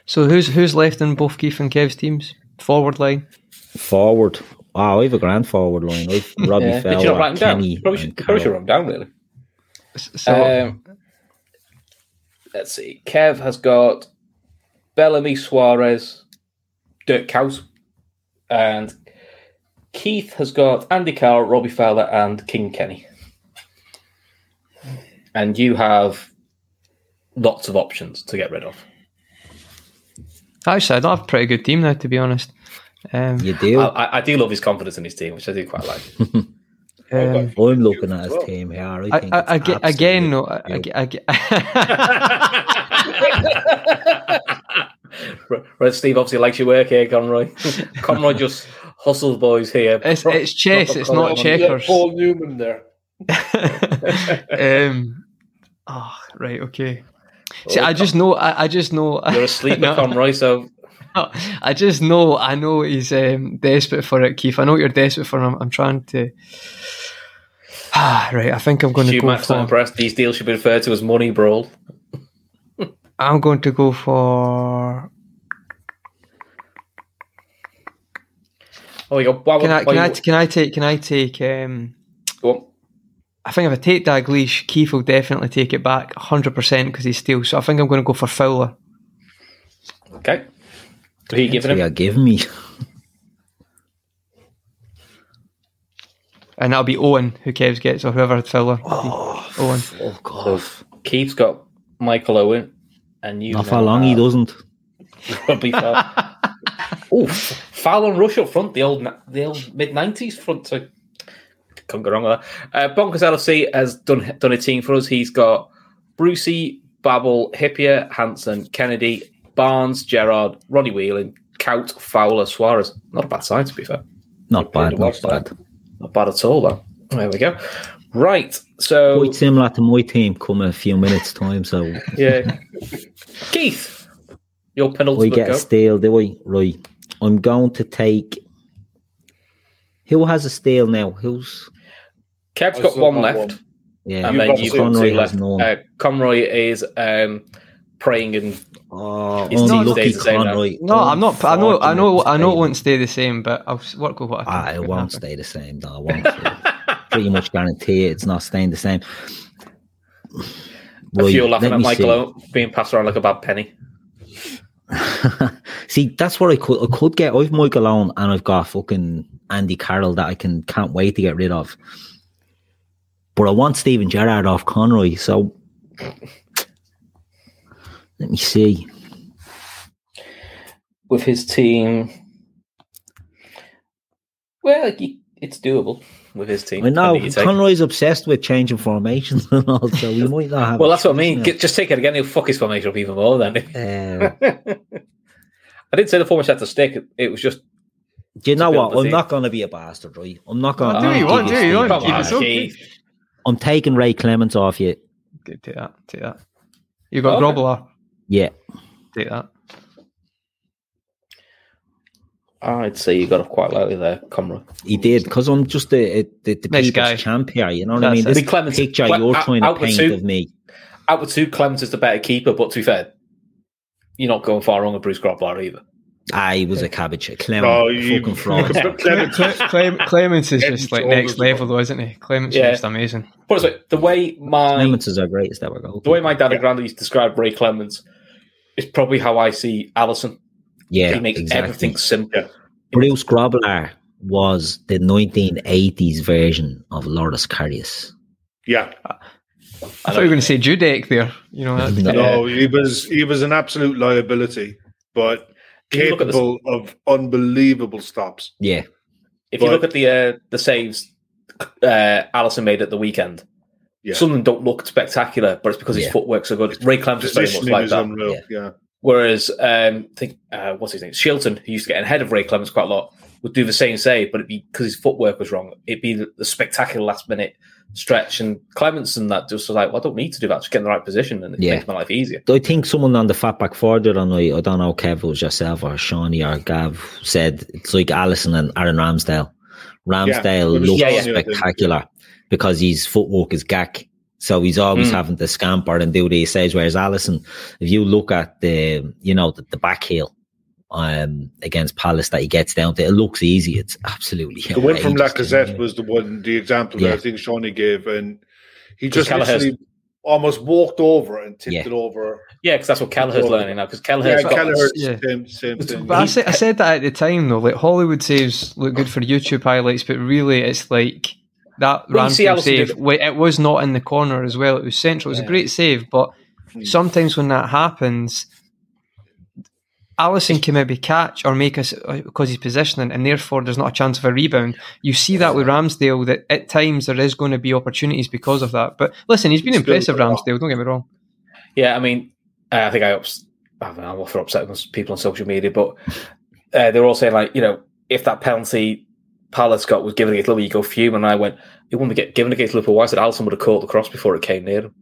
[SPEAKER 5] So who's who's left in both Keith and Kev's teams? Forward line.
[SPEAKER 4] Forward. Wow, I have a grand forward line. I've Robbie yeah.
[SPEAKER 2] Did you not write them down? You Probably should, probably should write them down, really.
[SPEAKER 5] S- So
[SPEAKER 2] Um, let's see. Kev has got Bellamy Suarez, Dirk Cows, and Keith has got Andy Carroll, Robbie Fowler, and King Kenny. And you have lots of options to get rid of.
[SPEAKER 5] actually, I don't have a pretty good team now, to be honest. Um,
[SPEAKER 4] You do.
[SPEAKER 2] I- I, I do love his confidence in his team, which I do quite like.
[SPEAKER 5] um,
[SPEAKER 4] I'm looking at his team here. I
[SPEAKER 5] I,
[SPEAKER 4] think
[SPEAKER 5] I, I,
[SPEAKER 4] it's
[SPEAKER 5] ge- again,
[SPEAKER 4] absolute-
[SPEAKER 5] no, I, I, ge- I, ge-
[SPEAKER 2] Right, right, Steve obviously likes your work here, Conroy. Conroy just hustles boys here.
[SPEAKER 5] it's, it's chess, it's not checkers.
[SPEAKER 3] Paul Newman there.
[SPEAKER 5] Um, oh, right, okay. See, I just know, I, I just know.
[SPEAKER 2] You're asleep,
[SPEAKER 5] No.
[SPEAKER 2] Conroy, so
[SPEAKER 5] I just know, I know he's um, desperate for it, Keith. I know you're desperate for him. I'm trying to. Ah, right, I think I'm going to
[SPEAKER 2] Stu
[SPEAKER 5] go
[SPEAKER 2] Max not
[SPEAKER 5] for.
[SPEAKER 2] impressed. These deals should be referred to as money brawl.
[SPEAKER 5] I'm going to go for.
[SPEAKER 2] Oh, you got why,
[SPEAKER 5] Can I?
[SPEAKER 2] why
[SPEAKER 5] Can I?
[SPEAKER 2] you-
[SPEAKER 5] Can I take? Can I take? Um,
[SPEAKER 2] go on.
[SPEAKER 5] I think if I take Dalglish, Keith will definitely take it back 100% because he's steals. So I think I'm going to go for Fowler.
[SPEAKER 2] Okay. Who are you giving
[SPEAKER 4] Yeah,
[SPEAKER 2] him?
[SPEAKER 4] give me.
[SPEAKER 5] And that'll be Owen, who Kevs gets, or whoever Fowler. Owen.
[SPEAKER 4] Oh God!
[SPEAKER 2] Keith's got Michael Owen, and you.
[SPEAKER 4] Not
[SPEAKER 2] now
[SPEAKER 4] for long. He
[SPEAKER 2] have
[SPEAKER 4] doesn't.
[SPEAKER 2] Robbie Fowler. Ooh, Fowler and Rush up front. The old, na- the old mid nineties front. So can't go wrong with that. Uh, Bonkers LFC has done done a team for us. He's got Brucey, Babel, Hippier, Hanson, Kennedy, Barnes, Gerard, Ronnie Whelan, Cout, Fowler, Suarez. Not a bad side, to be fair.
[SPEAKER 4] Not
[SPEAKER 2] Okay,
[SPEAKER 4] bad.
[SPEAKER 2] the
[SPEAKER 4] Not
[SPEAKER 2] website.
[SPEAKER 4] bad.
[SPEAKER 2] Not bad at all, though. There we go. Right. So
[SPEAKER 4] Quite similar to my team coming a few minutes time, so
[SPEAKER 2] yeah, Keith, your
[SPEAKER 4] we
[SPEAKER 2] penultimate
[SPEAKER 4] get
[SPEAKER 2] go.
[SPEAKER 4] a steal, do we? Right. I'm going to take. Who has a steal now? Who's
[SPEAKER 2] Kev's
[SPEAKER 3] I've
[SPEAKER 2] got
[SPEAKER 3] still
[SPEAKER 2] one
[SPEAKER 3] got
[SPEAKER 2] left,
[SPEAKER 3] one.
[SPEAKER 4] yeah?
[SPEAKER 2] and
[SPEAKER 3] You've
[SPEAKER 2] then
[SPEAKER 3] got
[SPEAKER 2] you
[SPEAKER 3] two.
[SPEAKER 2] got
[SPEAKER 4] Conroy
[SPEAKER 2] two
[SPEAKER 4] has
[SPEAKER 2] left.
[SPEAKER 4] none.
[SPEAKER 2] Uh, Conroy is um, praying and
[SPEAKER 4] Oh,
[SPEAKER 2] It's not-
[SPEAKER 4] unlucky
[SPEAKER 2] stays the same now.
[SPEAKER 4] Conroy.
[SPEAKER 5] No, I'm not. I know. I know. I know. It
[SPEAKER 4] Unfortunate
[SPEAKER 5] won't stay the same, but I'll s- work with what I can.
[SPEAKER 4] Ah,
[SPEAKER 5] make
[SPEAKER 4] it
[SPEAKER 5] it
[SPEAKER 4] won't
[SPEAKER 5] happen.
[SPEAKER 4] stay the same. though. it won't. I Pretty much guarantee it. It's not staying the same.
[SPEAKER 2] a
[SPEAKER 4] Right,
[SPEAKER 2] few laughing
[SPEAKER 4] let
[SPEAKER 2] at
[SPEAKER 4] me
[SPEAKER 2] Michael
[SPEAKER 4] see.
[SPEAKER 2] O being passed around like a bad penny.
[SPEAKER 4] See, that's what I could. I could get. I've Michael Owen and I've got fucking Andy Carroll that I can can't wait to get rid of. But I want Steven Gerrard off Conroy. So let me see.
[SPEAKER 2] With his team, well, he- it's doable with his team.
[SPEAKER 4] I know
[SPEAKER 2] think you take-
[SPEAKER 4] Conroy's obsessed with changing formations and all, so we might not have.
[SPEAKER 2] Well,
[SPEAKER 4] a
[SPEAKER 2] that's what I
[SPEAKER 4] choice
[SPEAKER 2] mean.
[SPEAKER 4] now.
[SPEAKER 2] Get, just take it again. He'll fuck his formation up even more. Then
[SPEAKER 4] Uh,
[SPEAKER 2] I didn't say the formation had to stick. It was just
[SPEAKER 4] do you know
[SPEAKER 2] build
[SPEAKER 4] what?
[SPEAKER 2] the
[SPEAKER 4] I'm
[SPEAKER 2] team.
[SPEAKER 4] not going to be a bastard, right? I'm not going.
[SPEAKER 5] Oh,
[SPEAKER 4] to
[SPEAKER 5] do you want, do you want?
[SPEAKER 2] Ah, Come
[SPEAKER 5] Keep
[SPEAKER 2] on,
[SPEAKER 5] us up.
[SPEAKER 2] Keith.
[SPEAKER 4] I'm taking Ray Clements off you.
[SPEAKER 5] Good, Take that. Take that. You got
[SPEAKER 2] Okay.
[SPEAKER 5] Grobbler.
[SPEAKER 4] Yeah,
[SPEAKER 5] Take that.
[SPEAKER 2] I'd say you got off quite lightly there, Conroy.
[SPEAKER 4] he did because I'm just the the, the
[SPEAKER 5] Nice
[SPEAKER 4] people's
[SPEAKER 5] guy.
[SPEAKER 4] champ here. You know what I
[SPEAKER 5] That's
[SPEAKER 4] mean?
[SPEAKER 5] it.
[SPEAKER 4] This
[SPEAKER 2] Lee Clements-
[SPEAKER 4] picture
[SPEAKER 2] well,
[SPEAKER 4] you're
[SPEAKER 2] out-
[SPEAKER 4] trying to
[SPEAKER 2] out with
[SPEAKER 4] paint
[SPEAKER 2] two.
[SPEAKER 4] of me.
[SPEAKER 2] Out of two, Clemens is the better keeper, but to be fair, you're not going far wrong with Bruce Grobbler either.
[SPEAKER 4] I was a cabbage, a clown,
[SPEAKER 3] Oh,
[SPEAKER 4] a
[SPEAKER 3] you-
[SPEAKER 4] fucking fraud.
[SPEAKER 3] Clement-
[SPEAKER 5] Cle- Clem- Clemens is just like next
[SPEAKER 3] Everything's all
[SPEAKER 5] level, though, isn't he? Clemens
[SPEAKER 2] Yeah.
[SPEAKER 5] is just amazing.
[SPEAKER 2] But it's like, the way my
[SPEAKER 4] Clements is our greatest ever goal.
[SPEAKER 2] the way my dad and granddad used to describe Ray Clemens is probably how I see Allison.
[SPEAKER 4] Yeah,
[SPEAKER 2] he makes
[SPEAKER 4] exactly.
[SPEAKER 2] everything simple.
[SPEAKER 4] Bruce Grobbelaar was the 1980s version of Lourdes Carius.
[SPEAKER 3] Yeah.
[SPEAKER 5] I thought you were going to say Judek there. You know, that,
[SPEAKER 3] No, he was he was an absolute liability, but
[SPEAKER 2] If you look at the-
[SPEAKER 3] capable of unbelievable stops.
[SPEAKER 4] Yeah,
[SPEAKER 2] If you
[SPEAKER 3] But-
[SPEAKER 2] look at the uh, the saves uh, Allison made at the weekend,
[SPEAKER 3] Yeah.
[SPEAKER 2] some of them don't look spectacular, but it's because his
[SPEAKER 4] Yeah.
[SPEAKER 2] footwork's so good. Ray Clemens is very much
[SPEAKER 3] Positioning
[SPEAKER 2] like
[SPEAKER 3] is
[SPEAKER 2] that.
[SPEAKER 3] unreal. Yeah.
[SPEAKER 2] Whereas, um, I think uh, what's his name, Shilton, who used to get ahead of Ray Clemens quite a lot, would do the same save, but it'd be because his footwork was wrong. It'd be the, the spectacular last minute stretch, and Clemens and that just was like, well, I don't need to do that. Just get in the right position, and it
[SPEAKER 4] Yeah.
[SPEAKER 2] makes my life easier.
[SPEAKER 4] I think someone on the Fatback Forward on I don't know, Kev, it was yourself or Shawnee or Gav said it's like Allison and Aaron Ramsdale. Ramsdale
[SPEAKER 3] it was
[SPEAKER 4] looks
[SPEAKER 2] Shawnee, I
[SPEAKER 3] think.
[SPEAKER 4] spectacular because his footwork is gack. So he's always
[SPEAKER 3] Hmm.
[SPEAKER 2] Mm.
[SPEAKER 4] having to scamper and do these saves. Whereas Allison, if you look at the, you know, the, the back heel um, against Palace that he gets down to, it looks easy. It's absolutely
[SPEAKER 3] The win from
[SPEAKER 4] outrageous.
[SPEAKER 3] Lacazette was the one, the example that
[SPEAKER 4] Yeah.
[SPEAKER 3] I think Shawnee gave, and he just
[SPEAKER 2] Callagher's-
[SPEAKER 3] literally almost walked over and tipped
[SPEAKER 4] Yeah.
[SPEAKER 3] it over.
[SPEAKER 2] Yeah, because that's what Callagher's
[SPEAKER 3] Well,
[SPEAKER 2] learning now. Because
[SPEAKER 3] Yeah,
[SPEAKER 2] Callagher's got
[SPEAKER 3] Kelleher,
[SPEAKER 5] yeah.
[SPEAKER 3] same, same thing.
[SPEAKER 5] But I said, I said that at the time though, like Hollywood saves look good for YouTube highlights, but really it's like that
[SPEAKER 2] Well, you see
[SPEAKER 5] Ramsdale
[SPEAKER 2] Alisson do
[SPEAKER 5] save.
[SPEAKER 2] it.
[SPEAKER 5] wa- It was not in the corner as well; it was central. It was a great save, but
[SPEAKER 2] Hmm.
[SPEAKER 5] sometimes when that happens, Allison can maybe catch or make us because he's positioning, and therefore there's not a chance of a rebound. You see that with Ramsdale that at times there is going to be opportunities because of that. But listen, he's been
[SPEAKER 3] Still
[SPEAKER 5] impressive,
[SPEAKER 3] got a lot.
[SPEAKER 5] Ramsdale. Don't get me wrong.
[SPEAKER 2] Yeah, I mean, uh, I think I ups- I don't know, I'm often upset with people on social media, but uh, they were all saying like, you know, if that penalty Palace got was given against Liverpool, you go fume, and I went, it wouldn't be get- given against Liverpool. Why said Allison would have caught the cross before it came near him?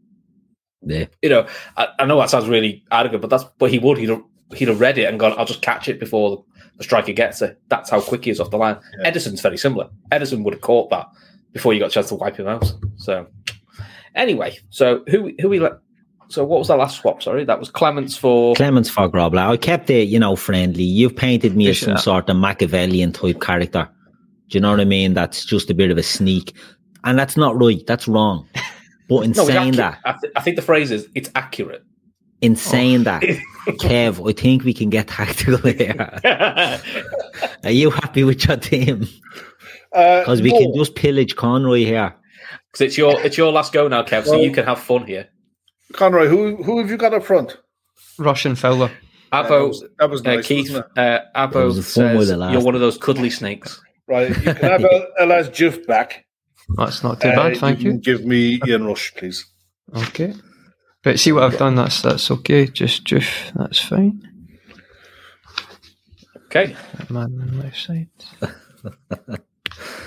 [SPEAKER 4] Yeah.
[SPEAKER 2] You know, I, I know that sounds really arrogant, but that's but he would he'd have, he'd have read it and gone, I'll just catch it before the striker gets it. That's how quick he is off the line. Edison's very similar. Edison would have caught that before you got a chance to wipe him out. So anyway, so who who we let so what was the last swap? Sorry, that was Clements for.
[SPEAKER 4] Clemens for Grobler. I kept it, you know, friendly. You've painted me as
[SPEAKER 5] Appreciate
[SPEAKER 4] some
[SPEAKER 5] that.
[SPEAKER 4] sort of Machiavellian type character. Do you know what I mean? That's just a bit of a sneak. And that's not right. That's wrong. But in
[SPEAKER 2] No, it's
[SPEAKER 4] saying
[SPEAKER 2] accu-
[SPEAKER 4] that,
[SPEAKER 2] I, th- I think the phrase is it's accurate. Oh.
[SPEAKER 4] in saying that, Kev, I think we can get tactical here. Are you happy with your team?
[SPEAKER 3] Uh,
[SPEAKER 4] Because we
[SPEAKER 2] Oh.
[SPEAKER 4] can just pillage Conroy here.
[SPEAKER 2] Because it's your it's your last go now, Kev. So you can have fun here.
[SPEAKER 3] Conroy, who who have you got up front?
[SPEAKER 5] Russian Fowler.
[SPEAKER 3] That
[SPEAKER 2] Abo,
[SPEAKER 3] was, that was
[SPEAKER 2] uh,
[SPEAKER 3] nice,
[SPEAKER 2] Keith,
[SPEAKER 3] wasn't it?
[SPEAKER 2] uh,
[SPEAKER 4] It
[SPEAKER 2] Abo
[SPEAKER 4] was a fun way
[SPEAKER 2] says
[SPEAKER 4] to last.
[SPEAKER 2] you're one of those cuddly snakes.
[SPEAKER 3] Right, you can have Elas Juf back.
[SPEAKER 5] That's not too
[SPEAKER 3] Uh,
[SPEAKER 5] bad. Thank you.
[SPEAKER 3] can Give me Ian Rush, please.
[SPEAKER 5] Okay. But see what I've done, that's that's okay. Just joof, that's fine.
[SPEAKER 2] Okay,
[SPEAKER 5] Man on the left side.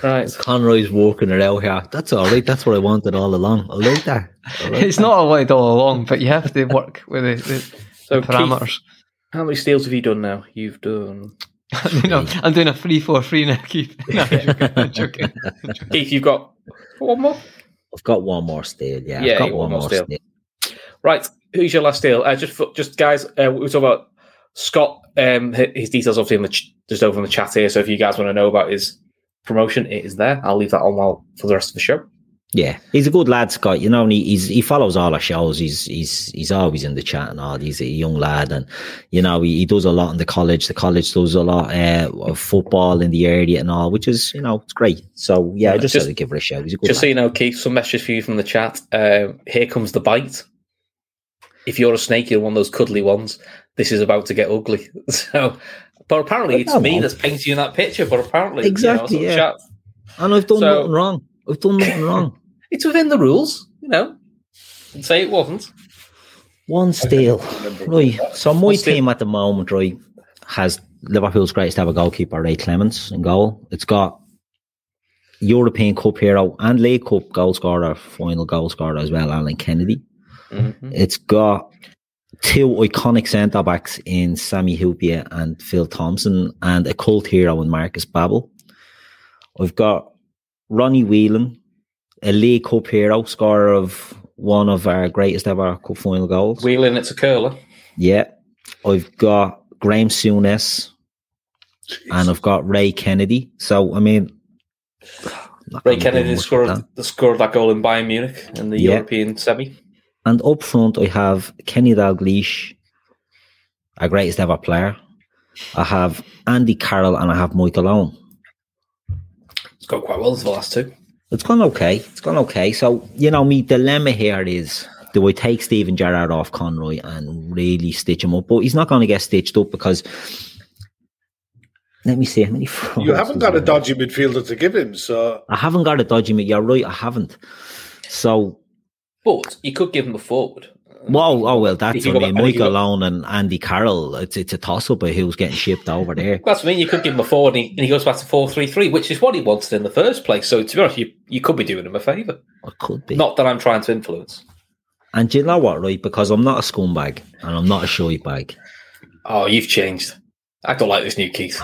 [SPEAKER 2] Right.
[SPEAKER 4] Conroy's walking it out here. That's all right. That's what I wanted all along. I like that. I like
[SPEAKER 5] It's not allowed all along, but you have to work with the, the,
[SPEAKER 2] So,
[SPEAKER 5] the parameters.
[SPEAKER 2] How many steals have you done now? You've done.
[SPEAKER 5] you know, I'm doing a three four three now, Keith. No, I'm joking. I'm joking.
[SPEAKER 2] Keith, you've got one more.
[SPEAKER 4] I've got one more steal. Yeah,
[SPEAKER 2] Yeah,
[SPEAKER 4] I've got
[SPEAKER 2] you
[SPEAKER 4] one
[SPEAKER 2] almost
[SPEAKER 4] more
[SPEAKER 2] steal.
[SPEAKER 4] steal.
[SPEAKER 2] Right, who's your last deal? Uh, just, for, just guys, uh, we were talking about Scott. Um, hi- his details obviously in the ch- just over in the chat here. So if you guys want to know about his promotion, it is there. I'll leave that on while for the rest of the show.
[SPEAKER 4] Yeah, he's a good lad, Scott. You know, and he, he's he follows all our shows. He's he's he's always in the chat and all. He's a young lad, and you know he, he does a lot in the college. The college does a lot uh, of football in the area and all, which is you know it's great. So yeah, I
[SPEAKER 2] Yeah,
[SPEAKER 4] just,
[SPEAKER 2] just-
[SPEAKER 4] had to give it a shout. He's a good
[SPEAKER 2] Just so
[SPEAKER 4] lad.
[SPEAKER 2] you know, Keith, some messages for you from the chat. Um, here comes the bite. If you're a snake, you're one of those cuddly ones. This is about to get ugly. So, but apparently it's
[SPEAKER 4] Oh,
[SPEAKER 2] me
[SPEAKER 4] well.
[SPEAKER 2] that's painting you in that picture. But apparently, You know, it's on
[SPEAKER 4] Exactly,
[SPEAKER 2] the
[SPEAKER 4] yeah.
[SPEAKER 2] chat.
[SPEAKER 4] and I've done
[SPEAKER 2] so-
[SPEAKER 4] nothing wrong. I've done nothing wrong.
[SPEAKER 2] It's within the rules, you know. And say it wasn't.
[SPEAKER 4] One steal, right? So my
[SPEAKER 2] One steal.
[SPEAKER 4] team at the moment, right, has Liverpool's greatest ever goalkeeper Ray Clements in goal. It's got European Cup hero and League Cup goal scorer, final goal scorer as well, Alan Kennedy. It's got two iconic centre backs in Sammy Hupia and Phil Thompson, and a cult hero in Marcus Babbel. I've got Ronnie Whelan, a League Cup hero, scorer of one of our greatest ever cup final goals.
[SPEAKER 2] Wheeling, it's a curler.
[SPEAKER 4] Yeah. I've got Graham Souness and I've got Ray Kennedy. So, I mean, not
[SPEAKER 2] Ray
[SPEAKER 4] gonna do
[SPEAKER 2] Kennedy
[SPEAKER 4] much with
[SPEAKER 2] scored
[SPEAKER 4] that.
[SPEAKER 2] the scored that goal in Bayern Munich in the
[SPEAKER 4] Yeah.
[SPEAKER 2] European semi.
[SPEAKER 4] And up front, I have Kenny Dalglish, our greatest ever player. I have Andy Carroll and I have Michael Owen.
[SPEAKER 2] It's gone quite well for the last two.
[SPEAKER 4] It's gone okay. It's gone okay. So, you know, me dilemma here is do I take Steven Gerrard off Conroy and really stitch him up? But he's not going to get stitched up because let me see how many.
[SPEAKER 3] You
[SPEAKER 4] fouls
[SPEAKER 3] haven't
[SPEAKER 4] is
[SPEAKER 3] got a
[SPEAKER 4] there.
[SPEAKER 3] dodgy midfielder to give him, so
[SPEAKER 4] I haven't got a dodgy mate. You're right. I haven't. So,
[SPEAKER 2] But you could give him a forward.
[SPEAKER 4] well, oh, well, that's,
[SPEAKER 2] If you
[SPEAKER 4] I
[SPEAKER 2] go back-
[SPEAKER 4] mean,
[SPEAKER 2] and if you
[SPEAKER 4] Michael
[SPEAKER 2] go-
[SPEAKER 4] Lone and Andy Carroll, it's, it's a toss up of who's getting shipped over there.
[SPEAKER 2] That's what I mean. You could give him a forward, and he, and he goes back to four three three, which is what he wanted in the first place. So to be honest, you, you could be doing him a favour.
[SPEAKER 4] It could be.
[SPEAKER 2] Not that I'm trying to influence.
[SPEAKER 4] And do you know what, right? Because I'm not a scumbag and I'm not a shy bag.
[SPEAKER 2] Oh, you've changed. I don't like this new Keith.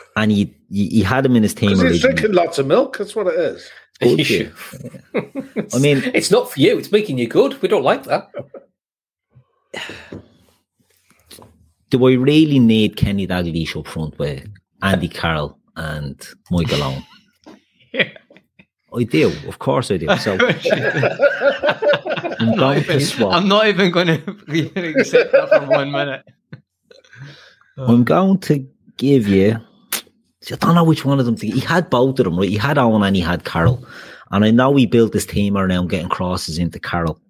[SPEAKER 4] And he, he, he had him in his team.
[SPEAKER 3] because he's
[SPEAKER 4] originally.
[SPEAKER 3] drinking lots of milk. That's what it is.
[SPEAKER 4] Good you. I mean,
[SPEAKER 2] it's not for you. It's making you good. We don't like that.
[SPEAKER 4] do I really need Kenny Dalglish up front with Andy Carroll and Michael Owen? I do, of course I do. So I'm going to swap.
[SPEAKER 5] I'm not even going to accept that for one minute.
[SPEAKER 4] I'm going to give you. See, I don't know which one of them. To, he had both of them, right? He had Owen and he had Carroll, and I know he built his team around getting crosses into Carroll.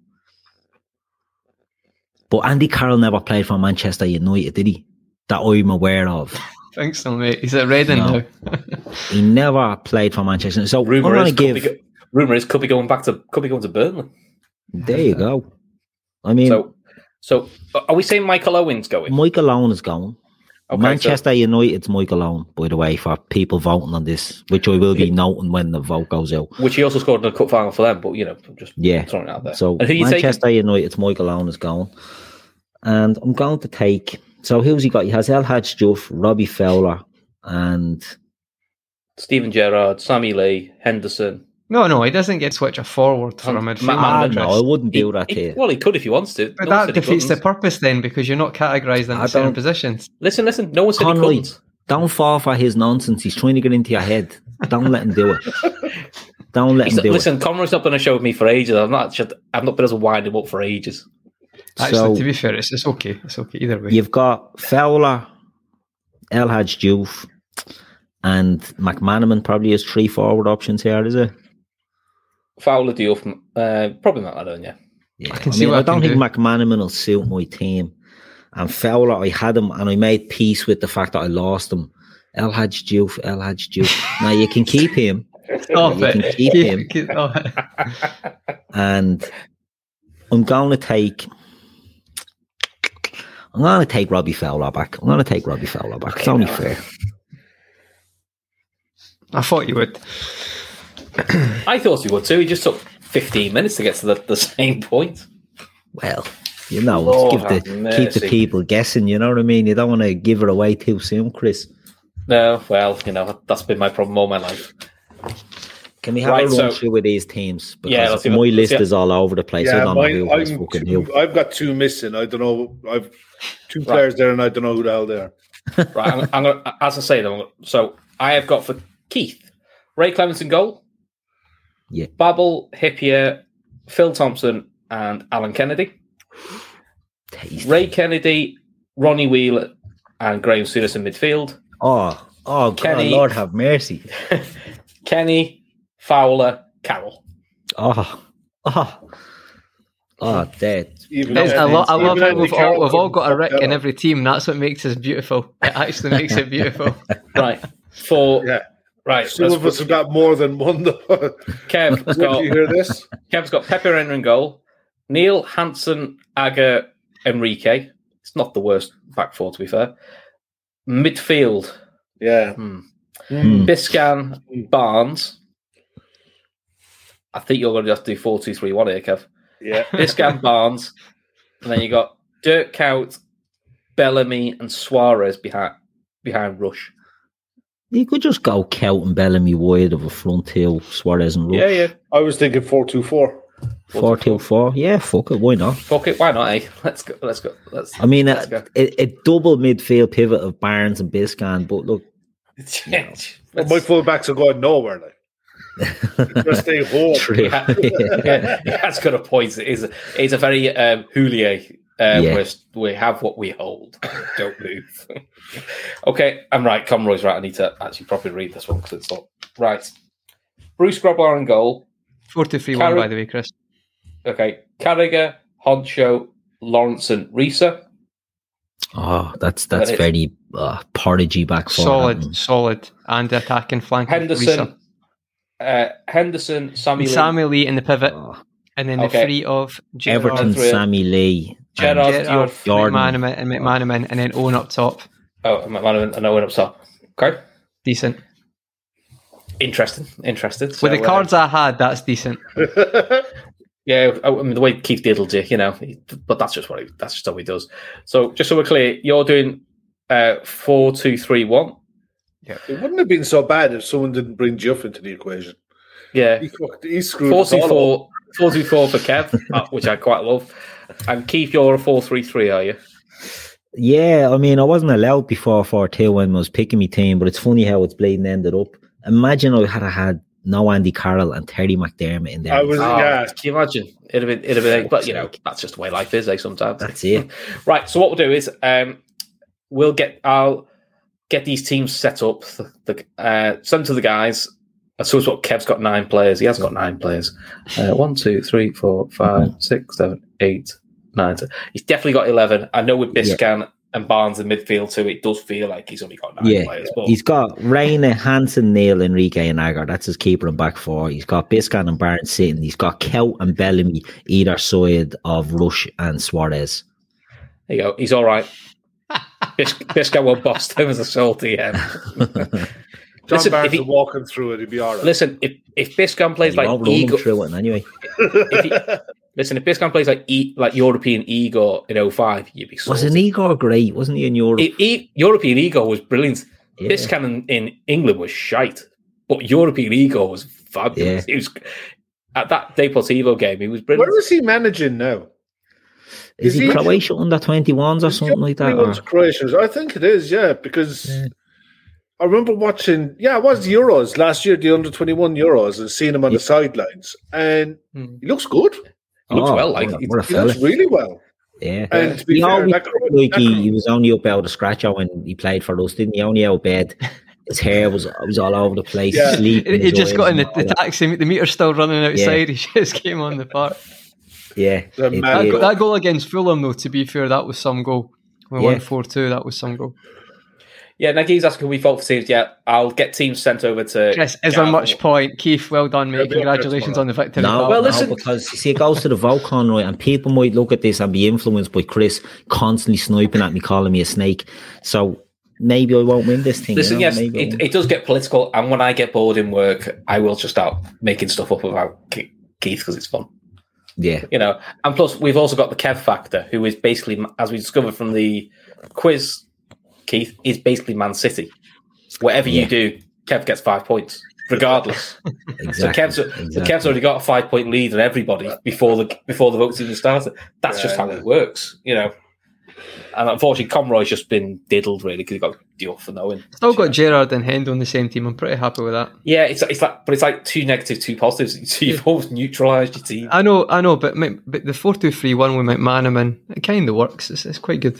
[SPEAKER 4] But Andy Carroll never played for Manchester United, did he? That I'm aware of.
[SPEAKER 5] Thanks, so, mate. He's at Reading
[SPEAKER 4] No.
[SPEAKER 5] now.
[SPEAKER 4] He never played for Manchester. United. So
[SPEAKER 2] Rumor
[SPEAKER 4] I'm
[SPEAKER 2] is,
[SPEAKER 4] going
[SPEAKER 2] could
[SPEAKER 4] to
[SPEAKER 2] be,
[SPEAKER 4] give.
[SPEAKER 2] go- rumor is could be going back to could be going to Burnley.
[SPEAKER 4] There you go. I mean,
[SPEAKER 2] So, so uh, are we saying Michael Owen's going?
[SPEAKER 4] Michael Owen is gone.
[SPEAKER 2] Okay,
[SPEAKER 4] Manchester United's Michael Owen, by the way, for people voting on this, which I will be noting when the vote goes out.
[SPEAKER 2] so- which he also scored in the cup final for them, but you know, I'm just
[SPEAKER 4] Yeah.
[SPEAKER 2] throwing it out there.
[SPEAKER 4] So
[SPEAKER 2] and who you
[SPEAKER 4] Manchester United's Michael Owen is gone. And I'm going to take so who's he got? He has El Hadj Juff, Robbie Fowler, and
[SPEAKER 2] taking? Steven Gerrard, Sammy Lee, Henderson.
[SPEAKER 5] No, no, he doesn't get switch a forward for a
[SPEAKER 2] Um,
[SPEAKER 5] midfielder.
[SPEAKER 2] Ma-
[SPEAKER 4] Ah,
[SPEAKER 2] Man of
[SPEAKER 4] no, I
[SPEAKER 2] interest.
[SPEAKER 4] wouldn't
[SPEAKER 2] He-
[SPEAKER 4] do that
[SPEAKER 2] he-
[SPEAKER 4] here.
[SPEAKER 2] well, he could if he wants to.
[SPEAKER 5] But
[SPEAKER 2] No one
[SPEAKER 5] that
[SPEAKER 2] said he
[SPEAKER 5] defeats the
[SPEAKER 2] couldn't.
[SPEAKER 5] purpose then because you're not categorised into
[SPEAKER 4] I
[SPEAKER 5] certain
[SPEAKER 4] don't-
[SPEAKER 5] positions.
[SPEAKER 2] Listen, listen. No one said he
[SPEAKER 4] Conroy,
[SPEAKER 2] couldn't.
[SPEAKER 4] don't fall for his nonsense. He's trying to get into your head. Don't let him do it. Don't let
[SPEAKER 2] He's
[SPEAKER 4] him
[SPEAKER 2] not,
[SPEAKER 4] do
[SPEAKER 2] listen, Conroy's not been on a show with me for ages. I've not, actually- I've not been able to wind him up for ages.
[SPEAKER 4] it.
[SPEAKER 5] Actually,
[SPEAKER 4] So
[SPEAKER 5] to be fair, it's, it's okay. It's okay either way.
[SPEAKER 4] you've got Fowler, El Hadj Juff, and McManaman probably has three forward options here, is it?
[SPEAKER 2] Fowler, Diouf, uh, probably not that one, yeah.
[SPEAKER 4] Yeah,
[SPEAKER 5] I can see what I
[SPEAKER 4] I don't
[SPEAKER 5] can
[SPEAKER 4] think McManaman will suit my team. And Fowler, I had him, and I made peace with the fact that I lost him. El Hadj Diouf, El Hadj Diouf. now you can keep him,
[SPEAKER 5] Stop
[SPEAKER 4] you can
[SPEAKER 5] it.
[SPEAKER 4] keep
[SPEAKER 5] You
[SPEAKER 4] him.
[SPEAKER 5] can- oh,
[SPEAKER 4] and I'm going to take. I'm going to take Robbie Fowler back. I'm going to take Robbie Fowler back. It's only fair.
[SPEAKER 5] I thought you would.
[SPEAKER 2] I thought he would too. He just took 15 minutes to get to the, the same point.
[SPEAKER 4] Well, you know,
[SPEAKER 2] Lord
[SPEAKER 4] give the,
[SPEAKER 2] have
[SPEAKER 4] keep the
[SPEAKER 2] mercy.
[SPEAKER 4] people guessing. You know what I mean? You don't want to give it away too soon, Chris.
[SPEAKER 2] No, well, you know, that's been my problem all my life.
[SPEAKER 4] Can we have
[SPEAKER 2] Right,
[SPEAKER 4] a
[SPEAKER 2] so-
[SPEAKER 4] run through with these teams? Because
[SPEAKER 2] Yeah, let's see
[SPEAKER 4] my
[SPEAKER 2] what-
[SPEAKER 4] list
[SPEAKER 2] yeah.
[SPEAKER 4] is all over the place. I
[SPEAKER 3] Yeah,
[SPEAKER 4] don't
[SPEAKER 3] mine-
[SPEAKER 4] know who was
[SPEAKER 3] I'm
[SPEAKER 4] fucking
[SPEAKER 3] two-
[SPEAKER 4] who.
[SPEAKER 3] I've got two missing. I don't know. I've two players there, and I don't know who the hell they are.
[SPEAKER 2] Right, I'm, I'm gonna, as I say, though, so I have got for Keith, Ray Clements in goal,
[SPEAKER 4] Yeah.
[SPEAKER 2] Babel, Hippier, Phil Thompson, and Alan Kennedy.
[SPEAKER 4] Tasty.
[SPEAKER 2] Ray Kennedy, Ronnie Wheeler, and Graham Souness in midfield.
[SPEAKER 4] Oh, oh, God,
[SPEAKER 2] Kenny-
[SPEAKER 4] Lord have mercy.
[SPEAKER 2] Kenny, Fowler, Carroll.
[SPEAKER 4] Oh, oh, oh, dead.
[SPEAKER 3] Even
[SPEAKER 5] It's, I, lo- I
[SPEAKER 3] even
[SPEAKER 5] love how
[SPEAKER 3] Andy
[SPEAKER 5] we've all, we've
[SPEAKER 3] Carroll
[SPEAKER 5] all got a Rick in
[SPEAKER 3] Yeah.
[SPEAKER 5] every team. That's what makes us beautiful. It actually makes it beautiful.
[SPEAKER 2] Right. For
[SPEAKER 3] Yeah.
[SPEAKER 2] right.
[SPEAKER 3] Some
[SPEAKER 2] let's
[SPEAKER 3] of us
[SPEAKER 2] put-
[SPEAKER 3] have got more than one. Though.
[SPEAKER 2] Kev's
[SPEAKER 3] Did you
[SPEAKER 2] got
[SPEAKER 3] hear this?
[SPEAKER 2] Kev's got Pepe Reina in goal. Neil Hansen, Aga, Enrique. It's not the worst back four, to be fair. Midfield,
[SPEAKER 3] Yeah.
[SPEAKER 2] Hmm.
[SPEAKER 4] Hmm.
[SPEAKER 2] Biscan, Barnes. I think you're going to have to do 4 2 3 1 here, Kev.
[SPEAKER 3] Yeah.
[SPEAKER 2] Biscan, Barnes. And then you got Dirk Cout, Bellamy, and Suarez behind behind Rush.
[SPEAKER 4] You could just go Celt and Bellamy wide of a front heel, Suarez and Rush.
[SPEAKER 2] Yeah, yeah.
[SPEAKER 3] I was thinking four two four.
[SPEAKER 4] 4 2 4. Yeah, fuck it. Why not?
[SPEAKER 2] Fuck it, why not, eh? Let's go. Let's go. Let's.
[SPEAKER 4] I mean,
[SPEAKER 2] Let's go.
[SPEAKER 4] a, a, a double midfield pivot of Barnes and Biscan, but look,
[SPEAKER 3] Well, my
[SPEAKER 2] Let's-
[SPEAKER 3] fullbacks are going nowhere. Like. Just stay home.
[SPEAKER 4] true.
[SPEAKER 2] yeah, that's got a point. It is it's a very um, Houllier. Um,
[SPEAKER 4] Yeah.
[SPEAKER 2] we're, we have what we hold. Don't move. okay, I'm right. Conroy's right. I need to actually properly read this one because it's not right. Bruce Grobler in goal.
[SPEAKER 5] Four two three one,
[SPEAKER 2] Carrot-
[SPEAKER 5] by the way, Chris.
[SPEAKER 2] Okay, Carragher, Honcho, Lawrence, and Risa.
[SPEAKER 4] Oh, that's that's
[SPEAKER 2] That is-
[SPEAKER 4] very uh, porridgey back four.
[SPEAKER 5] Solid,
[SPEAKER 4] that one.
[SPEAKER 5] solid, and attacking flank. of
[SPEAKER 2] Henderson, uh, Henderson, Sammy,
[SPEAKER 5] Risa.
[SPEAKER 2] Lee,
[SPEAKER 5] Sammy Lee in the pivot,
[SPEAKER 4] Oh,
[SPEAKER 5] and then the
[SPEAKER 2] Okay.
[SPEAKER 5] three of Gerrard,
[SPEAKER 4] Everton,
[SPEAKER 2] Gerrard.
[SPEAKER 4] Sammy Lee. and-
[SPEAKER 2] Gerrard,
[SPEAKER 5] Gerrard,
[SPEAKER 2] Diop.
[SPEAKER 4] Jordan.
[SPEAKER 5] McManaman, and McManaman, uh, and then Owen up top.
[SPEAKER 2] Oh, McManaman and Owen up top. Okay,
[SPEAKER 5] Decent.
[SPEAKER 2] interesting, interesting.
[SPEAKER 5] With
[SPEAKER 2] So,
[SPEAKER 5] the
[SPEAKER 2] uh,
[SPEAKER 5] cards I had, that's decent.
[SPEAKER 2] Yeah, I I mean the way Keith diddled you, you know, he- but that's just what he, that's just how he does. So just so we're clear, you're doing uh, four, two, three, one.
[SPEAKER 3] It wouldn't have been so bad if someone didn't bring Jeff into the equation.
[SPEAKER 2] Yeah,
[SPEAKER 3] He, fucked, he screwed
[SPEAKER 2] four,
[SPEAKER 3] us
[SPEAKER 2] two,
[SPEAKER 3] all up.
[SPEAKER 2] four, four, two, four for Kev, uh, which I quite love. And Keith, you're a four, three, three, are you?
[SPEAKER 4] Yeah, I mean, I wasn't allowed before 4 2 when I was picking my team, but it's funny how it's bleeding ended up. Imagine I had had no Andy Carroll and Terry McDermott in there.
[SPEAKER 3] I was,
[SPEAKER 2] Oh,
[SPEAKER 3] yeah.
[SPEAKER 2] Can you imagine? It'd have been, it'd have been,
[SPEAKER 4] Fuck's
[SPEAKER 2] but you know,
[SPEAKER 4] sake.
[SPEAKER 2] that's just the way life is, eh? Sometimes.
[SPEAKER 4] That's it.
[SPEAKER 2] Right. So what we'll do is, um, we'll get I'll get these teams set up. The, the uh, send to the guys. I suppose what Kev's got nine players. He has got nine players. Uh, one, two, three, four, five, six, seven, eight, nine. ten. He's definitely got eleven. I know with Biscan and Barnes in midfield too, it does feel like he's only got nine
[SPEAKER 4] Yeah,
[SPEAKER 2] players. But
[SPEAKER 4] he's got Rainer, Hansen, Neil, Enrique, and Agar. That's his keeper and back four. He's got Biscan and Barnes sitting. He's got Kelt and Bellamy either side of Rush and Suarez.
[SPEAKER 2] there you go. He's all right. Bis- Biscan will bust him as a salty end.
[SPEAKER 3] John
[SPEAKER 2] Listen, if
[SPEAKER 3] Barnes
[SPEAKER 2] he-
[SPEAKER 3] walking through it, he'd be all right.
[SPEAKER 2] Listen, if if Biscan plays
[SPEAKER 4] You're all
[SPEAKER 2] like
[SPEAKER 4] rolling
[SPEAKER 2] Igor,
[SPEAKER 4] through it anyway.
[SPEAKER 2] if he, listen, if Biscan plays like e, like European Ego in 05, you'd be
[SPEAKER 4] Wasn't
[SPEAKER 2] salty.
[SPEAKER 4] Igor great? Wasn't he in Europe?
[SPEAKER 2] E- E- European Ego was brilliant.
[SPEAKER 4] Yeah.
[SPEAKER 2] Biscan in, in England was shite, but European Ego was fabulous. He was at that Deportivo game. He was brilliant.
[SPEAKER 3] Where is he managing now? is
[SPEAKER 4] Is, he,
[SPEAKER 3] he-
[SPEAKER 4] Croatia under 21s or something like that?
[SPEAKER 5] uh,
[SPEAKER 3] Everyone's
[SPEAKER 4] or-
[SPEAKER 3] Croatians. I think it is, yeah, because I remember watching, yeah, it was the Euros last year, the under 21 Euros, and seeing him on the sidelines. And
[SPEAKER 5] Mm.
[SPEAKER 3] he looks good.
[SPEAKER 2] looks
[SPEAKER 4] Oh,
[SPEAKER 2] well, like,
[SPEAKER 4] what a- what a
[SPEAKER 3] He
[SPEAKER 4] fella.
[SPEAKER 3] looks really well.
[SPEAKER 4] Yeah.
[SPEAKER 3] And to be
[SPEAKER 4] He
[SPEAKER 3] fair,
[SPEAKER 4] always
[SPEAKER 3] that
[SPEAKER 4] looked
[SPEAKER 3] Cro-
[SPEAKER 4] like
[SPEAKER 3] that
[SPEAKER 4] he,
[SPEAKER 3] Cro-
[SPEAKER 4] he was only up out of scratch when he played for us, didn't he? Only out of bed. His hair was was all over the place.
[SPEAKER 3] Yeah.
[SPEAKER 4] Sleep.
[SPEAKER 5] He he just got in the, the taxi, the meter's still running outside. He just came on the park.
[SPEAKER 4] Yeah.
[SPEAKER 3] The
[SPEAKER 4] it
[SPEAKER 3] man
[SPEAKER 5] That,
[SPEAKER 4] did.
[SPEAKER 5] go- that goal against Fulham, though, to be fair, that was some goal. We
[SPEAKER 4] Yeah.
[SPEAKER 5] won 4 2, that was some goal.
[SPEAKER 2] Yeah, Nagy's asking we vote for teams. Yeah, I'll get teams sent over to.
[SPEAKER 5] Chris, is
[SPEAKER 2] Yeah,
[SPEAKER 5] there much point? Keith, well done, mate.
[SPEAKER 3] be up there
[SPEAKER 5] Congratulations
[SPEAKER 3] tomorrow.
[SPEAKER 5] on the victory.
[SPEAKER 4] No,
[SPEAKER 5] pal.
[SPEAKER 4] well,
[SPEAKER 2] Well,
[SPEAKER 4] listen.
[SPEAKER 2] listen-
[SPEAKER 4] because you see, it goes to the vote, Conroy, and people might look at this and be influenced by Chris constantly sniping at me, calling me a snake. So maybe I won't win this thing. you
[SPEAKER 2] Listen,
[SPEAKER 4] know,
[SPEAKER 2] yes,
[SPEAKER 4] maybe I
[SPEAKER 2] it,
[SPEAKER 4] won't.
[SPEAKER 2] it does get political, and when I get bored in work, I will just start making stuff up about Ke- Keith because it's fun,
[SPEAKER 4] yeah,
[SPEAKER 2] you know. And plus, we've also got the Kev factor, who is basically, as we discovered from the quiz, Keith is basically Man City. Whatever
[SPEAKER 4] Yeah.
[SPEAKER 2] you do, Kev gets five points, regardless. so
[SPEAKER 4] exactly.
[SPEAKER 2] Kev's so Kev's already got a five point lead on everybody before the before the votes even started. That's just how it works, you know. And unfortunately, Conroy's just been diddled really because he got deal for knowing.
[SPEAKER 5] Still got Gerard and Hendo on the same team. I'm pretty happy with that.
[SPEAKER 2] Yeah, it's it's like, but it's like two negative, two positives. So you've almost neutralised your team.
[SPEAKER 5] I know, I know, but mi- but the four two three one with McManaman, it kind of works. It's, it's quite good.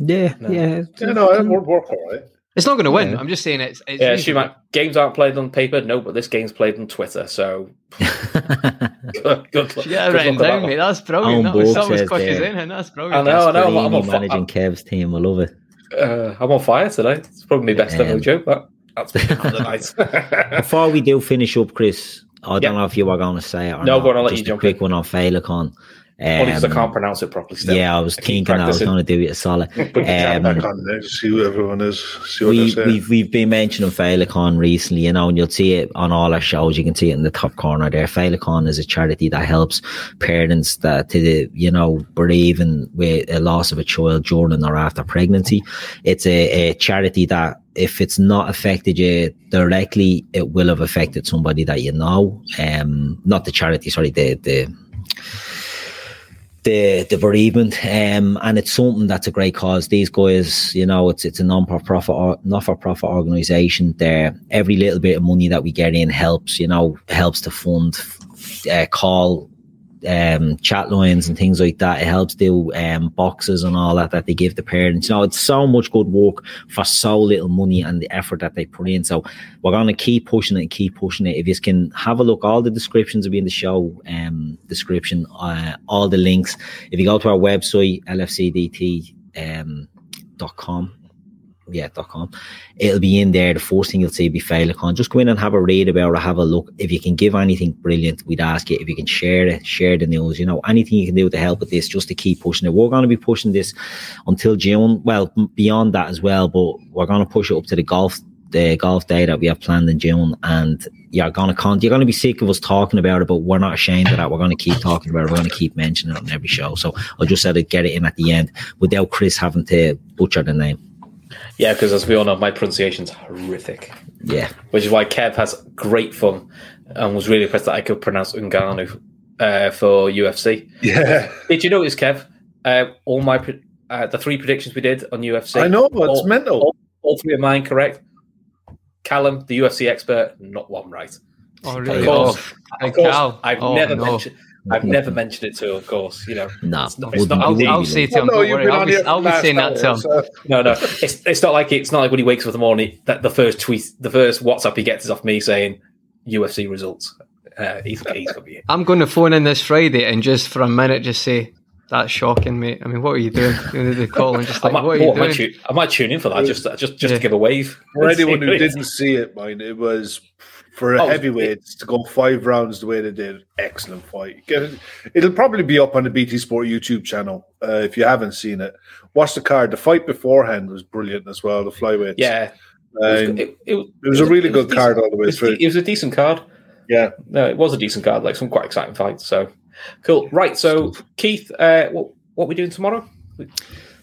[SPEAKER 4] yeah, yeah.
[SPEAKER 3] Yeah, no, it would work all right.
[SPEAKER 5] It's not going to win. I'm just saying it's. it's
[SPEAKER 2] Yeah,
[SPEAKER 5] easy.
[SPEAKER 2] Schumann, games aren't played on paper. No, but this game's played on Twitter. So good, good, luck-
[SPEAKER 5] Yeah,
[SPEAKER 2] good luck
[SPEAKER 5] written
[SPEAKER 2] with that
[SPEAKER 5] down,
[SPEAKER 2] one.
[SPEAKER 5] mate. That's brilliant.
[SPEAKER 4] Own
[SPEAKER 5] That
[SPEAKER 4] Borg
[SPEAKER 5] was, that was
[SPEAKER 4] says
[SPEAKER 5] quick as
[SPEAKER 4] there.
[SPEAKER 5] anything. That's
[SPEAKER 2] I
[SPEAKER 5] brilliant.
[SPEAKER 2] know, I know. I'm, I'm, on,
[SPEAKER 4] Gasparini
[SPEAKER 2] fi-
[SPEAKER 4] managing Kev's team. I love it.
[SPEAKER 2] uh, I'm on fire today. It's probably my best ever
[SPEAKER 4] Um,
[SPEAKER 2] joke. That that's been for the night.
[SPEAKER 4] Before we do finish up, Chris, I
[SPEAKER 2] Yeah.
[SPEAKER 4] don't know if you were going to say it or
[SPEAKER 2] No,
[SPEAKER 4] not.
[SPEAKER 2] go on, I'll let
[SPEAKER 4] Just
[SPEAKER 2] you
[SPEAKER 4] a
[SPEAKER 2] jump
[SPEAKER 4] quick
[SPEAKER 2] in.
[SPEAKER 4] one on Failicon.
[SPEAKER 2] Only 'cause I can't
[SPEAKER 4] Um,
[SPEAKER 2] pronounce it properly. Still.
[SPEAKER 4] yeah, I was
[SPEAKER 2] keep
[SPEAKER 4] thinking I was
[SPEAKER 2] practicing.
[SPEAKER 4] going to do it a solid.
[SPEAKER 3] Put the chat
[SPEAKER 4] Um,
[SPEAKER 3] back on there, see who everyone is, see what
[SPEAKER 4] we,
[SPEAKER 3] they're saying.
[SPEAKER 4] we've we've been mentioning Failicon recently, you know, and you'll see it on all our shows. You can see it in the top corner there. Failicon is a charity that helps parents that to the you know bereaving with a loss of a child during or after pregnancy. It's a, a charity that if it's not affected you directly, it will have affected somebody that you know. Um, not the charity, sorry, the the the the bereavement, um, and it's something that's a great cause. These guys, you know, it's it's a non for profit or not for profit organisation. There, every little bit of money that we get in helps. You know, helps to fund uh, call um, chat lines and things like that. It helps do um, boxes and all that that they give the parents. You know, it's so much good work for so little money and the effort that they put in. So we're going to keep pushing it and keep pushing it. If you can have a look, all the descriptions will be in the show um, description, uh, all the links. If you go to our website, lfcdt. Um, dot com yeah, dot com. It'll be in there. The first thing you'll see will be Failicon. Just go in and have a read about it, have a look. If you can give anything brilliant, we'd ask you if you can share it, share the news, you know, anything you can do to help with this, just to keep pushing it. We're going to be pushing this until June. Well, m- beyond that as well, but we're going to push it up to the golf the golf day that we have planned in June, and you're gonna con- you're gonna be sick of us talking about it, but we're not ashamed of that. We're gonna keep talking about it. We're gonna keep mentioning it on every show. So I just said to get it in at the end without Chris having to butcher the name.
[SPEAKER 2] Yeah, because as we all know, my pronunciation's horrific,
[SPEAKER 4] Yeah.
[SPEAKER 2] which is why Kev has great fun and was really impressed that I could pronounce Ngannou uh, for UFC.
[SPEAKER 3] yeah,
[SPEAKER 2] Did you notice, Kev? Uh, all my pre- uh, the three predictions we did on UFC.
[SPEAKER 3] I know, but it's
[SPEAKER 2] all,
[SPEAKER 3] mental.
[SPEAKER 2] All, all three of mine correct. Callum, the UFC expert, not one right.
[SPEAKER 5] Oh,
[SPEAKER 2] Of
[SPEAKER 5] really?
[SPEAKER 2] course,
[SPEAKER 5] Oh,
[SPEAKER 2] of
[SPEAKER 5] big
[SPEAKER 2] course,
[SPEAKER 5] cow.
[SPEAKER 2] I've
[SPEAKER 5] Oh,
[SPEAKER 2] never
[SPEAKER 5] no.
[SPEAKER 2] mentioned. I've never mentioned it to. him, Of course, you know.
[SPEAKER 4] No,
[SPEAKER 2] It's not-
[SPEAKER 4] wouldn't-
[SPEAKER 2] it's not-
[SPEAKER 4] wouldn't
[SPEAKER 5] I'll,
[SPEAKER 4] be
[SPEAKER 5] I'll say it
[SPEAKER 4] like-
[SPEAKER 5] to him.
[SPEAKER 3] No,
[SPEAKER 5] don't
[SPEAKER 3] you've
[SPEAKER 5] worry.
[SPEAKER 3] been
[SPEAKER 5] I'll
[SPEAKER 3] on
[SPEAKER 5] be,
[SPEAKER 3] here for
[SPEAKER 5] I'll
[SPEAKER 3] the
[SPEAKER 5] be
[SPEAKER 3] last
[SPEAKER 5] saying that to
[SPEAKER 3] hour,
[SPEAKER 5] him.
[SPEAKER 3] so-
[SPEAKER 2] No, no, it's it's not like it's not like when he wakes up in the morning that the first tweet, the first WhatsApp he gets is off me saying UFC results. Uh, he's he's gonna be it.
[SPEAKER 5] I'm going to phone in this Friday and just for a minute, just say that's shocking, mate. I mean, what are you doing? You know, they call and just
[SPEAKER 2] I
[SPEAKER 5] like,
[SPEAKER 2] might,
[SPEAKER 5] what are
[SPEAKER 2] oh,
[SPEAKER 5] you
[SPEAKER 2] I might
[SPEAKER 5] doing?
[SPEAKER 2] tune, I might tune in for that just just just
[SPEAKER 5] Yeah.
[SPEAKER 2] to give a wave.
[SPEAKER 3] For anyone who didn't see it, mind, it was for a
[SPEAKER 2] Oh,
[SPEAKER 3] heavyweight to go five rounds the way they did. Excellent fight. Get it. It'll probably be up on the BT Sport YouTube channel uh, if you haven't seen it. Watch the card. The fight beforehand was brilliant as well. The flyweights.
[SPEAKER 2] yeah,
[SPEAKER 3] Um, it, was a really good card all the way through.
[SPEAKER 2] It was a decent card.
[SPEAKER 3] Yeah,
[SPEAKER 2] No, it was a decent card. Like some quite exciting fights. So cool. Right. So Keith, uh, what what we doing tomorrow?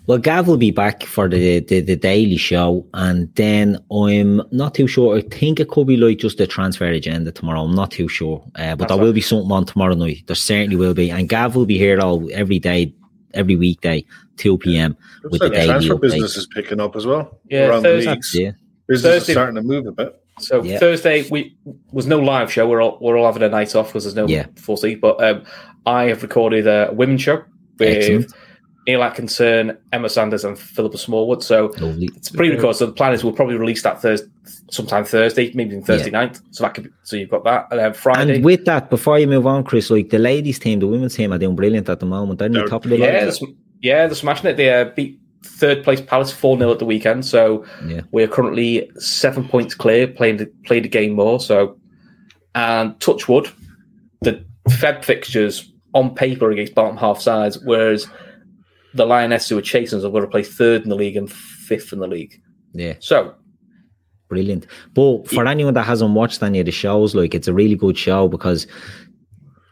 [SPEAKER 4] Well, Gav will be back for the, the, the daily show, and then I'm not too sure. I think it could be like just the transfer agenda tomorrow. I'm not too sure, uh, but there will be something on tomorrow night. There certainly will be, and Gav will be here all every day, every weekday, two p.m.
[SPEAKER 3] looks
[SPEAKER 4] with the
[SPEAKER 3] like the
[SPEAKER 4] daily
[SPEAKER 3] transfer
[SPEAKER 4] update.
[SPEAKER 3] business is picking up as well.
[SPEAKER 2] Yeah,
[SPEAKER 3] around the
[SPEAKER 2] Thursday-
[SPEAKER 3] leagues,
[SPEAKER 4] Yeah,
[SPEAKER 3] business
[SPEAKER 2] Thursday-
[SPEAKER 3] is starting to move a bit.
[SPEAKER 2] So
[SPEAKER 4] Yeah.
[SPEAKER 2] Thursday we was no live show. We're all we're all having a night off because there's no
[SPEAKER 4] Yeah.
[SPEAKER 2] 4C. But um, I have recorded a women's show with
[SPEAKER 4] Excellent.
[SPEAKER 2] Neil Atkinson, Emma Sanders, and Philippa Smallwood. So
[SPEAKER 4] lovely.
[SPEAKER 2] it's pre-recorded. So the plan is we'll probably release that Thursday, sometime Thursday, maybe even Thursday
[SPEAKER 4] Yeah.
[SPEAKER 2] night. So that could be, so you've got that, and then Friday.
[SPEAKER 4] And with that, before you move on, Chris, like the ladies' team, the women's team are doing brilliant at the moment. They're in the
[SPEAKER 3] They're-
[SPEAKER 4] top of the
[SPEAKER 2] yeah,
[SPEAKER 4] league.
[SPEAKER 2] they're sm- yeah, they're smashing it. They uh, beat third place Palace four 0 at the weekend. So
[SPEAKER 4] Yeah.
[SPEAKER 2] we're currently seven points clear. Playing the, played a game more. So and Touchwood, the Feb fixtures on paper against bottom half sides, whereas the Lioness who are chasing us are going to play third in the league and fifth in the league.
[SPEAKER 4] Yeah.
[SPEAKER 2] So
[SPEAKER 4] Brilliant. But for anyone that hasn't watched any of the shows, like it's a really good show because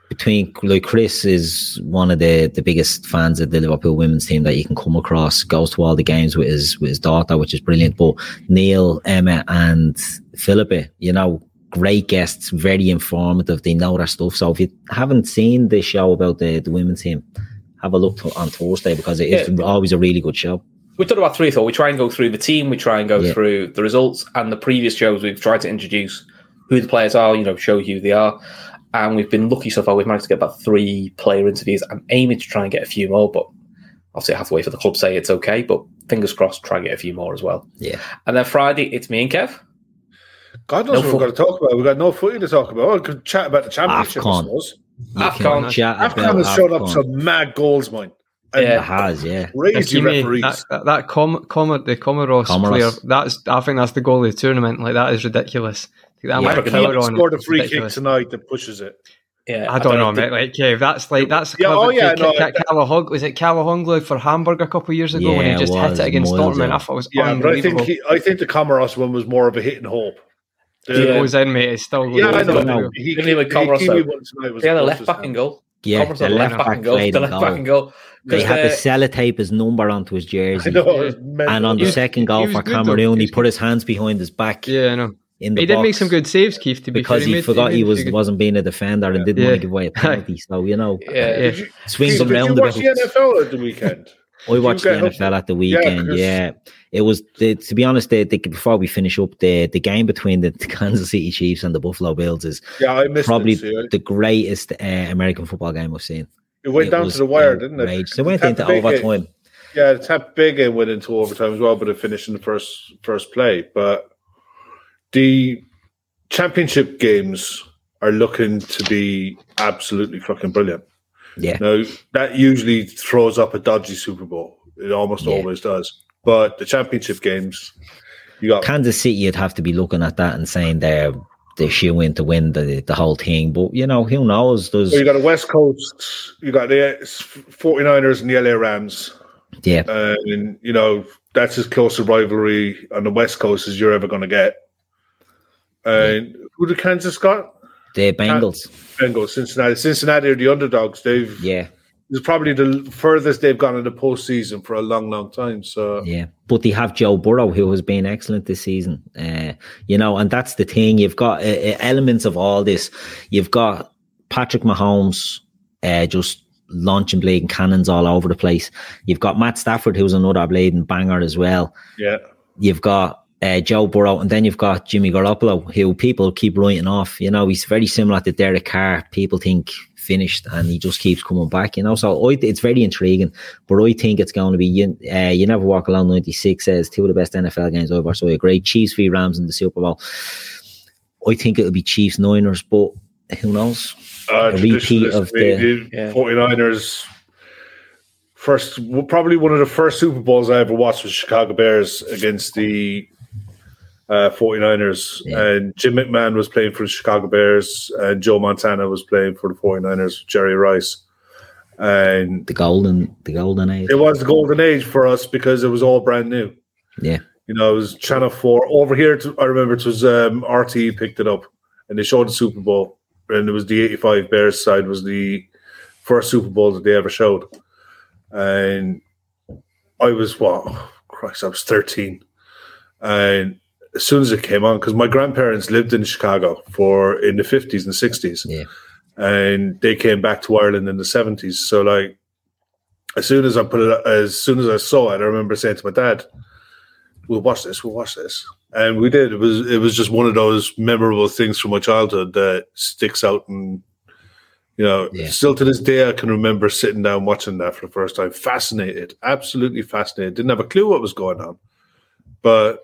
[SPEAKER 4] between like Chris is one of the the biggest fans of the Liverpool women's team that you can come across. Goes to all the games with his with his daughter, which is brilliant. But Neil, Emma, and Philippa, you know, great guests, very informative. They know their stuff. So if you haven't seen the show about the the women's team, have a look to, on Thursday because it is
[SPEAKER 2] Yeah.
[SPEAKER 4] always a really good show.
[SPEAKER 2] we've done about three or four. We try and go through the team, we try and go
[SPEAKER 4] Yeah.
[SPEAKER 2] through the results and the previous shows. We've tried to introduce who the players are, you know, show you who they are. And we've been lucky so far. We've managed to get about three player interviews. I'm aiming to try and get a few more, but obviously I have to wait for the club to say it's okay. But fingers crossed, try and get a few more as well.
[SPEAKER 4] Yeah.
[SPEAKER 2] And then Friday, it's me and Kev.
[SPEAKER 3] God knows
[SPEAKER 2] No
[SPEAKER 3] what we've got to talk about. We've got no footy to talk about. Oh, We could chat about the championship,
[SPEAKER 4] AFCON.
[SPEAKER 3] I suppose.
[SPEAKER 4] You can
[SPEAKER 2] Afghan.
[SPEAKER 4] chat
[SPEAKER 3] Afghan
[SPEAKER 4] about
[SPEAKER 3] has shown up
[SPEAKER 4] Afghan.
[SPEAKER 3] some mad goals, mine. And
[SPEAKER 4] It
[SPEAKER 2] Yeah.
[SPEAKER 4] has, yeah.
[SPEAKER 3] Crazy
[SPEAKER 5] Hakimi,
[SPEAKER 3] referees.
[SPEAKER 5] that, that, that Com- Com- the Comoros,
[SPEAKER 4] Comoros.
[SPEAKER 5] player, that's I think that's the goal of the tournament. Like that is ridiculous. That
[SPEAKER 4] Yeah.
[SPEAKER 5] might
[SPEAKER 3] He
[SPEAKER 5] be covered on it.
[SPEAKER 3] scored a free
[SPEAKER 5] Ridiculous.
[SPEAKER 3] kick tonight that pushes it.
[SPEAKER 2] Yeah,
[SPEAKER 5] I don't know,
[SPEAKER 2] if the-
[SPEAKER 5] mate. Like, yeah, that's like that's
[SPEAKER 3] Yeah, oh,
[SPEAKER 5] clever
[SPEAKER 3] yeah,
[SPEAKER 5] kick
[SPEAKER 3] no,
[SPEAKER 5] at Calahog. Was it Calahoglu for Hamburg a couple of years ago when
[SPEAKER 4] Yeah,
[SPEAKER 5] he just
[SPEAKER 4] it was,
[SPEAKER 5] hit it against
[SPEAKER 4] miles
[SPEAKER 5] Dortmund?
[SPEAKER 4] out.
[SPEAKER 5] I thought it was
[SPEAKER 3] Yeah, but I
[SPEAKER 5] unbelievable.
[SPEAKER 3] think he, I think the Comoros one was more of a hit and hope.
[SPEAKER 5] It
[SPEAKER 3] The-
[SPEAKER 5] goes in, mate. It's still going.
[SPEAKER 3] yeah, I
[SPEAKER 5] It's
[SPEAKER 3] know.
[SPEAKER 5] still going.
[SPEAKER 3] He, he,
[SPEAKER 2] Didn't even Comoros,
[SPEAKER 3] Kiwi
[SPEAKER 2] though.
[SPEAKER 3] one tonight was
[SPEAKER 2] Yeah, the
[SPEAKER 3] close
[SPEAKER 2] left
[SPEAKER 3] as
[SPEAKER 2] back
[SPEAKER 3] hell.
[SPEAKER 2] and goal.
[SPEAKER 4] Yeah,
[SPEAKER 2] Cover's
[SPEAKER 4] the
[SPEAKER 2] on
[SPEAKER 4] left back
[SPEAKER 2] goal.
[SPEAKER 4] played
[SPEAKER 2] The
[SPEAKER 4] a
[SPEAKER 2] left back and
[SPEAKER 4] goal.
[SPEAKER 2] goal.
[SPEAKER 4] They had to
[SPEAKER 2] Because, uh,
[SPEAKER 4] sellotape his number onto his
[SPEAKER 3] I
[SPEAKER 4] jersey.
[SPEAKER 3] know, it was mental.
[SPEAKER 4] And on the
[SPEAKER 5] Yeah.
[SPEAKER 4] second goal
[SPEAKER 5] He was
[SPEAKER 4] for
[SPEAKER 5] good, though.
[SPEAKER 4] Cameroon,
[SPEAKER 5] He
[SPEAKER 4] he
[SPEAKER 5] was
[SPEAKER 4] put his hands behind his back
[SPEAKER 5] Yeah, I know.
[SPEAKER 4] in the
[SPEAKER 5] He did make
[SPEAKER 4] box
[SPEAKER 5] some good saves, Keith. To be
[SPEAKER 4] because
[SPEAKER 5] fair,
[SPEAKER 4] he,
[SPEAKER 5] made-
[SPEAKER 4] forgot
[SPEAKER 5] made
[SPEAKER 4] he
[SPEAKER 5] some
[SPEAKER 4] was
[SPEAKER 5] good-
[SPEAKER 4] wasn't being a defender and didn't
[SPEAKER 5] Yeah.
[SPEAKER 4] want to give away a penalty. So you know,
[SPEAKER 2] Yeah.
[SPEAKER 5] Yeah.
[SPEAKER 3] Did you,
[SPEAKER 4] swings
[SPEAKER 3] Keith,
[SPEAKER 4] and
[SPEAKER 3] did you watch the
[SPEAKER 4] roundabouts.
[SPEAKER 3] NFL at the weekend?
[SPEAKER 4] I watched the
[SPEAKER 3] get hooked?
[SPEAKER 4] NFL at the weekend. Yeah,
[SPEAKER 3] 'cause-
[SPEAKER 4] it was the, to be honest. The, the, before we finish up, the the game between the Kansas City Chiefs and the Buffalo Bills is
[SPEAKER 3] Yeah, I missed
[SPEAKER 4] probably
[SPEAKER 3] it. see, I-
[SPEAKER 4] the greatest uh, American football game I've seen.
[SPEAKER 3] It went
[SPEAKER 4] It
[SPEAKER 3] down
[SPEAKER 4] was
[SPEAKER 3] to the wire, didn't it?
[SPEAKER 4] outrageous. They went
[SPEAKER 3] Tampa
[SPEAKER 4] into
[SPEAKER 3] Bay game-
[SPEAKER 4] overtime.
[SPEAKER 3] Yeah, the Tampa Bay game went into overtime as well, but it finished in the first first play. But the championship games are looking to be absolutely fucking brilliant.
[SPEAKER 4] Yeah.
[SPEAKER 3] Now that usually throws up a dodgy Super Bowl. It almost
[SPEAKER 4] Yeah.
[SPEAKER 3] always does. But the championship games, you got
[SPEAKER 4] Kansas City, you'd have to be looking at that and saying they're they shoe in to win the, the whole thing. But you know, who knows? There's
[SPEAKER 3] so you got the West Coast, you got the uh, 49ers and the LA Rams.
[SPEAKER 4] yeah,
[SPEAKER 3] Uh, and you know that's as close a rivalry on the West Coast as you're ever going to get. And who did Kansas got?
[SPEAKER 4] the Bengals.
[SPEAKER 3] Bengals, Cincinnati. Cincinnati are the underdogs. They've
[SPEAKER 4] Yeah,
[SPEAKER 3] it's probably the furthest they've gone in the postseason for a long, long time. So
[SPEAKER 4] yeah. But they have Joe Burrow, who has been excellent this season. Uh, you know, and that's the thing. You've got uh, uh, elements of all this. You've got Patrick Mahomes uh, just launching blading cannons all over the place. You've got Matt Stafford, who's another blading banger as well.
[SPEAKER 3] yeah,
[SPEAKER 4] you've got uh, Joe Burrow, and then you've got Jimmy Garoppolo, who people keep writing off. You know, he's very similar to Derek Carr. People think finished, and he just keeps coming back. You know, so I, it's very intriguing. But I think it's going to be you, uh, you never walk alone. Ninety six says two of the best NFL games ever. So a great Chiefs v Rams in the Super Bowl. I think it'll be Chiefs Niners, but who knows?
[SPEAKER 3] uh,
[SPEAKER 4] A repeat of
[SPEAKER 3] traditionally,
[SPEAKER 4] the-
[SPEAKER 3] the
[SPEAKER 2] Yeah.
[SPEAKER 3] 49ers. First, well, probably one of the first Super Bowls I ever watched was Chicago Bears against the uh, 49ers.
[SPEAKER 4] Yeah.
[SPEAKER 3] And Jim McMahon was playing for the Chicago Bears, and Joe Montana was playing for the 49ers, Jerry Rice. And
[SPEAKER 4] The golden, the golden age.
[SPEAKER 3] it was the golden age for us because it was all brand new.
[SPEAKER 4] Yeah,
[SPEAKER 3] You know, it was Channel 4. Over here, t- I remember it was um, RTE picked it up and they showed the Super Bowl. And it was the 85 Bears side was the first Super Bowl that they ever showed. And I was, what? Christ, I was 13. And as soon as it came on, because my grandparents lived in Chicago for in the 50s and 60s.
[SPEAKER 4] Yeah.
[SPEAKER 3] And they came back to Ireland in the 70s. So, like, as soon as I put it, as soon as I saw it, I remember saying to my dad, we'll watch this, we'll watch this. And we did. It was it was just one of those memorable things from my childhood that sticks out and you know,
[SPEAKER 4] Yeah.
[SPEAKER 3] still to this day I can remember sitting down watching that for the first time. Fascinated, absolutely fascinated. Didn't have a clue what was going on. But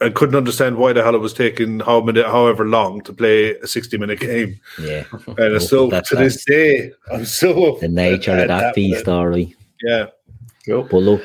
[SPEAKER 3] I couldn't understand why the hell it was taking how many however long to play a sixty minute game.
[SPEAKER 4] yeah.
[SPEAKER 3] And I still
[SPEAKER 4] Oh, That's-
[SPEAKER 3] to this day I'm still
[SPEAKER 4] The nature
[SPEAKER 3] at-
[SPEAKER 4] of
[SPEAKER 3] at
[SPEAKER 4] that
[SPEAKER 3] with
[SPEAKER 4] beast,
[SPEAKER 3] it.
[SPEAKER 4] story.
[SPEAKER 3] Yeah.
[SPEAKER 4] But look,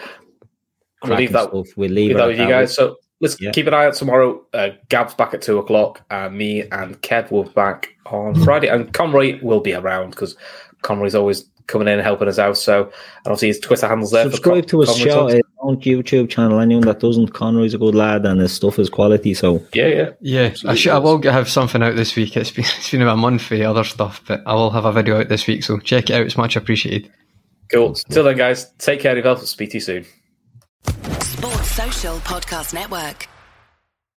[SPEAKER 2] We'll leave
[SPEAKER 4] cracking
[SPEAKER 2] that
[SPEAKER 4] stuff. We'll leave
[SPEAKER 2] leave
[SPEAKER 4] it
[SPEAKER 2] that
[SPEAKER 4] at
[SPEAKER 2] with you
[SPEAKER 4] that.
[SPEAKER 2] guys. So let's
[SPEAKER 4] Yeah.
[SPEAKER 2] keep an eye out tomorrow. Uh, Gab's back at two o'clock, and me and Kev will be back
[SPEAKER 4] Hmm.
[SPEAKER 2] on Friday, and Conroy will be around because Conroy's always coming in and helping us out. So and obviously his Twitter handles there. for
[SPEAKER 4] subscribe
[SPEAKER 2] Con-
[SPEAKER 4] to us
[SPEAKER 2] Conroy
[SPEAKER 4] show
[SPEAKER 2] Talks.
[SPEAKER 4] uh, Conroy's YouTube channel. Anyone that doesn't, Conroy's a good lad and his stuff is quality. So
[SPEAKER 2] Yeah, yeah.
[SPEAKER 5] Yeah, I, should, I will g- have something out this week. It's been it's been about a month for the other stuff, but I will have a video out this week. So check it out; it's much appreciated.
[SPEAKER 2] Cool.
[SPEAKER 4] Hmm.
[SPEAKER 2] Till then, guys, take care of yourself. Speak to you soon.
[SPEAKER 7] Sports Social Podcast Network.